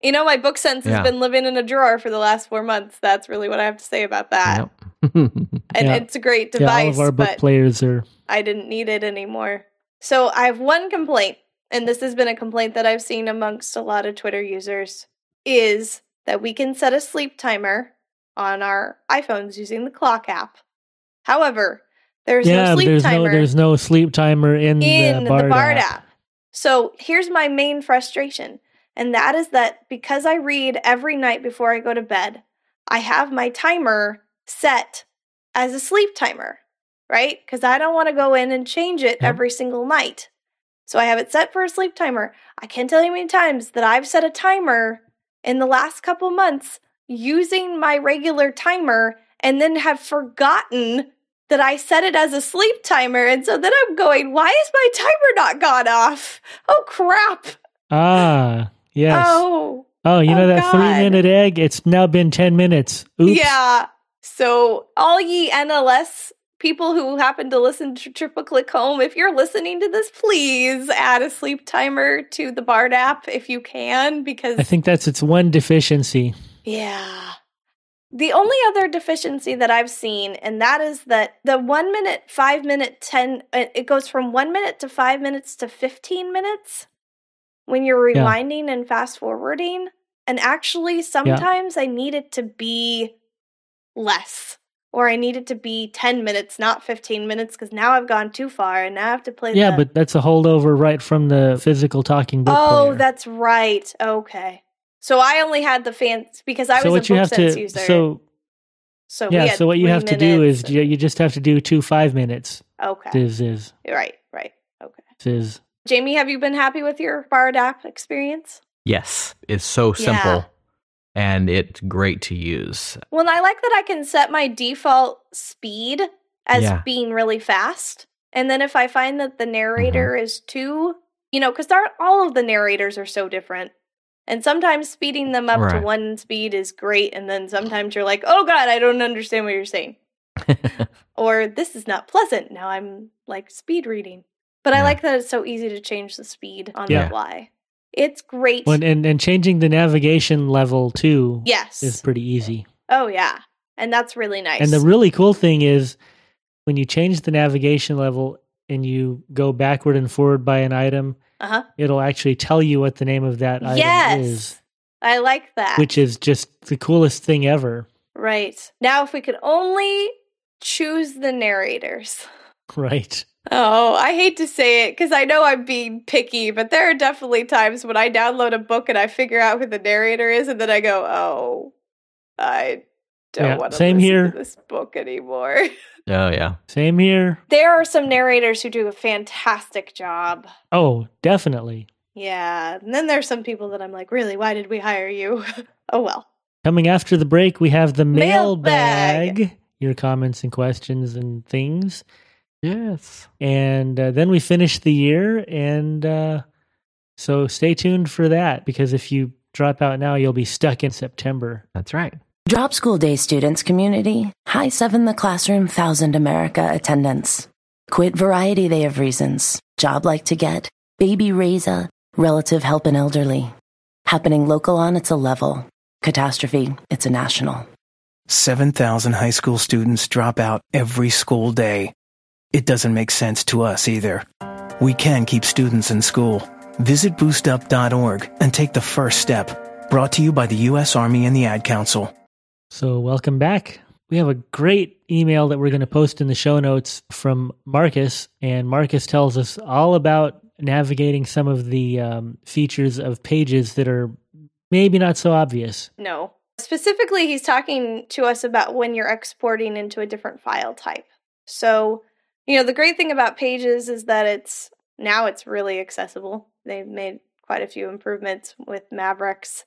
Speaker 4: You know, my book sense has
Speaker 12: Yeah.
Speaker 4: been living in a drawer for the last four months. That's really what I have to say about that. And
Speaker 3: Yeah.
Speaker 4: it's a great
Speaker 3: Yeah, all
Speaker 4: device,
Speaker 3: of our book
Speaker 4: but
Speaker 3: players are.
Speaker 4: I didn't need it anymore. So I have one complaint, and this has been a complaint that I've seen amongst a lot of Twitter users, is that we can set a sleep timer on our iPhones using the clock app. However, there's
Speaker 3: yeah,
Speaker 4: no
Speaker 3: but
Speaker 4: sleep
Speaker 3: there's
Speaker 4: timer
Speaker 3: no there's no sleep timer in,
Speaker 4: in
Speaker 3: the
Speaker 4: the
Speaker 3: BARD,
Speaker 4: BARD
Speaker 3: app.
Speaker 4: app. So here's my main frustration, and that is that because I read every night before I go to bed, I have my timer set as a sleep timer, right? Because I don't want to go in and change it
Speaker 12: Yeah.
Speaker 4: every single night. So I have it set for a sleep timer. I can't tell you how many times that I've set a timer in the last couple months using my regular timer and then have forgotten that I set it as a sleep timer. And so then I'm going, why is my timer not gone off? Oh, crap.
Speaker 3: Ah, yes. Oh,
Speaker 4: Oh,
Speaker 3: you know
Speaker 4: oh,
Speaker 3: that three
Speaker 4: God.
Speaker 3: minute egg? It's now been ten minutes. Oops.
Speaker 4: yeah. So, all ye NLS people who happen to listen to Triple Click Home, if you're listening to this, please add a sleep timer to the BARD app if you can, because
Speaker 3: I think that's its one deficiency.
Speaker 4: Yeah. The only other deficiency that I've seen, and that is that the one minute, five minute, 10, uh, it goes from one minute to five minutes to 15 minutes when you're
Speaker 3: Yeah.
Speaker 4: rewinding and fast forwarding. And actually, sometimes I need it to be less, or I need it to be 10 minutes, not 15 minutes, because now I've gone too far and now I have to play
Speaker 3: Yeah,
Speaker 4: the-
Speaker 3: but that's a holdover right from the physical talking book.
Speaker 4: Oh,
Speaker 3: player.
Speaker 4: that's right. Okay. So I only had the fans because I
Speaker 3: so
Speaker 4: was
Speaker 3: what
Speaker 4: a
Speaker 3: you have
Speaker 4: BookSense
Speaker 3: to
Speaker 4: user.
Speaker 3: so
Speaker 4: So we
Speaker 3: yeah
Speaker 4: had
Speaker 3: so what you
Speaker 4: three
Speaker 3: have to do
Speaker 4: minutes.
Speaker 3: is you, you just have to do two five minutes.
Speaker 4: okay,
Speaker 3: This is
Speaker 4: right, right, okay.
Speaker 3: this is
Speaker 4: Jamie, have you been happy with your Bard app experience?
Speaker 12: yes, it's so
Speaker 4: Yeah.
Speaker 12: simple and it's great to use.
Speaker 4: Well, and I like that I can set my default speed as
Speaker 12: Yeah.
Speaker 4: being really fast, and then if I find that the narrator is too, you know, because all of the narrators are so different. And sometimes speeding them up to
Speaker 12: Right.
Speaker 4: one speed is great, and then sometimes you're like, "Oh God, I don't understand what you're saying." or this is not pleasant. Now I'm like speed reading. But I
Speaker 12: Yeah.
Speaker 4: like that it's so easy to change the speed on
Speaker 12: Yeah.
Speaker 4: the fly. It's great.
Speaker 3: when and and changing the navigation level too
Speaker 4: yes.
Speaker 3: is pretty easy.
Speaker 4: oh yeah. And that's really nice.
Speaker 3: And the really cool thing is when you change the navigation level and you go backward and forward by an item,
Speaker 4: uh-huh.
Speaker 3: it'll actually tell you what the name of that item
Speaker 4: Yes.
Speaker 3: is,
Speaker 4: I like that.
Speaker 3: which is just the coolest thing ever.
Speaker 4: right. Now if we could only choose the narrators.
Speaker 3: Right.
Speaker 4: Oh, I hate to say it because I know I'm being picky, but there are definitely times when I download a book and I figure out who the narrator is, and then I go, "Oh, I don't
Speaker 3: Yeah,
Speaker 4: want to
Speaker 3: same
Speaker 4: listen
Speaker 3: here.
Speaker 4: to this book anymore."
Speaker 12: Oh, yeah.
Speaker 3: Same here.
Speaker 4: there are some narrators who do a fantastic job.
Speaker 3: Oh, definitely.
Speaker 4: Yeah, and then there's some people that I'm like, really, why did we hire you? oh well.
Speaker 3: Coming after the break, we have the
Speaker 4: Mailbag.
Speaker 3: mailbag, your comments and questions and things.
Speaker 12: Yes.
Speaker 3: And uh, then we finish the year. And uh, so stay tuned for that because if you drop out now, you'll be stuck in September.
Speaker 12: That's right.
Speaker 13: Drop school day students community. High seven the classroom thousand America attendance. Quit variety they have reasons. Job like to get. Baby raiser. Relative help and elderly. Happening local on it's a level. Catastrophe, it's a national.
Speaker 9: 7,000 high school students drop out every school day. It doesn't make sense to us either. We can keep students in school. Visit boostup.org and take the first step. Brought to you by the U.S. Army and the Ad Council.
Speaker 3: So, welcome back. We have a great email that we're going to post in the show notes from Marcus. And Marcus tells us all about navigating some of the um, features of pages that are maybe not so obvious.
Speaker 4: No. Specifically, he's talking to us about when you're exporting into a different file type. So, you know, the great thing about Pages is that it's now it's really accessible. They've made quite a few improvements with Mavericks.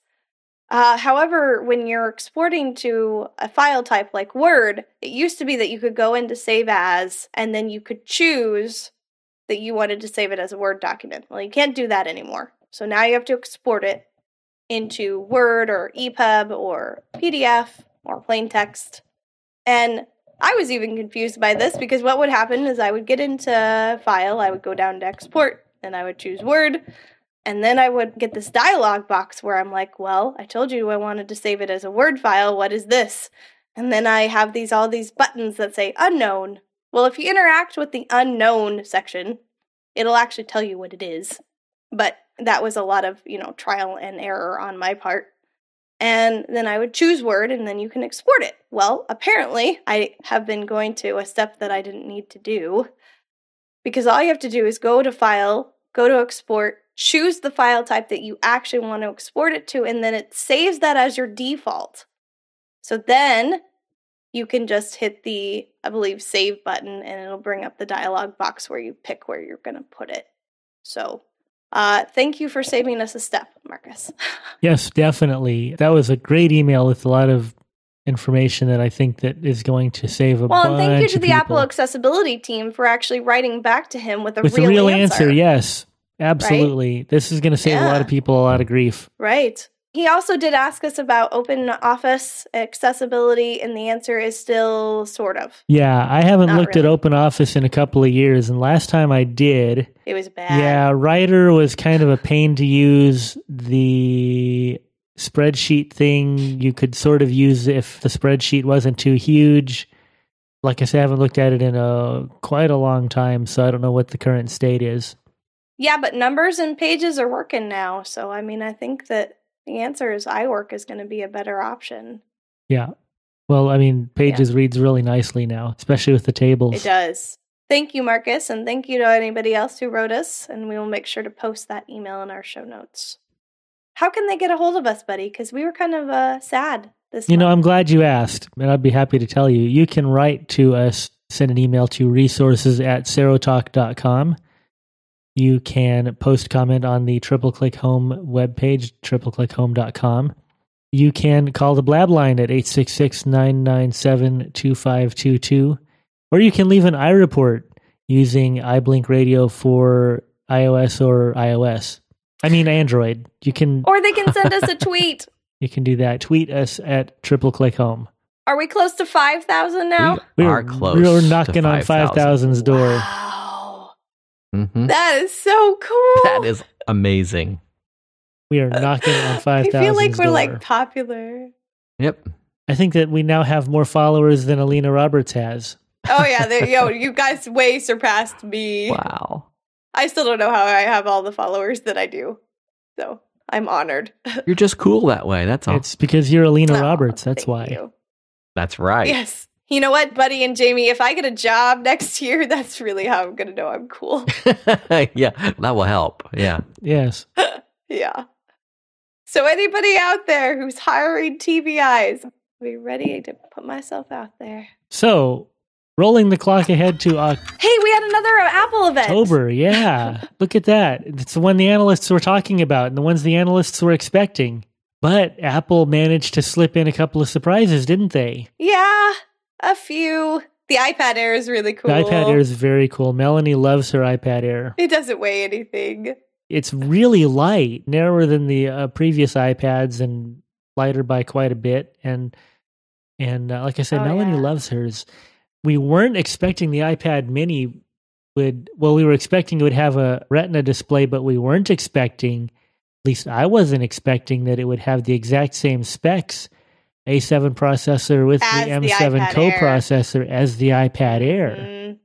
Speaker 4: Uh, however, when you're exporting to a file type like Word, it used to be that you could go into Save As and then you could choose that you wanted to save it as a Word document. Well, you can't do that anymore. So now you have to export it into Word or EPUB or PDF or plain text. And I was even confused by this because what would happen is I would get into file, I would go down to export, and I would choose Word, and then I would get this dialog box where I'm like, well, I told you I wanted to save it as a Word file. What is this? And then I have these all these buttons that say unknown. Well, if you interact with the unknown section, it'll actually tell you what it is. But that was a lot of, you know, trial and error on my part. And then I would choose Word and then you can export it. Well, apparently, I have been going to a step that I didn't need to do because all you have to do is go to File, go to Export, choose the file type that you actually want to export it to, and then it saves that as your default. So then you can just hit the, I believe, save button and it'll bring up the dialog box where you pick where you're going to put it. So uh, thank you for saving us a step, Marcus.
Speaker 3: Yes, definitely. That was a great email with a lot of information that I think that is going to save a
Speaker 4: well,
Speaker 3: bunch
Speaker 4: and thank you to
Speaker 3: of
Speaker 4: the
Speaker 3: people.
Speaker 4: Apple accessibility team for actually writing back to him with a
Speaker 3: with
Speaker 4: real,
Speaker 3: the real answer. Yes, absolutely. This is going to save a lot of people a lot of grief.
Speaker 4: Right. He also did ask us about open office accessibility, and the answer is still sort of.
Speaker 3: Yeah, I haven't
Speaker 4: Not
Speaker 3: looked
Speaker 4: really.
Speaker 3: at Open Office in a couple of years, and last time I did,
Speaker 4: It was bad.
Speaker 3: yeah, Writer was kind of a pain to use. The spreadsheet thing you could sort of use if the spreadsheet wasn't too huge. Like I said, I haven't looked at it in a quite a long time, so I don't know what the current state is.
Speaker 4: Yeah, but numbers and pages are working now. So, I mean, I think that the answer is iWork is going to be a better option.
Speaker 3: Yeah. Well, I mean, Pages reads really nicely now, especially with the tables.
Speaker 4: It does. Thank you, Marcus, and thank you to anybody else who wrote us, and we will make sure to post that email in our show notes. How can they get a hold of us, buddy? Because we were kind of uh, sad this
Speaker 3: You know,
Speaker 4: month.
Speaker 3: I'm glad you asked, and I'd be happy to tell you. You can write to us, send an email to resources at serotalk.com. You can post comment on the Triple Click Home webpage, tripleclickhome.com. You can call the Blab line at 866 997 2522, or you can leave an iReport using iBlink Radio for iOS or iOS. I mean, Android. You can
Speaker 4: or they can send us a tweet.
Speaker 3: you can do that. Tweet us at triple click home.
Speaker 4: Are we close to 5,000 now?
Speaker 3: We
Speaker 12: are close
Speaker 3: We are
Speaker 12: to
Speaker 3: knocking on
Speaker 12: 5,000.
Speaker 3: 5,000's door.
Speaker 12: Mhm.
Speaker 4: That is so cool.
Speaker 12: that is amazing.
Speaker 3: We are knocking on 5,000's
Speaker 4: I feel like we're
Speaker 3: door.
Speaker 4: like popular.
Speaker 12: Yep.
Speaker 3: I think that we now have more followers than Alina Roberts has.
Speaker 4: Oh yeah, there, yo, you guys way surpassed me.
Speaker 12: Wow.
Speaker 4: I still don't know how I have all the followers that I do. So I'm honored.
Speaker 12: You're just cool that way. That's all.
Speaker 3: It's because you're
Speaker 4: Oh,
Speaker 3: Alina Roberts. That's why.
Speaker 12: That's right.
Speaker 4: Yes. You know what, Buddy and Jamie? If I get a job next year, that's really how I'm gonna know I'm cool.
Speaker 12: yeah, that will help. Yeah.
Speaker 3: Yes.
Speaker 4: yeah. So anybody out there who's hiring TBIs, be ready to put myself out there.
Speaker 3: So, rolling the clock ahead to
Speaker 4: Hey, we had another uh, Apple event.
Speaker 3: October. Yeah. Look at that. It's the one the analysts were talking about and the ones the analysts were expecting. But Apple managed to slip in a couple of surprises, didn't they?
Speaker 4: Yeah, a few. The iPad Air is really cool.
Speaker 3: The iPad Air is very cool. Melanie loves her iPad Air.
Speaker 4: It doesn't weigh anything.
Speaker 3: It's really light, narrower than the uh, previous iPads, and lighter by quite a bit. And and uh, like I said,
Speaker 4: Oh,
Speaker 3: Melanie loves hers. We weren't expecting the iPad Mini would. Well, we were expecting it would have a Retina display, but we weren't expecting. At least I wasn't expecting that it would have the exact same specs. A7 processor with
Speaker 4: As
Speaker 3: the
Speaker 4: the
Speaker 3: M7
Speaker 4: iPad Air.
Speaker 3: coprocessor as the iPad Air.
Speaker 4: Mm,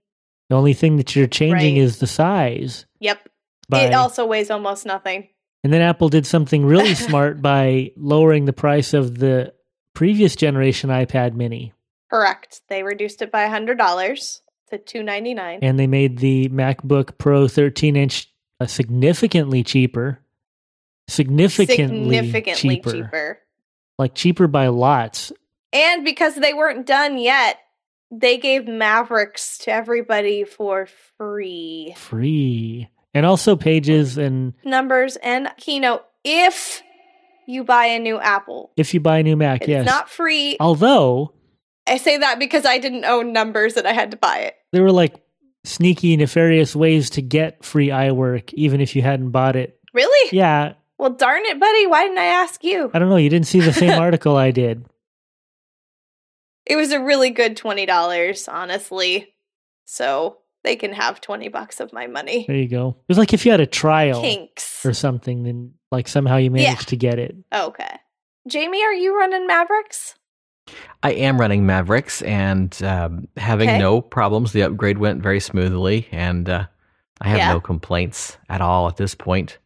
Speaker 3: The only thing that you're changing
Speaker 4: Right.
Speaker 3: is the size.
Speaker 4: yep.
Speaker 3: By,
Speaker 4: It also weighs almost nothing.
Speaker 3: and then Apple did something really smart by lowering the price of the previous generation iPad mini.
Speaker 4: Correct. They reduced it by $100 to 299
Speaker 3: And they made the MacBook Pro 13 inch uh, significantly cheaper. Significantly,
Speaker 4: Significantly
Speaker 3: cheaper.
Speaker 4: cheaper.
Speaker 3: Like cheaper by lots.
Speaker 4: And because they weren't done yet, they gave Mavericks to everybody for free.
Speaker 3: Free. And also pages. And
Speaker 4: Numbers and Keynote if you buy a new Apple.
Speaker 3: if you buy a new Mac,
Speaker 4: It's
Speaker 3: yes.
Speaker 4: not free.
Speaker 3: Although
Speaker 4: I say that because I didn't own numbers and I had to buy it.
Speaker 3: there were like sneaky, nefarious ways to get free iWork, even if you hadn't bought it.
Speaker 4: Really?
Speaker 3: Yeah,
Speaker 4: Well, darn it, buddy. Why didn't I ask you?
Speaker 3: I don't know. You didn't see the same article I did.
Speaker 4: it was a really good twenty dollars, honestly. So they can have twenty bucks of my money.
Speaker 3: There you go. It was like if you had a trial
Speaker 4: Kinks.
Speaker 3: or something, then like somehow you managed to get it.
Speaker 4: Okay. Jamie, are you running Mavericks?
Speaker 12: I am running Mavericks and um, having
Speaker 4: Okay.
Speaker 12: no problems. The upgrade went very smoothly, and uh, I have
Speaker 4: Yeah.
Speaker 12: no complaints at all at this point.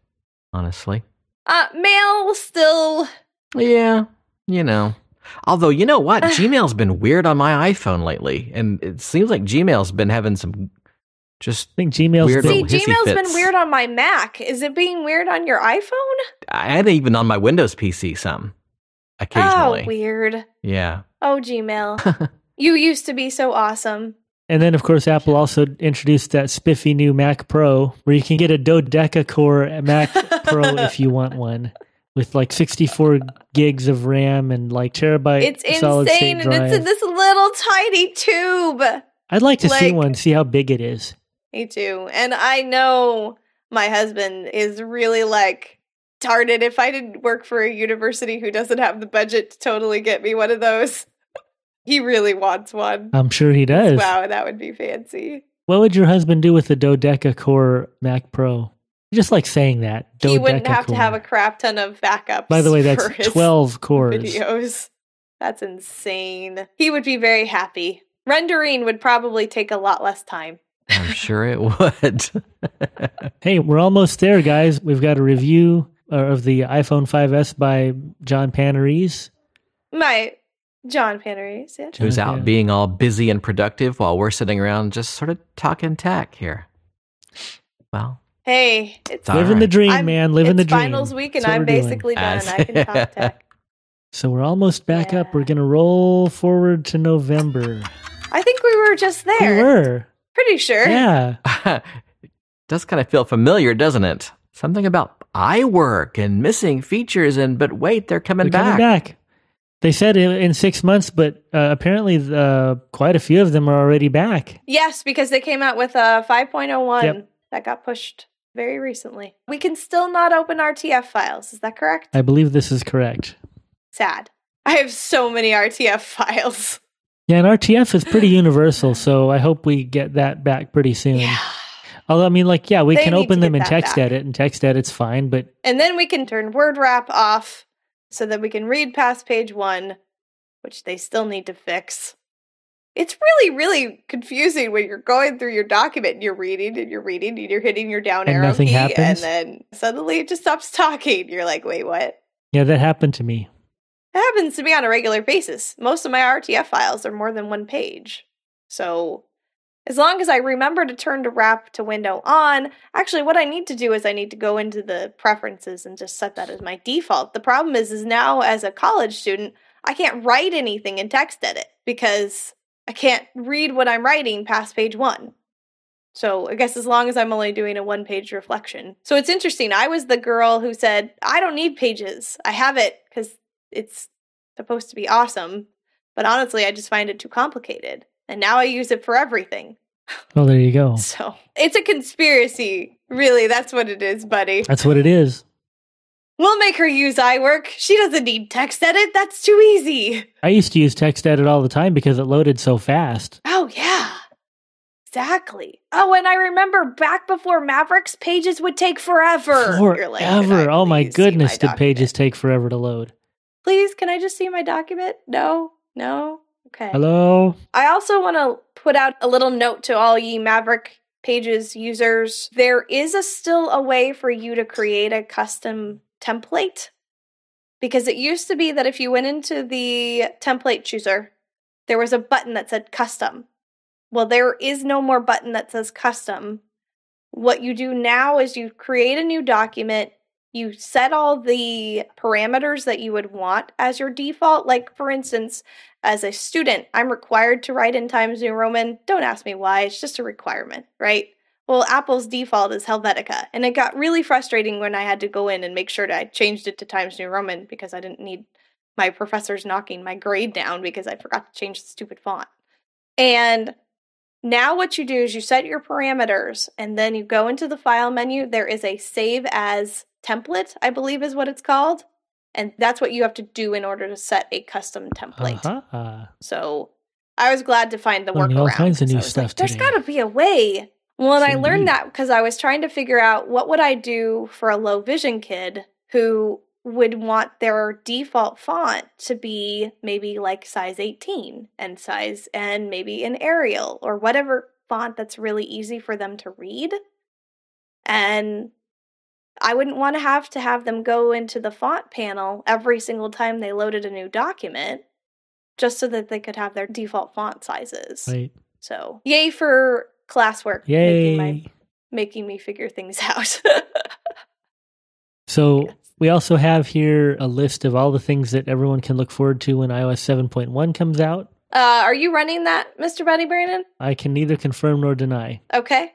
Speaker 12: Honestly,
Speaker 4: Uh, mail still.
Speaker 12: Yeah. you know. Although you know what, Gmail's been weird on my iPhone lately, and it seems like Gmail's been having some just I
Speaker 3: think Gmail's
Speaker 12: weird
Speaker 4: See,
Speaker 12: little hissy
Speaker 4: Gmail's
Speaker 12: fits.
Speaker 4: been weird on my Mac. Is it being weird on your iPhone? Oh,
Speaker 12: and even on my Windows PC some occasionally.
Speaker 4: Oh, weird.
Speaker 12: yeah.
Speaker 4: Oh, Gmail. you used to be so awesome.
Speaker 3: And then, of course, Apple also introduced that spiffy new Mac Pro where you can get a dodeca core Mac Pro if you want one with like 64 gigs of RAM and like terabyte
Speaker 4: It's
Speaker 3: solid state
Speaker 4: insane, and
Speaker 3: drive.
Speaker 4: it's in this little tiny tube.
Speaker 3: I'd like to see
Speaker 4: like-
Speaker 3: one, see how big it is.
Speaker 4: Me too. And I know my husband is really like, darn it, if I didn't work for a university who doesn't have the budget to totally get me one of those, he really wants one.
Speaker 3: I'm sure he does.
Speaker 4: Wow, that would be fancy.
Speaker 3: What would your husband do with a dodeca core Mac Pro? Just like saying that.
Speaker 4: He wouldn't have to
Speaker 3: dodecacore.
Speaker 4: have a crap ton of backups.
Speaker 3: By the way, that's
Speaker 4: for his
Speaker 3: 12 cores.
Speaker 4: Videos. That's insane. He would be very happy. Rendering would probably take a lot less time.
Speaker 12: I'm sure it would.
Speaker 3: Hey, we're almost there, guys. We've got a review uh, of the iPhone 5S by John Panarese.
Speaker 4: My John Panarese, yes.
Speaker 12: Who's out being all busy and productive while we're sitting around just sort of talking tack here. Well,
Speaker 4: Hey, it's
Speaker 12: Living the Alright.
Speaker 3: dream,
Speaker 4: I'm-
Speaker 3: man. Living the
Speaker 4: it's
Speaker 3: dream.
Speaker 4: Finals week, and
Speaker 3: That's what
Speaker 4: I'm
Speaker 3: we're doing.
Speaker 4: basically done. I can talk tech.
Speaker 3: So we're almost back up. We're going to roll forward to November.
Speaker 4: I think we were just there.
Speaker 3: We were.
Speaker 4: Pretty sure.
Speaker 3: Yeah.
Speaker 12: does kind of feel familiar, doesn't it? Something about iWork and missing features, and but wait, they're coming
Speaker 3: They're coming
Speaker 12: back.
Speaker 3: back. They said in in six months, but uh, apparently uh, quite a few of them are already back.
Speaker 4: Yes, because they came out with a 5.01
Speaker 3: Yep.
Speaker 4: that got pushed very recently. We can still not open RTF files. Is that correct?
Speaker 3: I believe this is correct.
Speaker 4: Sad. I have so many RTF files.
Speaker 3: Yeah, and RTF is pretty universal, so I hope we get that back pretty soon. Although, I mean, like, yeah, we
Speaker 4: They
Speaker 3: can
Speaker 4: need
Speaker 3: open
Speaker 4: to
Speaker 3: them
Speaker 4: get
Speaker 3: in
Speaker 4: that
Speaker 3: text
Speaker 4: back.
Speaker 3: edit, and text edit's fine, but
Speaker 4: And then we can turn word wrap off so that we can read past page one, which they still need to fix. It's really, really confusing when you're going through your document and you're reading and you're reading and you're hitting your down
Speaker 3: And
Speaker 4: arrow
Speaker 3: nothing
Speaker 4: key and
Speaker 3: happens?
Speaker 4: then suddenly it just stops talking. You're like, wait, what?
Speaker 3: yeah, that happened to me.
Speaker 4: That happens to me on a regular basis. Most of my RTF files are more than one page. So as long as I remember to turn to wrap to window on, actually what I need to do is I need to go into the preferences and just set that as my default. The problem is is now as a college student, I can't write anything in text edit because I can't read what I'm writing past page 1. So I guess as long as I'm only doing a one page reflection. So it's interesting. I was the girl who said, I don't need pages. I have it because it's supposed to be awesome. But honestly, I just find it too complicated. And now I use it for everything.
Speaker 3: Well, Oh, there you go.
Speaker 4: So it's a conspiracy. Really, that's what it is, buddy.
Speaker 3: That's what it is.
Speaker 4: We'll make her use iWork. She doesn't need text edit. That's too easy.
Speaker 3: I used to use text edit all the time because it loaded so fast.
Speaker 4: Oh, yeah. Exactly. Oh, and I remember back before Mavericks, pages would take forever. You're like,
Speaker 3: Forever. Oh my goodness, did pages take forever to load.
Speaker 4: please, can I just see my document? No, no. Okay.
Speaker 3: Hello?
Speaker 4: I also want to put out a little note to all ye Maverick Pages users. There is a still a way for you to create a custom template because it used to be that if you went into the template chooser, there was a button that said custom. Well, there is no more button that says custom. What you do now is you create a new document, you set all the parameters that you would want as your default. Like, for instance, as a student, I'm required to write in Times New Roman. Don't ask me why, it's just a requirement, right? Well, Apple's default is Helvetica, and it got really frustrating when I had to go in and make sure that I changed it to Times New Roman because I didn't need my professors knocking my grade down because I forgot to change the stupid font. And now what you do is you set your parameters and then you go into the file menu. There is a save as template, I believe is what it's called. And that's what you have to do in order to set a custom template.
Speaker 3: Uh-huh.
Speaker 4: So I was glad to find the
Speaker 3: Learning
Speaker 4: workaround.
Speaker 3: all kinds of
Speaker 4: 'cause I
Speaker 3: new
Speaker 4: was
Speaker 3: stuff
Speaker 4: There's
Speaker 3: today.
Speaker 4: got to be a way. Well, and I
Speaker 3: Yes,
Speaker 4: learned
Speaker 3: indeed.
Speaker 4: that because I was trying to figure out what would I do for a low vision kid who would want their default font to be maybe like size 18 and size and maybe an Arial or whatever font that's really easy for them to read. And I wouldn't want to have to have them go into the font panel every single time they loaded a new document just so that they could have their default font sizes.
Speaker 3: Right.
Speaker 4: So, yay for classwork
Speaker 3: Yay.
Speaker 4: making my making me figure things out.
Speaker 3: So we also have here a list of all the things that everyone can look forward to when iOS 7.1 comes out.
Speaker 4: uh, are you running that, Mr. Buddy Brandon?
Speaker 3: I can neither confirm nor deny.
Speaker 4: Okay.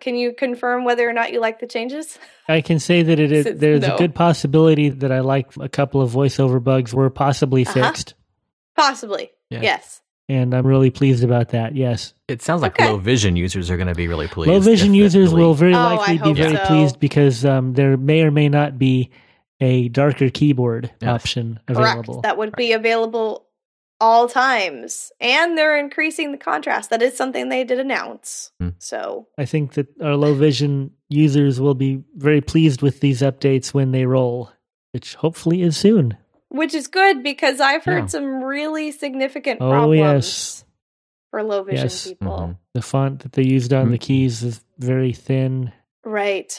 Speaker 4: Can you confirm whether or not you like the changes?
Speaker 3: I can say that it is,
Speaker 4: Says
Speaker 3: there's
Speaker 4: no.
Speaker 3: a good possibility that I like a couple of voiceover bugs were possibly
Speaker 4: Uh-huh.
Speaker 3: fixed,
Speaker 4: Possibly.
Speaker 12: Yeah.
Speaker 4: Yes.
Speaker 3: and I'm really pleased about that. Yes,
Speaker 12: It sounds like low vision users are going to be really pleased.
Speaker 3: low vision
Speaker 12: if it
Speaker 3: users will very
Speaker 4: Oh, I
Speaker 3: likely be
Speaker 4: hope
Speaker 3: very
Speaker 4: so.
Speaker 3: pleased because um, there may or may not be a darker keyboard
Speaker 12: Yes.
Speaker 3: option
Speaker 4: Correct.
Speaker 3: available.
Speaker 4: That would be available all times. And they're increasing the contrast. That is something they did announce.
Speaker 12: Hmm.
Speaker 4: So,
Speaker 3: I think that our low vision users will be very pleased with these updates when they roll, which hopefully is soon.
Speaker 4: which is good because I've heard
Speaker 3: Yeah.
Speaker 4: some really significant
Speaker 3: Oh,
Speaker 4: problems
Speaker 3: yes.
Speaker 4: for low vision
Speaker 3: Yes. Mm-hmm.
Speaker 4: people.
Speaker 3: The font that they used
Speaker 12: Mm-hmm.
Speaker 3: on the keys is very thin.
Speaker 4: Right.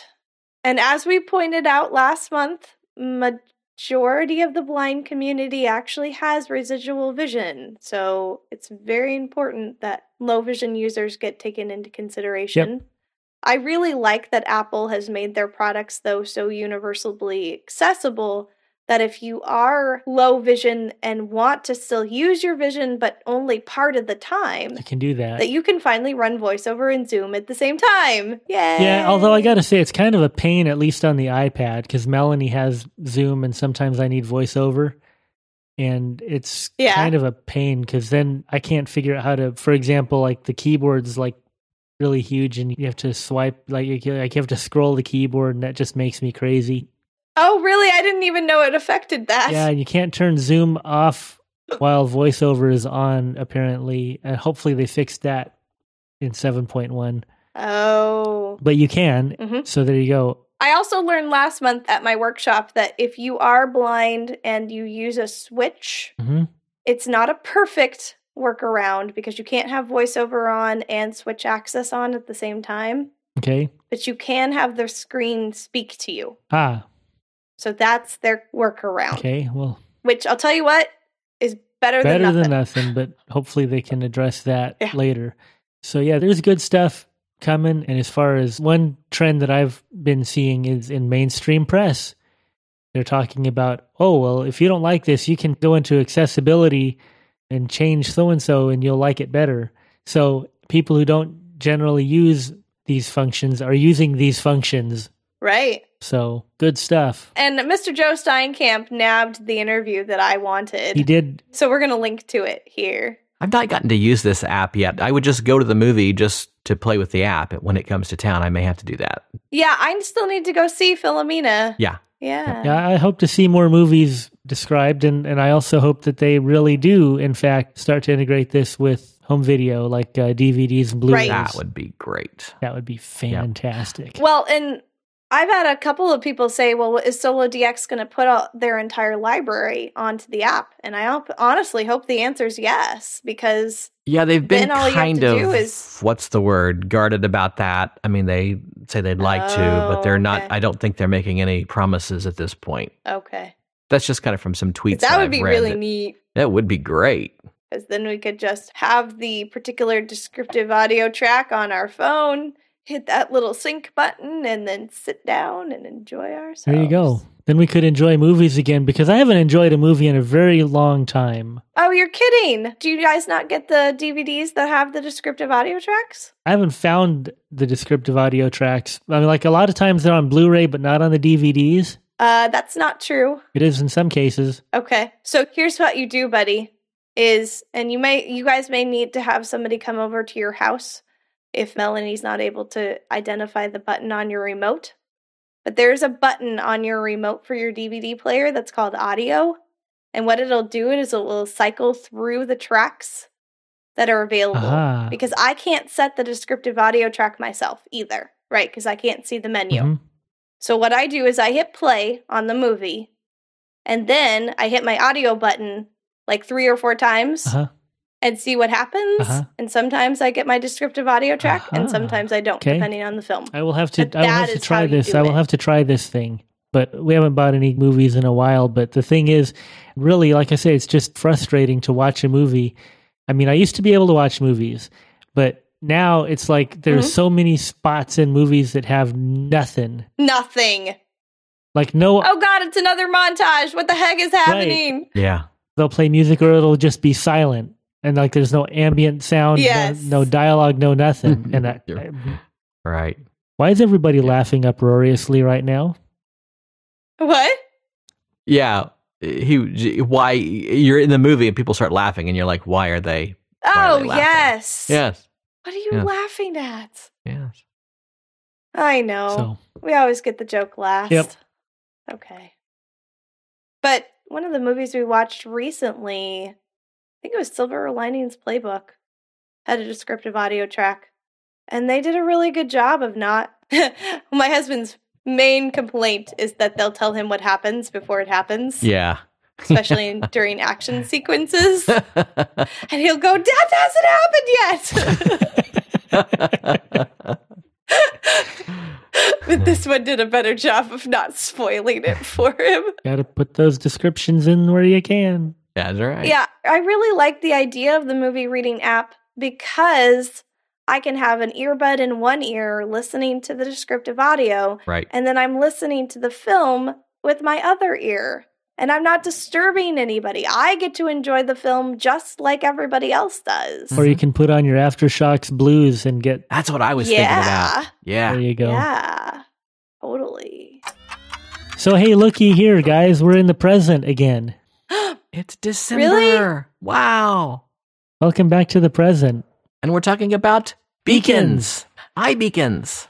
Speaker 4: And as we pointed out last month, majority of the blind community actually has residual vision. So it's very important that low vision users get taken into consideration. I really like that Apple has made their products though so universally accessible that if you are low vision and want to still use your vision but only part of the time,
Speaker 3: You can do that.
Speaker 4: Mm. that you can finally run voiceover and Zoom at the same time. Yay!
Speaker 3: yeah, although I gotta say, it's kind of a pain, at least on the iPad, because Melanie has Zoom and sometimes I need voiceover. And it's
Speaker 4: Yeah.
Speaker 3: kind of a pain because then I can't figure out how to, for example, like the keyboard's like really huge and you have to swipe, like you, like you have to scroll the keyboard and that just makes me crazy.
Speaker 4: Oh, really? I didn't even know it affected that.
Speaker 3: yeah, and you can't turn Zoom off while voiceover is on, apparently. And hopefully they fixed that in 7.1.
Speaker 4: Oh.
Speaker 3: But you can.
Speaker 4: Mhm.
Speaker 3: So there you go.
Speaker 4: I also learned last month at my workshop that if you are blind and you use a switch,
Speaker 3: Mhm.
Speaker 4: it's not a perfect workaround because you can't have voiceover on and switch access on at the same time,
Speaker 3: Okay.
Speaker 4: but you can have the screen speak to you.
Speaker 3: Ah,
Speaker 4: So that's their workaround,
Speaker 3: okay. Well,
Speaker 4: which I'll tell you what is better,
Speaker 3: better
Speaker 4: than nothing.
Speaker 3: but hopefully they can address that
Speaker 4: Yeah.
Speaker 3: later. So yeah, there's good stuff coming. And as far as one trend that I've been seeing is in mainstream press, they're talking about, oh, well, if you don't like this, you can go into accessibility and change so and so and you'll like it better. So people who don't generally use these functions are using these functions.
Speaker 4: right?
Speaker 3: So good stuff.
Speaker 4: And Mr. Joe Steinkamp nabbed the interview that I wanted.
Speaker 3: He did
Speaker 4: So we're going to link to it here.
Speaker 12: I've not gotten to use this app yet. I would just go to the movie just to play with the app. When it comes to town, I may have to do that.
Speaker 4: Yeah, I still need to go see Philomena.
Speaker 12: Yeah.
Speaker 4: Yeah.
Speaker 3: Yeah, I hope to see more movies described, and, and I also hope that they really do, in fact, start to integrate this with home video, like uh, DVDs and Blu-rays.
Speaker 4: Right.
Speaker 12: That would be great.
Speaker 3: That would be fantastic.
Speaker 4: Well, and I've had a couple of people say, well, is Solo DX going to put all, their entire library onto the app? And I hop- honestly hope the answer is yes, because
Speaker 12: Yeah, they've been
Speaker 4: Then all you have
Speaker 12: kind
Speaker 4: to
Speaker 12: of
Speaker 4: do is-
Speaker 12: what's the word guarded about that. I mean, they say they'd like to, but they're not.
Speaker 4: Oh, okay.
Speaker 12: I don't think they're making any promises at this point.
Speaker 4: okay.
Speaker 12: That's just kind of from some
Speaker 4: 'Cause
Speaker 12: tweets.
Speaker 4: That
Speaker 12: I've
Speaker 4: would be
Speaker 12: read
Speaker 4: really
Speaker 12: that-
Speaker 4: neat.
Speaker 12: That would be great.
Speaker 4: because then we could just have the particular descriptive audio track on our phone, hit that little sync button, and then sit down and enjoy ourselves.
Speaker 3: there you go. Then we could enjoy movies again because I haven't enjoyed a movie in a very long time.
Speaker 4: Oh, you're kidding. Do you guys not get the DVDs that have the descriptive audio tracks?
Speaker 3: I haven't found the descriptive audio tracks. I mean, like a lot of times they're on Blu-ray, but not on the DVDs.
Speaker 4: Uh, that's not true.
Speaker 3: It is in some cases.
Speaker 4: Okay. So here's what you do, buddy, is and you may you guys may need to have somebody come over to your house if Melanie's not able to identify the button on your remote. But there's a button on your remote for your DVD player that's called audio. And what it'll do is it will cycle through the tracks that are available
Speaker 3: Ah.
Speaker 4: because I can't set the descriptive audio track myself either, right? Because I can't see the menu.
Speaker 3: Mhm.
Speaker 4: So what I do is I hit play on the movie and then I hit my audio button like three or four times
Speaker 3: Uh-huh.
Speaker 4: and see what happens.
Speaker 3: Uh-huh.
Speaker 4: And sometimes I get my descriptive audio track and
Speaker 3: Uh-huh.
Speaker 4: sometimes I don't,
Speaker 3: Okay.
Speaker 4: depending on the film.
Speaker 3: I will have to.
Speaker 4: But
Speaker 3: I will
Speaker 4: that
Speaker 3: have to
Speaker 4: is
Speaker 3: try
Speaker 4: how you
Speaker 3: this.
Speaker 4: do
Speaker 3: I will
Speaker 4: it.
Speaker 3: have to try this thing. But we haven't bought any movies in a while. But the thing is, really, like I say, it's just frustrating to watch a movie. I mean, I used to be able to watch movies, but now it's like there's
Speaker 4: Mhm.
Speaker 3: so many spots in movies that have nothing.
Speaker 4: Nothing.
Speaker 3: Like no,
Speaker 4: Oh God, it's another montage. What the heck is happening?
Speaker 12: Yeah.
Speaker 3: they'll play music or it'll just be silent, and like there's no ambient sound, no-
Speaker 4: Yes.
Speaker 3: no, dialogue, no nothing. and I,
Speaker 12: Right.
Speaker 3: why is everybody laughing uproariously right now?
Speaker 4: What?
Speaker 12: Yeah. He. Why you're in the movie and people start laughing and you're like, why are they?
Speaker 4: Oh
Speaker 12: laughing?
Speaker 4: yes.
Speaker 12: Yes.
Speaker 4: What are you
Speaker 12: Yeah.
Speaker 4: laughing at?
Speaker 12: Yes.
Speaker 4: I know. We always get the joke last.
Speaker 3: Yep.
Speaker 4: Okay. But one of the movies we watched recently, I think it was Silver Linings Playbook, had a descriptive audio track. And they did a really good job of not. My husband's main complaint is that they'll tell him what happens before it happens,
Speaker 12: Yeah.
Speaker 4: especially in, during action sequences. and he'll go, That hasn't happened yet. but this one did a better job of not spoiling it for him.
Speaker 3: Got to put those descriptions in where you can.
Speaker 12: That's right.
Speaker 4: Yeah, I really like the idea of the movie reading app because I can have an earbud in one ear listening to the descriptive audio,
Speaker 12: Right.
Speaker 4: and then I'm listening to the film with my other ear. And I'm not disturbing anybody. I get to enjoy the film just like everybody else does.
Speaker 3: Or you can put on your aftershocks blues and get.
Speaker 12: That's what I was
Speaker 4: yeah.
Speaker 12: Yeah.
Speaker 3: There you go.
Speaker 4: Yeah. Totally.
Speaker 3: So hey, looky here, guys. We're in the present again.
Speaker 12: It's December. Wow.
Speaker 3: Welcome back to the present.
Speaker 12: And we're talking about beacons. Eye beacons.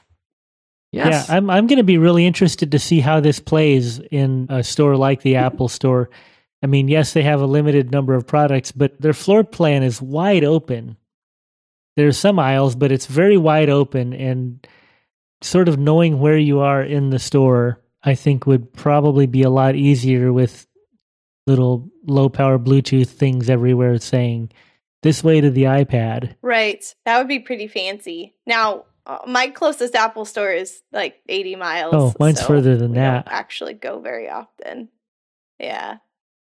Speaker 12: Yes.
Speaker 3: Yeah, I'm I'm going to be really interested to see how this plays in a store like the Apple Store. I mean, yes, they have a limited number of products, but their floor plan is wide open. There's some aisles, but it's very wide open and sort of knowing where you are in the store, I think would probably be a lot easier with little low power Bluetooth things everywhere saying this way to the iPad.
Speaker 4: Right. That would be pretty fancy. Now, uh, my closest Apple store is like 80 miles.
Speaker 3: Oh, mine's
Speaker 4: so
Speaker 3: further than
Speaker 4: we don't
Speaker 3: that.
Speaker 4: actually go very often. Yeah.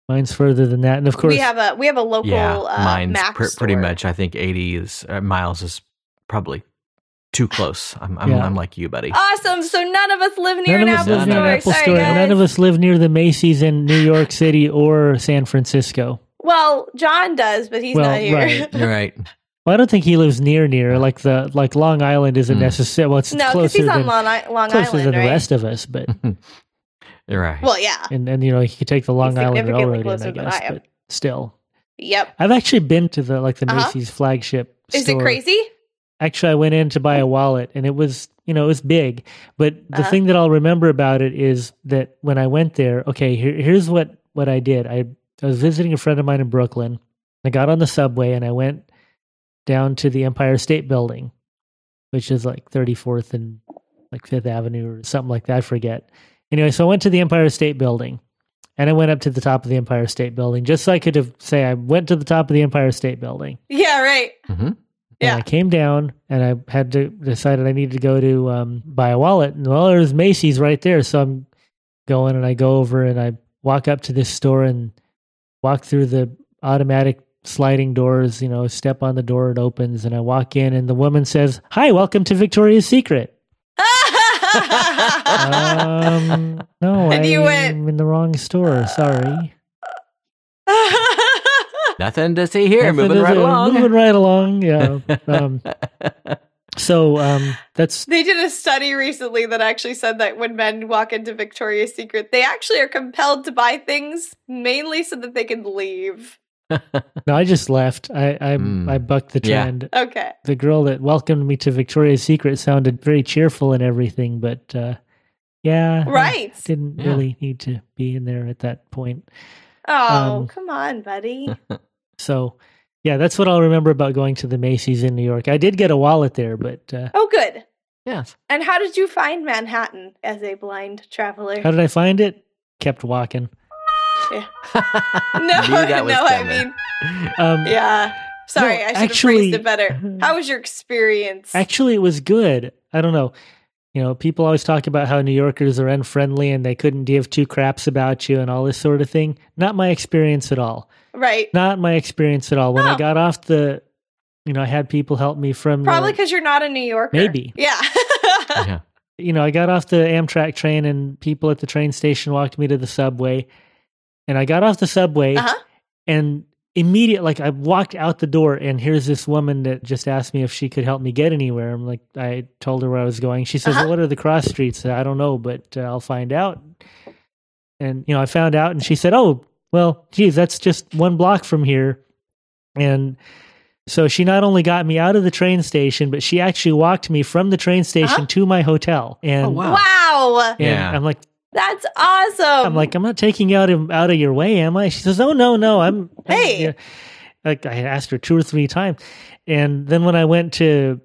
Speaker 3: Mine's further than that. And of course,
Speaker 4: We have a we have a local
Speaker 12: yeah.
Speaker 4: uh,
Speaker 12: mine's
Speaker 4: Mac
Speaker 12: pre- pretty
Speaker 4: store.
Speaker 12: much. I think 80 is uh, miles is probably too close. I'm I'm,
Speaker 3: Yeah.
Speaker 12: I'm like you, buddy.
Speaker 4: Awesome. So none of us live near
Speaker 3: None
Speaker 4: an
Speaker 3: of us
Speaker 4: Apple
Speaker 3: live near
Speaker 4: store.
Speaker 3: an Apple
Speaker 4: Sorry,
Speaker 3: store.
Speaker 4: guys.
Speaker 3: None of us live near the Macy's in New York City or San Francisco.
Speaker 4: well, John does, but he's
Speaker 3: Well,
Speaker 4: not here.
Speaker 3: right.
Speaker 12: You're right.
Speaker 3: Well, I don't think he lives near near like the like Long Island
Speaker 4: Hmm.
Speaker 3: isn't necessary. Well, it's
Speaker 4: no, because
Speaker 3: closer
Speaker 4: he's on
Speaker 3: than
Speaker 4: Long, I- Long
Speaker 3: closer
Speaker 4: Island,
Speaker 3: than
Speaker 4: right?
Speaker 3: the rest of us, but
Speaker 12: You're right.
Speaker 4: Well, yeah.
Speaker 3: and and you know he could take the Long Island
Speaker 4: significantly
Speaker 3: Railroad in,
Speaker 4: closer
Speaker 3: I
Speaker 4: than I
Speaker 3: guess,
Speaker 4: am.
Speaker 3: but still.
Speaker 4: Yep.
Speaker 3: I've actually been to the like the
Speaker 4: Uh-huh.
Speaker 3: Macy's flagship.
Speaker 4: Is it
Speaker 3: store.
Speaker 4: crazy?
Speaker 3: actually i went in to buy a wallet and it was you know it was big but the
Speaker 4: Uh-huh.
Speaker 3: thing that i'll remember about it is that when i went there okay here, here's what what i did I, I was visiting a friend of mine in brooklyn and i got on the subway and i went down to the empire state building which is like 34th and like fifth avenue or something like that i forget anyway so i went to the empire state building and i went up to the top of the empire state building just so i could have, say i went to the top of the empire state building
Speaker 4: Yeah, right.
Speaker 12: Mm-hmm.
Speaker 3: and
Speaker 4: Yeah.
Speaker 3: I came down and I had to decided I needed to go to um, buy a wallet. And well, there's Macy's right there. So I'm going and I go over and I walk up to this store and walk through the automatic sliding doors, you know, step on the door, it opens and I walk in and the woman says, Hi, welcome to Victoria's Secret. um, no,
Speaker 4: And you
Speaker 3: I'm
Speaker 4: went-
Speaker 3: in the wrong store. Sorry. Uh,
Speaker 12: Nothing to see here.
Speaker 3: Nothing
Speaker 12: moving
Speaker 3: is-
Speaker 12: right
Speaker 3: uh,
Speaker 12: along.
Speaker 3: Moving right along. Yeah. um, so um, that's
Speaker 4: They did a study recently that actually said that when men walk into Victoria's Secret, they actually are compelled to buy things mainly so that they can leave.
Speaker 3: No, I just left. I I,
Speaker 12: Mm.
Speaker 3: I bucked the
Speaker 12: Yeah.
Speaker 3: trend.
Speaker 4: Okay.
Speaker 3: The girl that welcomed me to Victoria's Secret sounded very cheerful and everything, but uh, Yeah. I
Speaker 4: Right.
Speaker 3: didn't
Speaker 4: Yeah.
Speaker 3: really need to be in there at that point.
Speaker 4: Oh,
Speaker 3: Um,
Speaker 4: come on, buddy.
Speaker 3: So, yeah, that's what I'll remember about going to the Macy's in New York. I did get a wallet there, but uh,
Speaker 4: Oh, good.
Speaker 12: Yes.
Speaker 4: And how did you find Manhattan as a blind traveler?
Speaker 3: how did I find it? Kept walking.
Speaker 4: Yeah.
Speaker 3: Knew
Speaker 4: no,
Speaker 3: that was
Speaker 4: no, I
Speaker 3: coming.
Speaker 4: mean,
Speaker 3: Um,
Speaker 4: yeah. Sorry, I should
Speaker 3: actually- uh-huh.
Speaker 4: have phrased it better. How was your experience?
Speaker 3: Actually, it was good. I don't know. You know, people always talk about how New Yorkers are unfriendly and they couldn't give two craps about you and all this sort of thing. Not my experience at all.
Speaker 4: right.
Speaker 3: Not my experience at all. When
Speaker 4: Oh.
Speaker 3: I got off the, you know, I had people help me from the-
Speaker 4: Probably because you're not a New Yorker.
Speaker 3: Maybe.
Speaker 4: Yeah.
Speaker 3: you know, I got off the Amtrak train and people at the train station walked me to the subway. And I got off the subway
Speaker 4: Uh-huh.
Speaker 3: and immediate like I walked out the door and here's this woman that just asked me if she could help me get anywhere. I'm like I told her where I was going. She says, well, "What are the cross streets?" I don't know, but uh, I'll find out. And you know, I found out and she said, "Oh, well, geez, that's just one block from here." And so she not only got me out of the train station, but she actually walked me from the train station to my hotel.
Speaker 12: Oh,
Speaker 3: And
Speaker 4: Wow.
Speaker 3: and I'm like,
Speaker 4: That's awesome.
Speaker 3: I'm like, I'm not taking you out of out of your way, am I? She says, Oh no, no, I'm. I'm-
Speaker 4: Hey.
Speaker 3: yeah." like I asked her two or three times, and then when I went to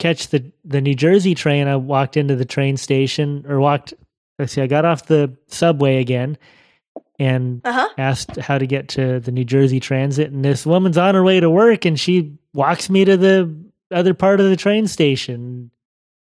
Speaker 3: catch the the New Jersey train, I walked into the train station or walked. Let's see, I got off the subway again and
Speaker 4: Uh-huh.
Speaker 3: asked how to get to the New Jersey Transit, and this woman's on her way to work, and she walks me to the other part of the train station.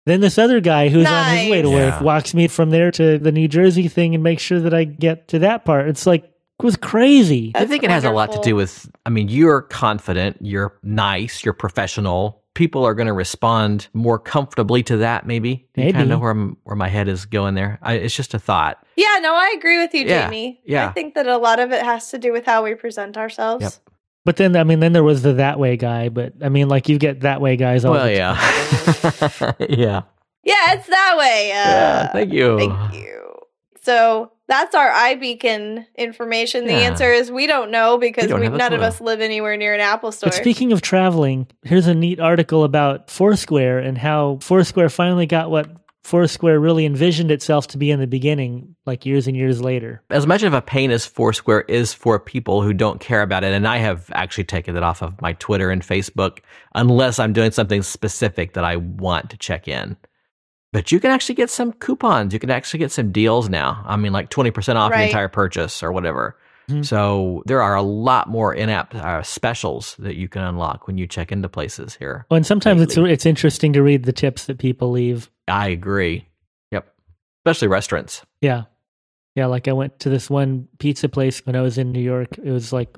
Speaker 3: Then this other guy who's on his way to
Speaker 14: Nice.
Speaker 3: work
Speaker 14: Yeah.
Speaker 3: walks me from there to the New Jersey thing and makes sure that I get to that part. It's like it was crazy.
Speaker 12: I think it has a lot to do with, I mean, you're confident, you're nice, you're professional. People are going to respond more comfortably to that, maybe. Do You kind
Speaker 3: Maybe.
Speaker 12: of know where, I'm, where my head is going there. I, it's just a thought.
Speaker 4: Yeah, no, I agree with you,
Speaker 12: Yeah,
Speaker 4: Jamie.
Speaker 12: yeah.
Speaker 4: I think that a lot of it has to do with how we present ourselves.
Speaker 3: But then, I mean, then there was the that way guy. But I mean, like you get that way guys. All
Speaker 12: Well,
Speaker 3: the
Speaker 12: yeah.
Speaker 3: time.
Speaker 12: yeah.
Speaker 4: Yeah, it's that way. Uh,
Speaker 12: yeah. Thank you.
Speaker 4: So that's our iBeacon information. The
Speaker 3: Yeah.
Speaker 4: answer is we don't know because
Speaker 3: We don't
Speaker 4: we,
Speaker 3: have a
Speaker 4: none of
Speaker 3: clue.
Speaker 4: us live anywhere near an Apple store.
Speaker 3: But speaking of traveling, here's a neat article about Foursquare and how Foursquare finally got what Foursquare really envisioned itself to be in the beginning, like years and years later.
Speaker 12: As much of a pain as Foursquare is for people who don't care about it, and I have actually taken it off of my Twitter and Facebook, unless I'm doing something specific that I want to check in. But you can actually get some coupons. You can actually get some deals now. I mean, like 20% off your
Speaker 15: Right.
Speaker 12: entire purchase or whatever.
Speaker 3: Mm-hmm.
Speaker 12: So there are a lot more in app uh, specials that you can unlock when you check into places here.
Speaker 3: Well, and sometimes it's it's interesting to read the tips that people leave.
Speaker 12: I agree. Yep. Especially restaurants.
Speaker 3: Yeah. Yeah, like I went to this one pizza place when I was in New York. It was like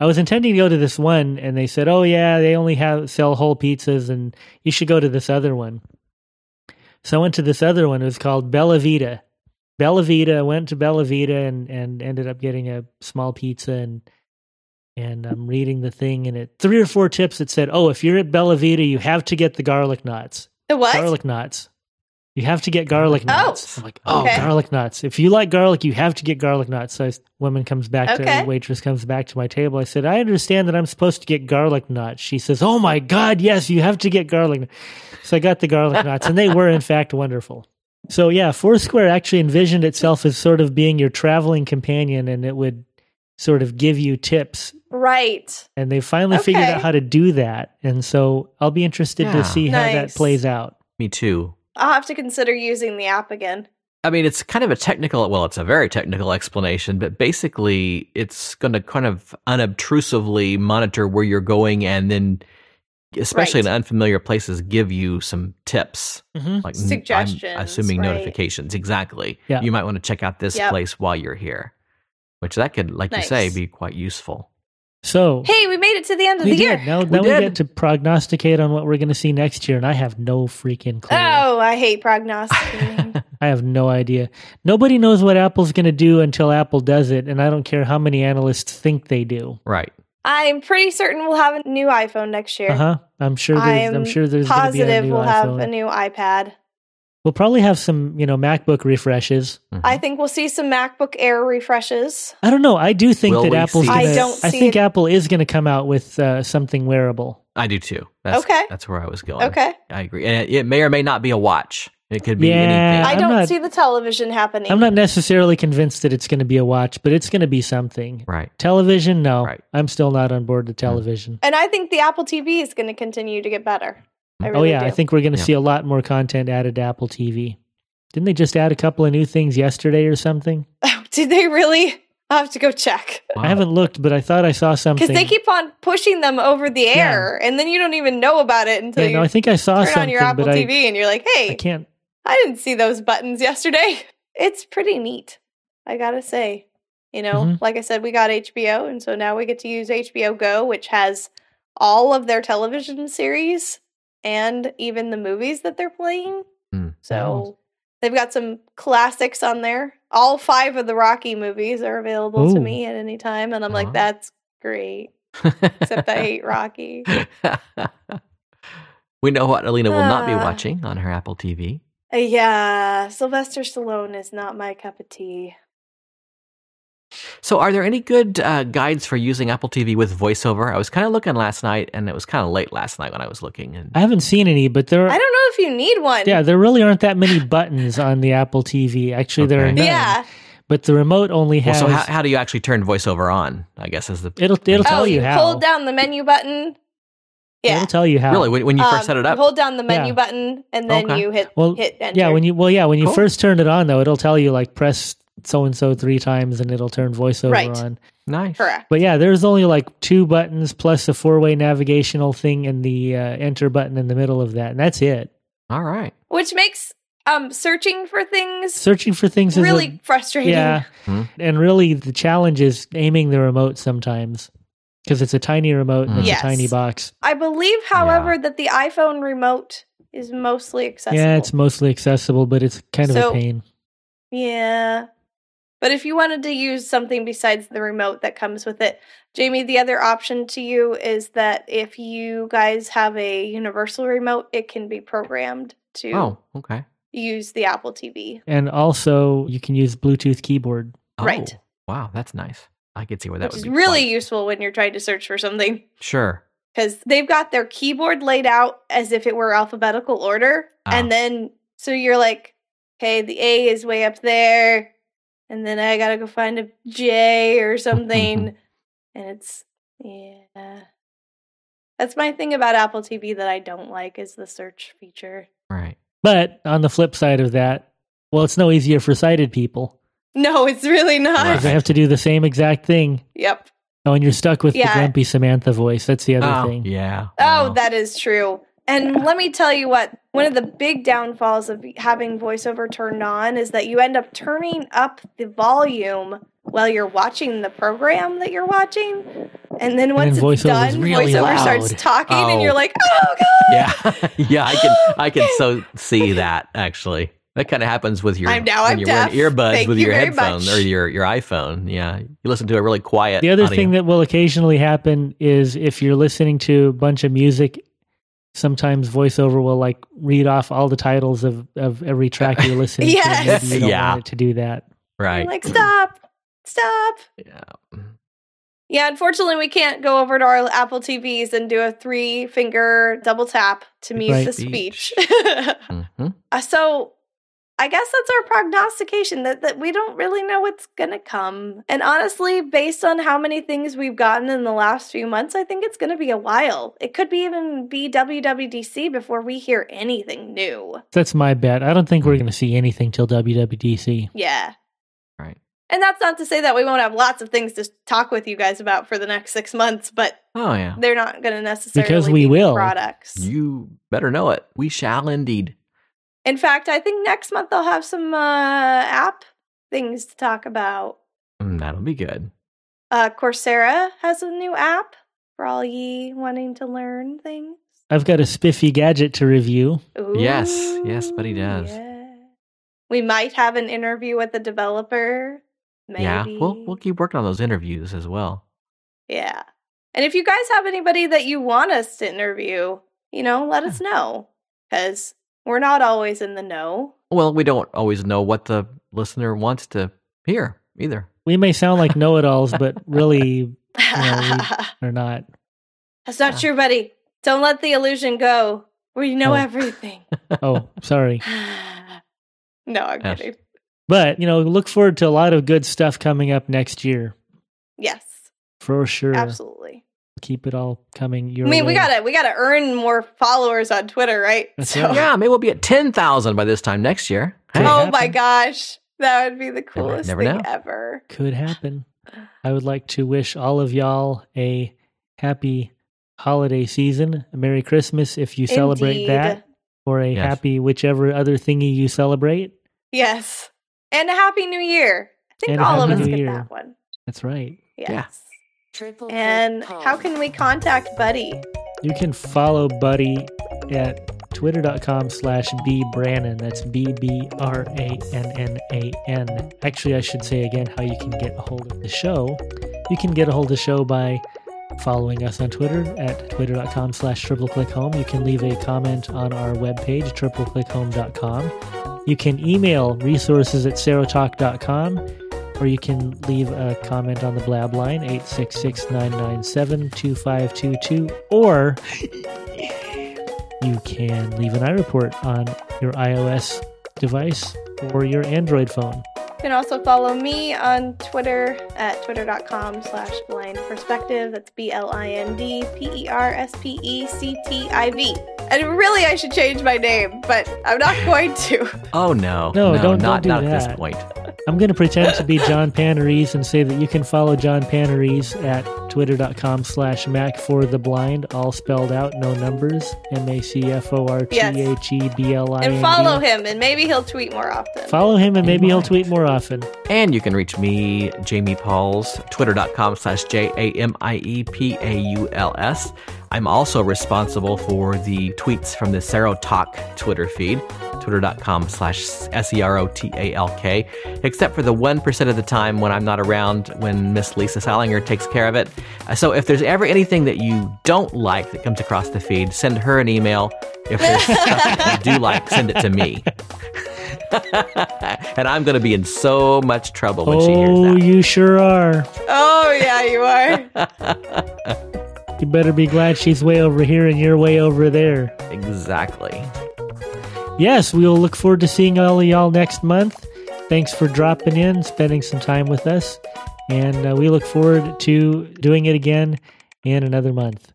Speaker 3: I was intending to go to this one and they said, "Oh yeah, they only have sell whole pizzas and you should go to this other one." So I went to this other one. It was called Bella Vita. Bella Vita. I went to Bella Vita and and ended up getting a small pizza and and I'm reading the thing and it three or four tips that said, "Oh, if you're at Bella Vita, you have to get the garlic knots."
Speaker 4: The what?
Speaker 3: Garlic knots. You have to get garlic knots. I'm like, oh,
Speaker 4: okay.
Speaker 3: garlic knots. If you like garlic, you have to get garlic knots. So I, s- woman comes back
Speaker 4: Okay.
Speaker 3: to waitress comes back to my table. I said, I understand that I'm supposed to get garlic knots. She says, Oh my god, yes, you have to get garlic. knots. So I got the garlic knots, and they were in fact wonderful. So yeah, Foursquare actually envisioned itself as sort of being your traveling companion, and it would sort of give you tips.
Speaker 4: right.
Speaker 3: And they finally figured
Speaker 4: Okay. Ah.
Speaker 3: out how to do that. And so I'll be interested
Speaker 12: Yeah.
Speaker 3: to see how
Speaker 4: Nice.
Speaker 3: that plays out.
Speaker 12: Me too.
Speaker 4: I'll have to consider using the app again.
Speaker 12: I mean, it's kind of a technical, well, it's a very technical explanation, but basically it's going to kind of unobtrusively monitor where you're going and then, especially in unfamiliar places, give you some tips.
Speaker 3: Mhm.
Speaker 12: Like n- I'm
Speaker 4: Suggestions,
Speaker 12: assuming
Speaker 4: right.
Speaker 12: notifications. Exactly.
Speaker 3: Yeah.
Speaker 12: You might want to check out this
Speaker 4: Yep.
Speaker 12: place while you're here, which that could, like you say,
Speaker 4: Nice.
Speaker 12: be quite useful.
Speaker 3: So
Speaker 4: Hey, we made it to the end of
Speaker 3: we
Speaker 4: the
Speaker 3: did.
Speaker 4: year.
Speaker 3: Now, now we, get to prognosticate on what we're going to see next year, and I have no freaking clue.
Speaker 4: Oh, I hate prognosticating.
Speaker 3: I have no idea. Nobody knows what Apple's going to do until Apple does it, and I don't care how many analysts think they do.
Speaker 12: Right.
Speaker 4: I'm pretty certain we'll have a new iPhone next year.
Speaker 3: Uh huh. I'm sure. There's, I'm, sure there's going to be a
Speaker 4: positive
Speaker 3: new
Speaker 4: we'll
Speaker 3: iPhone.
Speaker 4: have e- a new iPad.
Speaker 3: we'll probably have some, you know, MacBook refreshes.
Speaker 4: I think we'll see some MacBook Air refreshes.
Speaker 3: I don't know. I do think
Speaker 12: Will
Speaker 3: that
Speaker 12: we
Speaker 3: Apple's.
Speaker 12: see
Speaker 3: Gonna,
Speaker 4: I don't see
Speaker 3: think
Speaker 4: it.
Speaker 3: Apple is going to come out with uh, something wearable.
Speaker 12: I do too. That's,
Speaker 4: Okay.
Speaker 12: That's where I was going.
Speaker 4: Okay.
Speaker 12: I agree. And it, it may or may not be a watch. It could be
Speaker 3: Yeah,
Speaker 12: anything.
Speaker 4: I
Speaker 3: I'm
Speaker 4: don't
Speaker 3: not-
Speaker 4: see the television happening.
Speaker 3: I'm not necessarily convinced that it's going to be a watch, but it's going to be something.
Speaker 12: Right.
Speaker 3: Television, no. I'm still not on board the
Speaker 12: Hmm.
Speaker 3: television.
Speaker 4: and I think the Apple TV is going to continue to get better. I
Speaker 3: oh
Speaker 4: really
Speaker 3: yeah,
Speaker 4: do.
Speaker 3: I think we're going to
Speaker 12: Yeah.
Speaker 3: see a lot more content added to Apple TV. Didn't they just add a couple of new things yesterday or something?
Speaker 4: Did they really? I have to go check
Speaker 3: I haven't looked, but I thought I saw something.
Speaker 4: because they keep on pushing them over the air, and then you don't even know about it until
Speaker 3: yeah,
Speaker 4: you
Speaker 3: no, I think I saw
Speaker 4: turn
Speaker 3: something,
Speaker 4: on your Apple
Speaker 3: but I-
Speaker 4: TV and you're like, "Hey,
Speaker 3: I can't.
Speaker 4: I didn't see those buttons yesterday. It's pretty neat, I gotta say. You know,
Speaker 3: Mhm.
Speaker 4: like I said, we got HBO, and so now we get to use HBO Go, which has all of their television series and even the movies that they're playing. So they've got some classics on there. All five of the Rocky movies are available to
Speaker 12: Ooh.
Speaker 4: me at any time, and I'm like,
Speaker 12: Wow.
Speaker 4: that's great. Except I hate Rocky.
Speaker 12: we know what Alina will not be
Speaker 4: Ah.
Speaker 12: watching on her Apple TV.
Speaker 4: Uh, Yeah, Sylvester Stallone is not my cup of tea.
Speaker 12: So, are there any good uh, guides for using Apple TV with VoiceOver? I was kind of looking last night, and it was kind of late last night when I was looking. And
Speaker 3: I haven't seen any, but there.
Speaker 4: I don't know if you need one.
Speaker 3: Uh yeah, there really aren't that many buttons on the Apple TV. Actually, there are
Speaker 12: Okay.
Speaker 3: none.
Speaker 4: Yeah.
Speaker 3: But the remote only
Speaker 12: well,
Speaker 3: has.
Speaker 12: so how, how do you actually turn VoiceOver on? I guess is the
Speaker 3: it'll it'll tell
Speaker 4: oh,
Speaker 3: you
Speaker 4: you
Speaker 3: how.
Speaker 4: hold down the menu button. Yeah.
Speaker 3: It'll tell you how.
Speaker 12: really when, when you first
Speaker 4: Um,
Speaker 12: set it up.
Speaker 4: Hold down the menu
Speaker 3: Yeah.
Speaker 4: button and then
Speaker 12: Okay.
Speaker 4: you hit
Speaker 3: Well,
Speaker 4: hit enter.
Speaker 3: yeah, when you well, yeah, when you
Speaker 12: Cool.
Speaker 3: first turn it on though, it'll tell you like press so and so three times, and it'll turn VoiceOver
Speaker 4: Right.
Speaker 3: on.
Speaker 12: nice.
Speaker 4: correct.
Speaker 3: But yeah, there's only like two buttons plus a four-way navigational thing and the uh, enter button in the middle of that, and that's it.
Speaker 12: All right.
Speaker 4: Which makes um searching for things
Speaker 3: Searching for things is a-
Speaker 4: really frustrating.
Speaker 3: yeah,
Speaker 12: Hmm.
Speaker 3: and really the challenge is aiming the remote sometimes because it's a tiny remote and it's
Speaker 4: Mm. Yes.
Speaker 3: a tiny box.
Speaker 4: I believe, however, that the iPhone remote is mostly accessible.
Speaker 3: Yeah, it's mostly accessible, but it's kind of
Speaker 4: So-
Speaker 3: a pain.
Speaker 4: Yeah. But if you wanted to use something besides the remote that comes with it, Jamie, the other option to you is that if you guys have a universal remote, it can be programmed to
Speaker 12: Oh, okay.
Speaker 4: use the Apple TV.
Speaker 3: And also, you can use Bluetooth keyboard.
Speaker 12: Oh,
Speaker 4: Right.
Speaker 12: Wow, that's nice. I could see where that
Speaker 4: which
Speaker 12: would
Speaker 4: is
Speaker 12: be
Speaker 4: really
Speaker 12: quite-
Speaker 4: useful when you're trying to search for something
Speaker 12: Sure.
Speaker 4: because they've got their keyboard laid out as if it were alphabetical order.
Speaker 12: Ah.
Speaker 4: And then, so you're like, okay, the A is way up there. And then I got to go find a J or something. and it's, yeah. That's my thing about Apple TV that I don't like is the search feature.
Speaker 12: Right.
Speaker 3: But on the flip side of that, well, it's no easier for sighted people.
Speaker 4: No, it's really not.
Speaker 3: Because They have to do the same exact thing.
Speaker 4: Yep.
Speaker 3: Oh, and you're stuck with
Speaker 4: Yeah.
Speaker 3: the grumpy Samantha voice. That's the other
Speaker 12: Oh,
Speaker 3: thing.
Speaker 12: yeah.
Speaker 4: Oh,
Speaker 12: wow.
Speaker 4: that is true. And let me tell you what, one of the big downfalls of having voiceover turned on is that you end up turning up the volume while you're watching the program that you're watching. And then once
Speaker 3: then
Speaker 4: it's
Speaker 3: voiceover's
Speaker 4: done,
Speaker 3: really
Speaker 4: voiceover
Speaker 3: loud.
Speaker 4: starts talking and
Speaker 12: Oh.
Speaker 4: you're like, oh, God.
Speaker 12: Yeah. yeah, I can I can so see that actually. That kind of happens with your
Speaker 4: I'm- now
Speaker 12: when
Speaker 4: I'm
Speaker 12: you're
Speaker 4: deaf.
Speaker 12: wearing earbuds
Speaker 4: Thank
Speaker 12: with
Speaker 4: you
Speaker 12: your
Speaker 4: very
Speaker 12: headphones
Speaker 4: much.
Speaker 12: or your your iPhone. Yeah. You listen to a really quiet
Speaker 3: The other
Speaker 12: audio.
Speaker 3: thing that will occasionally happen is if you're listening to a bunch of music, sometimes voiceover will like read off all the titles of, of every track you're listening to. and
Speaker 4: Yes.
Speaker 3: Maybe you don't
Speaker 12: Yeah.
Speaker 3: want it to do that.
Speaker 12: right.
Speaker 4: I'm like, stop, stop.
Speaker 12: yeah.
Speaker 4: Yeah, unfortunately, we can't go over to our Apple TVs and do a three finger double tap to mute
Speaker 3: Right.
Speaker 4: the speech.
Speaker 12: hmm
Speaker 4: Uh, so I guess that's our prognostication that, that we don't really know what's going to come. And honestly, based on how many things we've gotten in the last few months, I think it's going to be a while. It could be even be WWDC before we hear anything new.
Speaker 3: That's my bet. I don't think
Speaker 4: Mm.
Speaker 3: we're going to see anything till WWDC.
Speaker 4: Yeah.
Speaker 12: Right.
Speaker 4: And that's not to say that we won't have lots of things to talk with you guys about for the next six months, but
Speaker 12: Oh yeah.
Speaker 4: they're not going to necessarily
Speaker 3: we
Speaker 4: be new
Speaker 3: will.
Speaker 4: products.
Speaker 12: You better know it. We shall indeed.
Speaker 4: In fact, I think next month they'll have some uh, app things to talk about.
Speaker 12: Mm, That'll be good.
Speaker 4: Uh, Coursera has a new app for all ye wanting to learn things.
Speaker 3: I've got a spiffy gadget to review.
Speaker 12: Yes,
Speaker 4: Ooh,
Speaker 12: yes, but he does.
Speaker 4: yeah. We might have an interview with the developer. Maybe.
Speaker 12: Yeah. We'll we'll keep working on those interviews as well.
Speaker 4: Yeah. And if you guys have anybody that you want us to interview, you know, let us know because we're not always in the know.
Speaker 12: Well, we don't always know what the listener wants to hear either.
Speaker 3: We may sound like know it alls, but really Yeah, they're not.
Speaker 4: That's
Speaker 12: uh
Speaker 4: not true, buddy. Don't let the illusion go where you know
Speaker 3: Oh.
Speaker 4: everything.
Speaker 3: Oh, sorry.
Speaker 4: No, I'm kidding.
Speaker 3: But, you know, look forward to a lot of good stuff coming up next year
Speaker 4: Yes,
Speaker 3: for sure.
Speaker 4: absolutely.
Speaker 3: Keep it all coming your
Speaker 4: I mean, we
Speaker 3: way.
Speaker 4: gotta we gotta earn more followers on Twitter, right?
Speaker 3: That's
Speaker 4: So-
Speaker 3: right.
Speaker 12: Yeah, maybe we'll be at 10,000 by this time next year. Hey,
Speaker 4: oh my gosh, that would be the coolest
Speaker 12: never
Speaker 4: thing
Speaker 12: know.
Speaker 4: ever.
Speaker 3: Could happen. I would like to wish all of y'all a happy holiday season, a Merry Christmas if you celebrate
Speaker 4: Indeed.
Speaker 3: that, or a
Speaker 4: Yes.
Speaker 3: happy whichever other thingy you celebrate.
Speaker 4: Yes, and a happy new year. I think
Speaker 3: And a
Speaker 4: all of
Speaker 3: Happy
Speaker 4: us
Speaker 3: New
Speaker 4: get
Speaker 3: Year.
Speaker 4: that one.
Speaker 3: That's right.
Speaker 4: Yes. And how can we contact Buddy?
Speaker 3: You can follow Buddy at twitter.com slash bbrannon. That's B-B-R-A-N-N-A-N. Actually, I should say again how you can get a hold of the show. You can get a hold of the show by following us on Twitter at twitter.com slash tripleclickhome. You can leave a comment on our webpage, tripleclickhome.com. You can email resources at serotalk.com or you can leave a comment on the blab line 866-997-2522 or you can leave an report on your ios device or your android phone
Speaker 4: You can also follow me on Twitter at twitter.com slash blind perspective. That's B L I N D P E R S P E C T I V. And really, I should change my name, but I'm not going to.
Speaker 12: Oh no.
Speaker 3: No, don't- don't
Speaker 12: not,
Speaker 3: do
Speaker 12: not at this
Speaker 3: that.
Speaker 12: point.
Speaker 3: i'm going to pretend to be john panarese and say that you can follow john panarese at twitter.com slash mac for the blind all spelled out no numbers E m-a-c-f-o-r-t-h-e-b-l-i-n-d
Speaker 4: And follow him, and maybe he'll tweet more often.
Speaker 3: follow him and maybe he'll tweet more often
Speaker 12: And you can reach me, Jamie Pauls, twitter.com slash J A M I E P A U L S. I'm also responsible for the tweets from the Sero Talk Twitter feed, twitter.com slash S E R O T A L K, except for the 1% of the time when I'm not around, when Miss Lisa Salinger takes care of it. Uh, So if there's ever anything that you don't like that comes across the feed, send her an email. If there's stuff that you do like, send it to me. and I'm going to be in so much trouble when she hears
Speaker 3: oh you sure are
Speaker 4: Oh, yeah, you are.
Speaker 3: You better be glad she's way over here and you're way over there.
Speaker 12: exactly.
Speaker 3: Yes, we will look forward to seeing all of y'all next month. Thanks for dropping in, spending some time with us, and uh, we look forward to doing it again in another month.